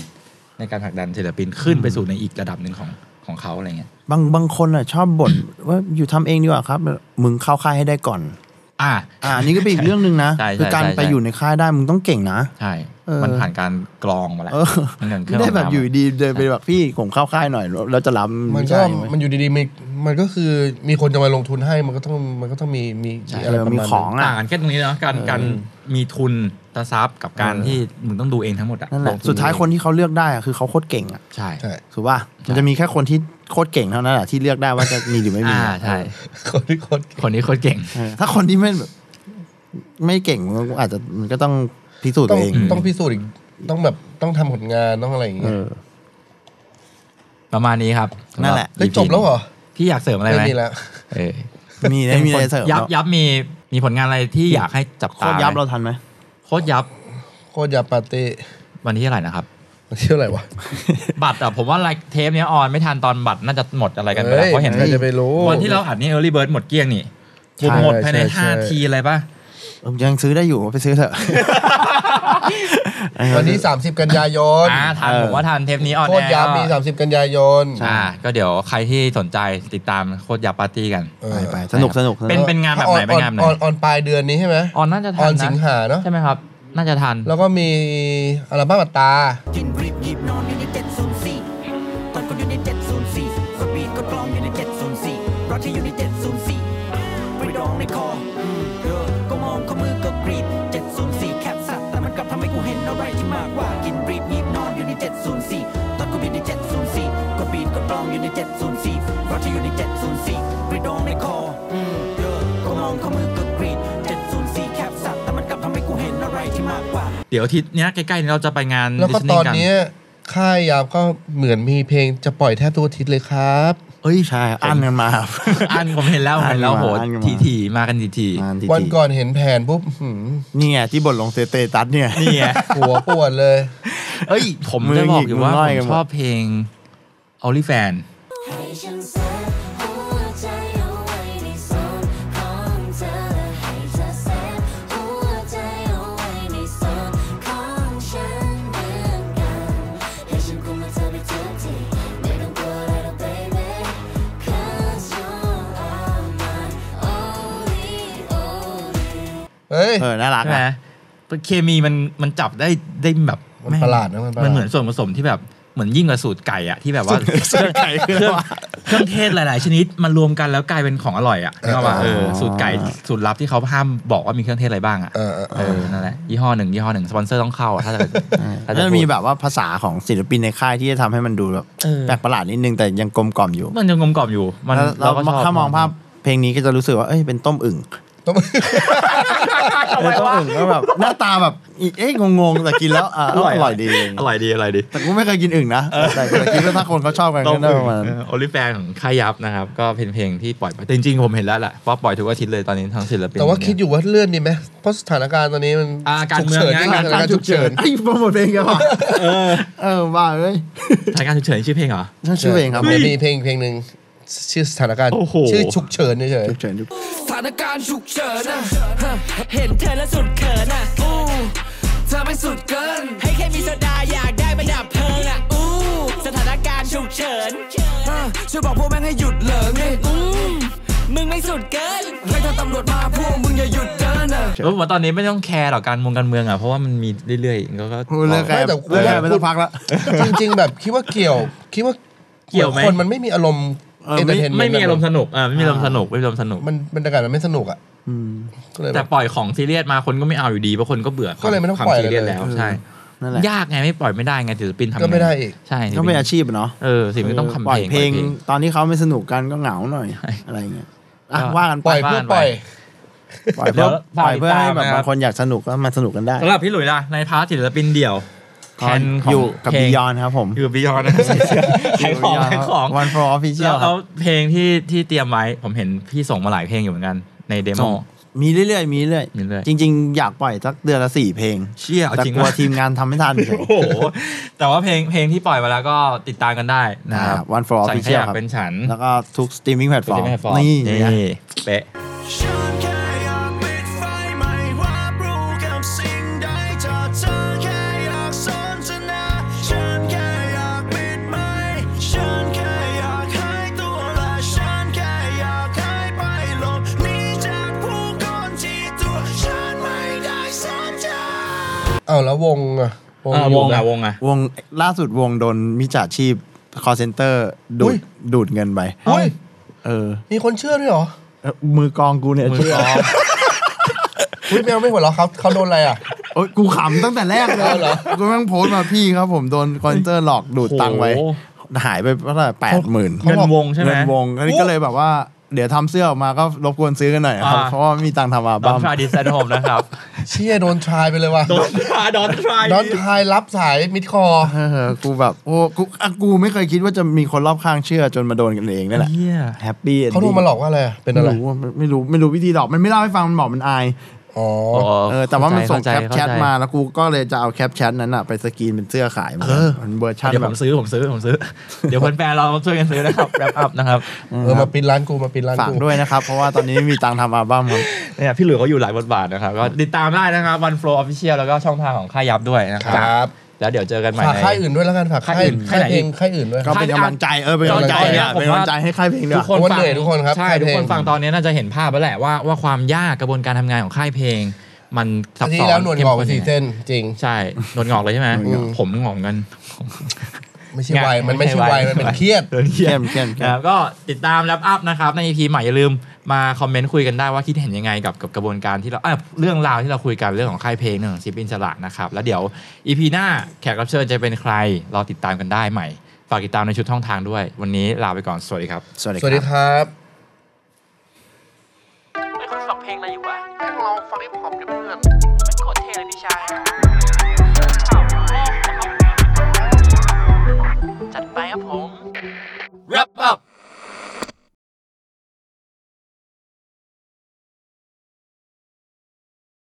[SPEAKER 4] ในการผลักดันศิลปินขึ้นไปสู่ในอีกระดับหนึ่งของของเขาอะไรเงี้ย
[SPEAKER 5] บางบางคนอ่ะ ชอบบ่น ว่าอยู่ทำเองดีกว่าครับ มึงเข้าค่ายให้ได้ก่อน
[SPEAKER 4] อ่า
[SPEAKER 5] อ่า นี่ก็เป็นอีกเรื่องหนึ่งนะ
[SPEAKER 4] ใช่ใช่
[SPEAKER 5] คือการ
[SPEAKER 4] ใช่
[SPEAKER 5] ไป
[SPEAKER 4] ใช่
[SPEAKER 5] อยู่ในค่ายได้มึงต้องเก่งนะ
[SPEAKER 4] ใช่
[SPEAKER 5] เออ
[SPEAKER 4] มันผ่านการกรองมาแล้ว
[SPEAKER 5] เออ
[SPEAKER 4] มันผ่านเครื่
[SPEAKER 5] ไม่
[SPEAKER 4] อง
[SPEAKER 5] ได้แบบ
[SPEAKER 4] กรองมา
[SPEAKER 5] อยู่ดีเดินไปแบบพี่ผมเข้าค่ายหน่อยแล้วจะรับ
[SPEAKER 6] มัน
[SPEAKER 5] ไใช่
[SPEAKER 6] ก็
[SPEAKER 5] เว้ย
[SPEAKER 6] มันอยู่ดีๆมีมันก็คือมีคนจะมาลงทุนให้มันก็ต้องมันก็ต้องมีมีมีอะไร
[SPEAKER 5] เออ
[SPEAKER 6] ประ
[SPEAKER 5] มี
[SPEAKER 6] มาณ
[SPEAKER 5] ของ
[SPEAKER 6] นั้น
[SPEAKER 5] อ่ะ
[SPEAKER 4] ต่างกันแค่ตรงนี้เนาะการการมีทุนตะทรัพย์กับการ
[SPEAKER 5] เออ
[SPEAKER 4] ที่มึงต้องดูเองทั้งหมดอะ
[SPEAKER 5] นั่นแหละ
[SPEAKER 4] งทุ
[SPEAKER 5] สุดท้าย
[SPEAKER 4] เอง
[SPEAKER 5] คนที่เขาเลือกได้อะคือเขาโคตรเก่งอ่ะ
[SPEAKER 4] ใช่
[SPEAKER 6] ใช่
[SPEAKER 5] ถูกป่ะมันจะมีแค่คนที่โคตรเก่งเท่านั้นแหละที่เลือกได้ว่าจะมีหรือไม่มี
[SPEAKER 4] อ่าใช่
[SPEAKER 6] คนที่คน
[SPEAKER 4] คนนี้โคนเก่ง
[SPEAKER 5] เออถ้าคนที่ไม่แบบไม่เก่งมันอาจจะมันก็ต้องพิสูจน์
[SPEAKER 6] ต้อ
[SPEAKER 5] ตั
[SPEAKER 6] ง
[SPEAKER 5] วเอง
[SPEAKER 6] ต้องพิสูจน์อีกต้องแบบต้องทำผลงานต้องอะไรอย่าง
[SPEAKER 5] เอ
[SPEAKER 6] เงี้ย
[SPEAKER 5] อ
[SPEAKER 4] ประมาณนี้ครับ
[SPEAKER 5] นั่นแหละ
[SPEAKER 4] สำบ
[SPEAKER 6] เฮ้ย
[SPEAKER 4] EP
[SPEAKER 6] จบแล้วเหรอ
[SPEAKER 4] พี่อยากเสริมอะไรไหม
[SPEAKER 6] ไม่มีแล้ว
[SPEAKER 4] เออ
[SPEAKER 5] มีนะมีอะไรเสริม
[SPEAKER 4] ยับ
[SPEAKER 5] เนอะ
[SPEAKER 4] ยับมีมีผลงานอะไรที่อยากให้จับ
[SPEAKER 5] โค
[SPEAKER 4] ตา
[SPEAKER 5] ตรยับ
[SPEAKER 4] ไหม
[SPEAKER 5] เราทันไหม
[SPEAKER 4] โคตรยับ
[SPEAKER 6] โคตรยาปาเต้
[SPEAKER 4] วันที่เท่าไหร่นะครับ
[SPEAKER 6] มันเที่ยวอะไรวะ
[SPEAKER 4] บัตรอ่ะผมว่าไลฟ์เทปเนี้ยออนไม่ทันตอนบัตรน่าจะหมดอะไรกันไปแล้ว
[SPEAKER 6] อ้ย
[SPEAKER 4] เพราะเห็น
[SPEAKER 6] ใครจะไปรู้
[SPEAKER 4] วันที่เราอัดนี่ Early Bird หมดเกลี้ยงนี่คุณ
[SPEAKER 6] ใช่
[SPEAKER 4] หมดภายใน
[SPEAKER 6] ใช่
[SPEAKER 4] ห้า
[SPEAKER 6] ใช่
[SPEAKER 4] ทีอะไรป่ะ
[SPEAKER 5] เออยังซื้อได้อยู่ไปซื้อเถอะ
[SPEAKER 6] วันที่ 30 กันยายน
[SPEAKER 4] อ่าทันผมว่าทันเทปนี้ออน
[SPEAKER 6] โคตร
[SPEAKER 4] แอร์
[SPEAKER 6] ยามี
[SPEAKER 4] ก็
[SPEAKER 6] 30 กันยายน
[SPEAKER 4] อ่าก็เดี๋ยวใครที่สนใจติดตามโคตรยับปาร์ตี้กัน
[SPEAKER 6] เอ
[SPEAKER 5] ไป
[SPEAKER 6] อ
[SPEAKER 5] ไปสนุกสนุกส
[SPEAKER 4] เป็น
[SPEAKER 5] นุก
[SPEAKER 4] เป็นงานแบบ
[SPEAKER 6] ออ
[SPEAKER 4] ไหนเป็นงานแบบไหน
[SPEAKER 6] ออออนปลายเดือนนี้ใช่ไหม
[SPEAKER 4] ออนน่าจะ
[SPEAKER 6] อ
[SPEAKER 4] ทั
[SPEAKER 6] อน นสิ
[SPEAKER 4] นะ
[SPEAKER 6] งหาเนาะ
[SPEAKER 4] ใช่ไหมครับ น่าจะทัน
[SPEAKER 6] แล้วก็มีอัลบั้มอัตตา
[SPEAKER 7] กินรีบหยิบนอนอยู่ใน704ตอนก็อยู่ใน704สปีดก็กลองอยู่ใน704เราที่อยู่ใน704ไปดองในคออืมเออก็มองข้อมือก็กรีด704แคบสัตว์แต่มันกลับทำให้กูเห็นอะไรที่มากกว่ากินรีบหยิบนอนอยู่ใน704ตอนก็อยู่ใน704ก็บีดก็กลองอยู่ใน704เราที่อยู่ใน704ไปดองในคออืมเออก็มองข้อมือก็กรีด704แคบสัตว์แต่มันกลับทำให้กูเห็นอะไรที่มากกว่า
[SPEAKER 4] เดี๋ยวอาทิตย์เนี้ยใกล้ๆนี้เราจะไปงาน
[SPEAKER 6] แล้วก็
[SPEAKER 4] listening
[SPEAKER 6] ตอน
[SPEAKER 4] กั
[SPEAKER 6] เนี้ยค่ายยามก็เหมือนมีเพลงจะปล่อยแทบทุกอาทิตย์เลยครับ
[SPEAKER 5] เอ้ยใช่อ่านกันมาครับ
[SPEAKER 4] อันผมเห็นแล้วผมเห็นแล้ว
[SPEAKER 5] อันมา
[SPEAKER 4] โหด
[SPEAKER 5] อันมา
[SPEAKER 4] ทีทีมากันทีที
[SPEAKER 5] อ่านที
[SPEAKER 6] วัน
[SPEAKER 5] ๆ
[SPEAKER 6] ก่อนเห็นแผนปุ๊บหืม
[SPEAKER 5] นี่ไงที่บทลงเตเตตัสเนี่ย
[SPEAKER 4] นี่ไง
[SPEAKER 6] หัวปวดเลย
[SPEAKER 4] เอ้ย ผม
[SPEAKER 5] มือ
[SPEAKER 4] จะบอก
[SPEAKER 5] หงิก
[SPEAKER 4] อยู่ว่า
[SPEAKER 5] มือง่อ
[SPEAKER 4] ผ
[SPEAKER 5] ยกั
[SPEAKER 4] ม
[SPEAKER 5] นหมด
[SPEAKER 4] ชอบเพลง o l i f a n
[SPEAKER 8] ให้ฉันซักหัวใจเอาไว้ในโซนของเธอ ให้เธอแซ่บหัวใจเอาไว้ในโซนของฉันเหมือนกัน ให้ฉันคุมมันเธอไปทุกทีไม่ต้องกลัวอะไรหรอก baby 'cause you are mine only only
[SPEAKER 6] เฮ้ย
[SPEAKER 5] เออน่ารัก
[SPEAKER 4] ใช่ไหม
[SPEAKER 5] นะ
[SPEAKER 4] เคมีมันมันจับได้ได้แบบ
[SPEAKER 6] มันประหลาดนะมันประหลาด
[SPEAKER 4] มันเหมือนส่วนผสมที่แบบเหมือนยิ่งกว่าสูตรไก่อะที่แบบว่าเครื่อง
[SPEAKER 5] ไก่คือว่า
[SPEAKER 4] เครื่องเทศหลาย ๆ ชนิดมารวมกันแล้วกลายเป็นของอร่อยอะนึกออกปะ
[SPEAKER 5] เอ
[SPEAKER 4] เอ
[SPEAKER 5] อ
[SPEAKER 4] อสูตรไก่สูตรลับที่เขาห้ามบอกว่ามีเครื่องเทศอะไรบ้างอะ
[SPEAKER 6] เออเออเอ
[SPEAKER 4] เอ
[SPEAKER 6] อ
[SPEAKER 4] อนั่นแหละยี่ห้อหนึ่งยี่ห้อหนึ่งสปอนเซอร์ต้องเข้าอะถ้าจะถ้า
[SPEAKER 5] แล้ว
[SPEAKER 4] จะ
[SPEAKER 5] จะ
[SPEAKER 4] พู
[SPEAKER 5] มี
[SPEAKER 4] ด
[SPEAKER 5] แบบว่าภาษาของศิลปินในค่ายที่จะทำให้มันดูแบบ
[SPEAKER 4] เออ
[SPEAKER 5] แปลกประหลาดนิดนึงแต่ยังกลมกล่อมอยู่
[SPEAKER 4] มันยังกลมกล่อมอยู่ มัน
[SPEAKER 5] แล้ว
[SPEAKER 4] เราก็ชอบ
[SPEAKER 5] ถ้ามองภาพเพลงนี้ก็จะรู้สึกว่าเอ้ยเป็นต้มอึ่ง
[SPEAKER 6] ต้อง
[SPEAKER 5] เออต้องอึ่งก็แบบหน้าตาแบบอีเอ๊ะงงๆแต่กินแล้วอ่ะ
[SPEAKER 4] อ
[SPEAKER 5] อ
[SPEAKER 4] ร่อย
[SPEAKER 5] ร่อยดี
[SPEAKER 4] อร่อยดีอร่อยดี
[SPEAKER 5] แต่กูไม่เคยกินอึ่งนะแต่แต่คิดว่าถ้าคนเขาชอบกันก็น่าประมาณ
[SPEAKER 4] โอลิแฟนของค่ายยับนะครับ ก็เป็นเพลงที่ปล่อยไปแต่จริงๆ ผมเห็นแล้วแหละเพราะปล่อยทุกอาทิตย์เลยตอนนี้ทั้งศิลปิน
[SPEAKER 6] แต่ว่าคิดอยู่ว่าเลื่อนดีไหมเพราะสถานการณ์ตอนนี้มัน
[SPEAKER 4] อ่าการเมือง
[SPEAKER 6] ฉุฉิ
[SPEAKER 4] นะ
[SPEAKER 6] สถานการณ์ฉุกเฉิน
[SPEAKER 5] ไอ้ยโปรโมทเพลงกันว่ะเออเออบ้าเลย
[SPEAKER 4] รายการฉุกเฉินชื่อเพลงเหรอ
[SPEAKER 5] นั่นชื่อเพลงครับ
[SPEAKER 6] มันมีเพลงเพลงหนึ่งชื่อสถานการณ์
[SPEAKER 4] โอ้โห
[SPEAKER 6] ชื่อฉุกเฉินเฉย
[SPEAKER 5] ฉุกเฉินฉุกเฉิน
[SPEAKER 7] สถานการณ์ฉุกเฉินอะเห็นเธอแล้วสุดเขินอะอู้เธอไม่สุดเกิน ให้แค่มีโซดาอยากได้ประดับเพลิงอะอู้ สถานการณ์ฉุกเฉินเออช่วยบอกพวกแม่งให้หยุดเหลิงดิอืมมึงไม่สุดเกินไม่ถ้าตำรวจมาพวกมึงอย่าหยุดเดินนะ
[SPEAKER 4] รู้ว่าตอนนี้ไม่ต้องแคร์หรอกการมงการเมืองอ่ะเพราะว่ามันมีเรื่อยๆก็ก็
[SPEAKER 5] เลิกกัน
[SPEAKER 6] ไม่แต่
[SPEAKER 5] เลิกกันไม่ต้องพักละ
[SPEAKER 6] จริง ๆ แบบคิดว่าเกี่ยว คิดว่า
[SPEAKER 4] เกี่ยวไหม
[SPEAKER 6] คนมันไม่มีอารมณ์
[SPEAKER 5] เออไม่
[SPEAKER 6] เอนเตอร์เทน
[SPEAKER 4] ไม่มีอารมณ์สนุกอ่าไม่มีอารมณ์สนุกไม่มีอารมณ์สนุก
[SPEAKER 6] มันบรรยากาศมันไม่สนุกอ่ะ
[SPEAKER 5] อืม
[SPEAKER 6] ก็เลยแบ
[SPEAKER 4] แต่
[SPEAKER 6] บ
[SPEAKER 4] ปล่อยของซีเรียสมาคนก็ไม่เอาอยู่ดีเพราะคนก็เบื่อ
[SPEAKER 6] ก็เลยไม่ต้อง
[SPEAKER 4] ความ
[SPEAKER 6] ปล่อย
[SPEAKER 4] ซีเรียสแล้ว
[SPEAKER 5] เลย
[SPEAKER 4] ใช่
[SPEAKER 5] นั่นแหละ
[SPEAKER 4] ยากไงไม่ปล่อยไม่ได้ไงศิลปินทำง
[SPEAKER 6] ก็ไม่ได้อีก
[SPEAKER 4] ใช่
[SPEAKER 5] ก็เป็นอาชีพอะเนาะ
[SPEAKER 4] เออสิ่งที่ต้องทำ
[SPEAKER 5] ปล่อย
[SPEAKER 4] เพลง
[SPEAKER 5] เพลง ตอนที่เขาไม่สนุกกันก็เหงาหน่อยอะไรเงี้ยอ่ะ
[SPEAKER 4] ก็
[SPEAKER 5] ว่ากัน
[SPEAKER 6] ป
[SPEAKER 5] ไป
[SPEAKER 6] ล่อยเพื่อป
[SPEAKER 5] ปล่
[SPEAKER 6] ล่อย
[SPEAKER 5] อย
[SPEAKER 4] เดี๋ยว
[SPEAKER 5] เพื่อปล่อยเพื่อให้แบบ
[SPEAKER 4] นะครับ
[SPEAKER 5] บางคนอยากสนุกก็มาสนุกกันได้
[SPEAKER 4] สำหรับพี่หลุยล่ะในพาร์ทศิลปินเดี่ยวแทนขง
[SPEAKER 5] อยู่กับ
[SPEAKER 4] เพล
[SPEAKER 5] บิ
[SPEAKER 4] ง
[SPEAKER 5] ยอนครับผม
[SPEAKER 4] อยู่บิย อนนะขายของขายของ
[SPEAKER 5] วันฟอร์ออฟฟิเชีย
[SPEAKER 4] แล้
[SPEAKER 5] ล
[SPEAKER 4] ว
[SPEAKER 5] ครั
[SPEAKER 4] เอา
[SPEAKER 5] บ
[SPEAKER 4] เพลงที่ที่เตรียมไว้ผมเห็นพี่ส่งมาหลายเพลงอยู่เหมือนกันในเดโม
[SPEAKER 5] ส่งมีเรื่อยๆมีเรื่อย
[SPEAKER 4] มีเรื่อย
[SPEAKER 5] จริง ๆ อยากปล่อยสักเดือนละสี่เพลง
[SPEAKER 4] เชี่ยเอา
[SPEAKER 5] แต่
[SPEAKER 4] จริง
[SPEAKER 5] กลัว
[SPEAKER 4] ว่า
[SPEAKER 5] ทีมงานทำไม่ทัน
[SPEAKER 4] โอ้โหแต่ว่าเพลงเพลงที่ปล่อยมาแล้วก็ติดตามกันได้นะครับ
[SPEAKER 5] วันฟอร์ออฟ
[SPEAKER 4] ฉัน
[SPEAKER 5] ฟิ
[SPEAKER 4] ข
[SPEAKER 5] เชียล
[SPEAKER 4] ยาก
[SPEAKER 5] ครับ
[SPEAKER 4] เป็นฉัน
[SPEAKER 5] แล้วก็ทุกสตรีมมิ่งแพลตฟอร์ม
[SPEAKER 4] ไม่ให้ฟอร์ม
[SPEAKER 5] นี่นะ
[SPEAKER 4] นี่เป๊ะ
[SPEAKER 7] ฉันแค่อยากปิดไฟไม่รับรู้กับสิ่งใดถ้าเธอแค่อยากสนทนาฉันแค่อยากปิดไม้ฉันแค่อยากหายตัวและฉันแค่อยากหายไปหลบหนีจากผู้คนที่ตัวฉันไม่ได้สนใจ
[SPEAKER 6] เอาแล้ววงอ่ะ
[SPEAKER 4] อ่ะว
[SPEAKER 6] ยู่
[SPEAKER 4] ง
[SPEAKER 6] ไหน
[SPEAKER 4] อ่ะวงอ่ะ
[SPEAKER 5] วงล่าสุดวงโดนมิจฉาชีพคอเซนเตอร์ดู
[SPEAKER 6] อุ๊
[SPEAKER 5] ด
[SPEAKER 6] ย
[SPEAKER 5] ดูดเงินไป
[SPEAKER 6] อุ้ย
[SPEAKER 5] เออ
[SPEAKER 6] มีคนเชื่อด้วยเหรอ
[SPEAKER 5] เออ มือกองกูเนี่ย
[SPEAKER 4] มือ
[SPEAKER 5] เชื่อ
[SPEAKER 4] ซ้อม
[SPEAKER 6] อุ้ยแมวไม่หัวเราะเขาเขาโดนอะไรอ่ะ
[SPEAKER 5] โอ๊ยกูขำตั้งแต่แรกเลยกูแม่งโพสต์มาพี่ครับผมโดนคอเซนเตอร์หลอกดูดตังค์ไว้
[SPEAKER 4] โอ้โ
[SPEAKER 5] หายไปเท่าไหร่แปดหมื่น
[SPEAKER 4] เงินวงใช่ไหม
[SPEAKER 5] เงินวงอันนี้ก็เลยแบบว่า เดี๋ยวทำเสื้อออกมาก็รบกวนซื้อกันหน่อยครับ
[SPEAKER 4] อ่า
[SPEAKER 5] เพราะว่ามีตังค์ทำอัล
[SPEAKER 4] ดอ
[SPEAKER 5] บั้
[SPEAKER 4] น
[SPEAKER 5] ม
[SPEAKER 4] ทรายดิสแอนโฮมนะครับ
[SPEAKER 6] เชี่ยโดนชายไปเลยว่ะ
[SPEAKER 4] ดอนทรายดอนทราย
[SPEAKER 6] โดนชายรับสายมิดคอร์
[SPEAKER 5] เออกูแบบโอ้กูอ่ะกูไม่เคยคิดว่าจะมีคนรอบข้างเชื่อจนมาโดนกันเองนี่แหละ
[SPEAKER 4] เหี้ย
[SPEAKER 5] แฮปปี้
[SPEAKER 6] เขาโทรมาหลอกว่าอะไรอ่ะเป็นอะไร
[SPEAKER 5] ไม่รู้ว่าไม่รู้ไม่รู้วิธีหลอกมันไม่เล่าให้ฟังมันบอกมันอาย
[SPEAKER 6] อ๋อ
[SPEAKER 5] เออแต่ว่ามันส่งแคปแชทมา
[SPEAKER 4] เ
[SPEAKER 5] แล้วกูก็เลยจะเอาแคปแชทนั้นอะไปสกรีนเป็นเสื้อขายมันมันเวอร์ชัน
[SPEAKER 4] เดี๋ยว
[SPEAKER 5] แบ
[SPEAKER 4] ผ
[SPEAKER 5] บ
[SPEAKER 4] มซื้อผมซื้อผมซื้อ เดี๋ยวคนแฟนเราช่วยกันซื้อนะครับแรปอัพนะครับ
[SPEAKER 6] เออมาปิดร้านกูมาปิดร้าน
[SPEAKER 5] ฝาก
[SPEAKER 6] กู
[SPEAKER 5] ด้วยนะครับ เพราะว่าตอนนี้ไม่มีตังค์ทำอัลบั้มครับ
[SPEAKER 4] เนี่ยพี่หลุยเขาอยู่หลายบทบาทนะครับก็ติดตามได้นะครับวันฟลอออฟฟิเชียลแล้วก็ช่องทางของค่ายยับด้วยนะค
[SPEAKER 6] ครับ รับ
[SPEAKER 4] แล้วเดี๋ยวเจอกันใหม่
[SPEAKER 6] ฝาก
[SPEAKER 4] ใน
[SPEAKER 6] ค่ายอื่นด้วยแล้วกันฝากค่าย
[SPEAKER 4] ค่ายอื่น
[SPEAKER 6] ค่ายเพลง
[SPEAKER 4] ค่ายไหนอีก
[SPEAKER 6] ค่ายอื่นด้วย
[SPEAKER 5] ก็เป็นกำลังใจเออเป็นกำลังใจเนี่ยเป็นกำลังใจให้ค่ายเพลงด้ว
[SPEAKER 4] ทุ
[SPEAKER 5] ย
[SPEAKER 4] กคน
[SPEAKER 6] วันเหนื่อยทุกคนครับ
[SPEAKER 4] ใช่
[SPEAKER 6] ค่ายเพล
[SPEAKER 4] ทุ
[SPEAKER 6] ง
[SPEAKER 4] กคนฟังตอนนี้น่าจะเห็นภาพแล้วแหละว่าว่าความยากกระบวนการทำงานของค่ายเพลง มันซับซ้
[SPEAKER 6] ที่
[SPEAKER 4] อน
[SPEAKER 6] แล้วหนวด
[SPEAKER 4] เข้
[SPEAKER 6] ง
[SPEAKER 4] ม
[SPEAKER 6] อก
[SPEAKER 4] ข้น
[SPEAKER 6] สี่
[SPEAKER 4] ยังไง
[SPEAKER 6] เส้นจริง
[SPEAKER 4] ใช่หนวดงอกเลยใช่ไหม
[SPEAKER 6] อืม
[SPEAKER 4] ผมงอกกัน
[SPEAKER 6] ไม่ใช่วัยมันไม่ใช่วัยมันเป็นเครียด
[SPEAKER 5] เข้มเข้มเข้
[SPEAKER 4] นะครั
[SPEAKER 5] ม
[SPEAKER 4] บก็ติดตามแรปอัพนะครับ ใน EP ใหม่อย่าลืมมาคอมเมนต์คุยกันได้ว่าคิดเห็นยังไงกับกับกระบวนการที่เราอ่ะเรื่องราวที่เราคุยกันเรื่องของค่ายเพลงเรื่องของศิลปินอิสระนะครับ แล้วเดี๋ยว EP หน้าแขกรับเชิญจะเป็นใคร เราติดตามกันได้ใหม่ ฝากติดตามในชุดท่องทางด้วย วันนี้ลาไปก่อน สวัสดีครับ
[SPEAKER 5] สวัสดี
[SPEAKER 6] สวัส
[SPEAKER 5] ค
[SPEAKER 6] ดี
[SPEAKER 5] รับ
[SPEAKER 6] ครับ
[SPEAKER 2] ไม่คุณฟังเพลงอะไรอยู่วะ
[SPEAKER 3] แม่งลองฟังฮิปฮอปดิเพื่อน
[SPEAKER 2] ไม่โคตรเท่เลยพี่ชาย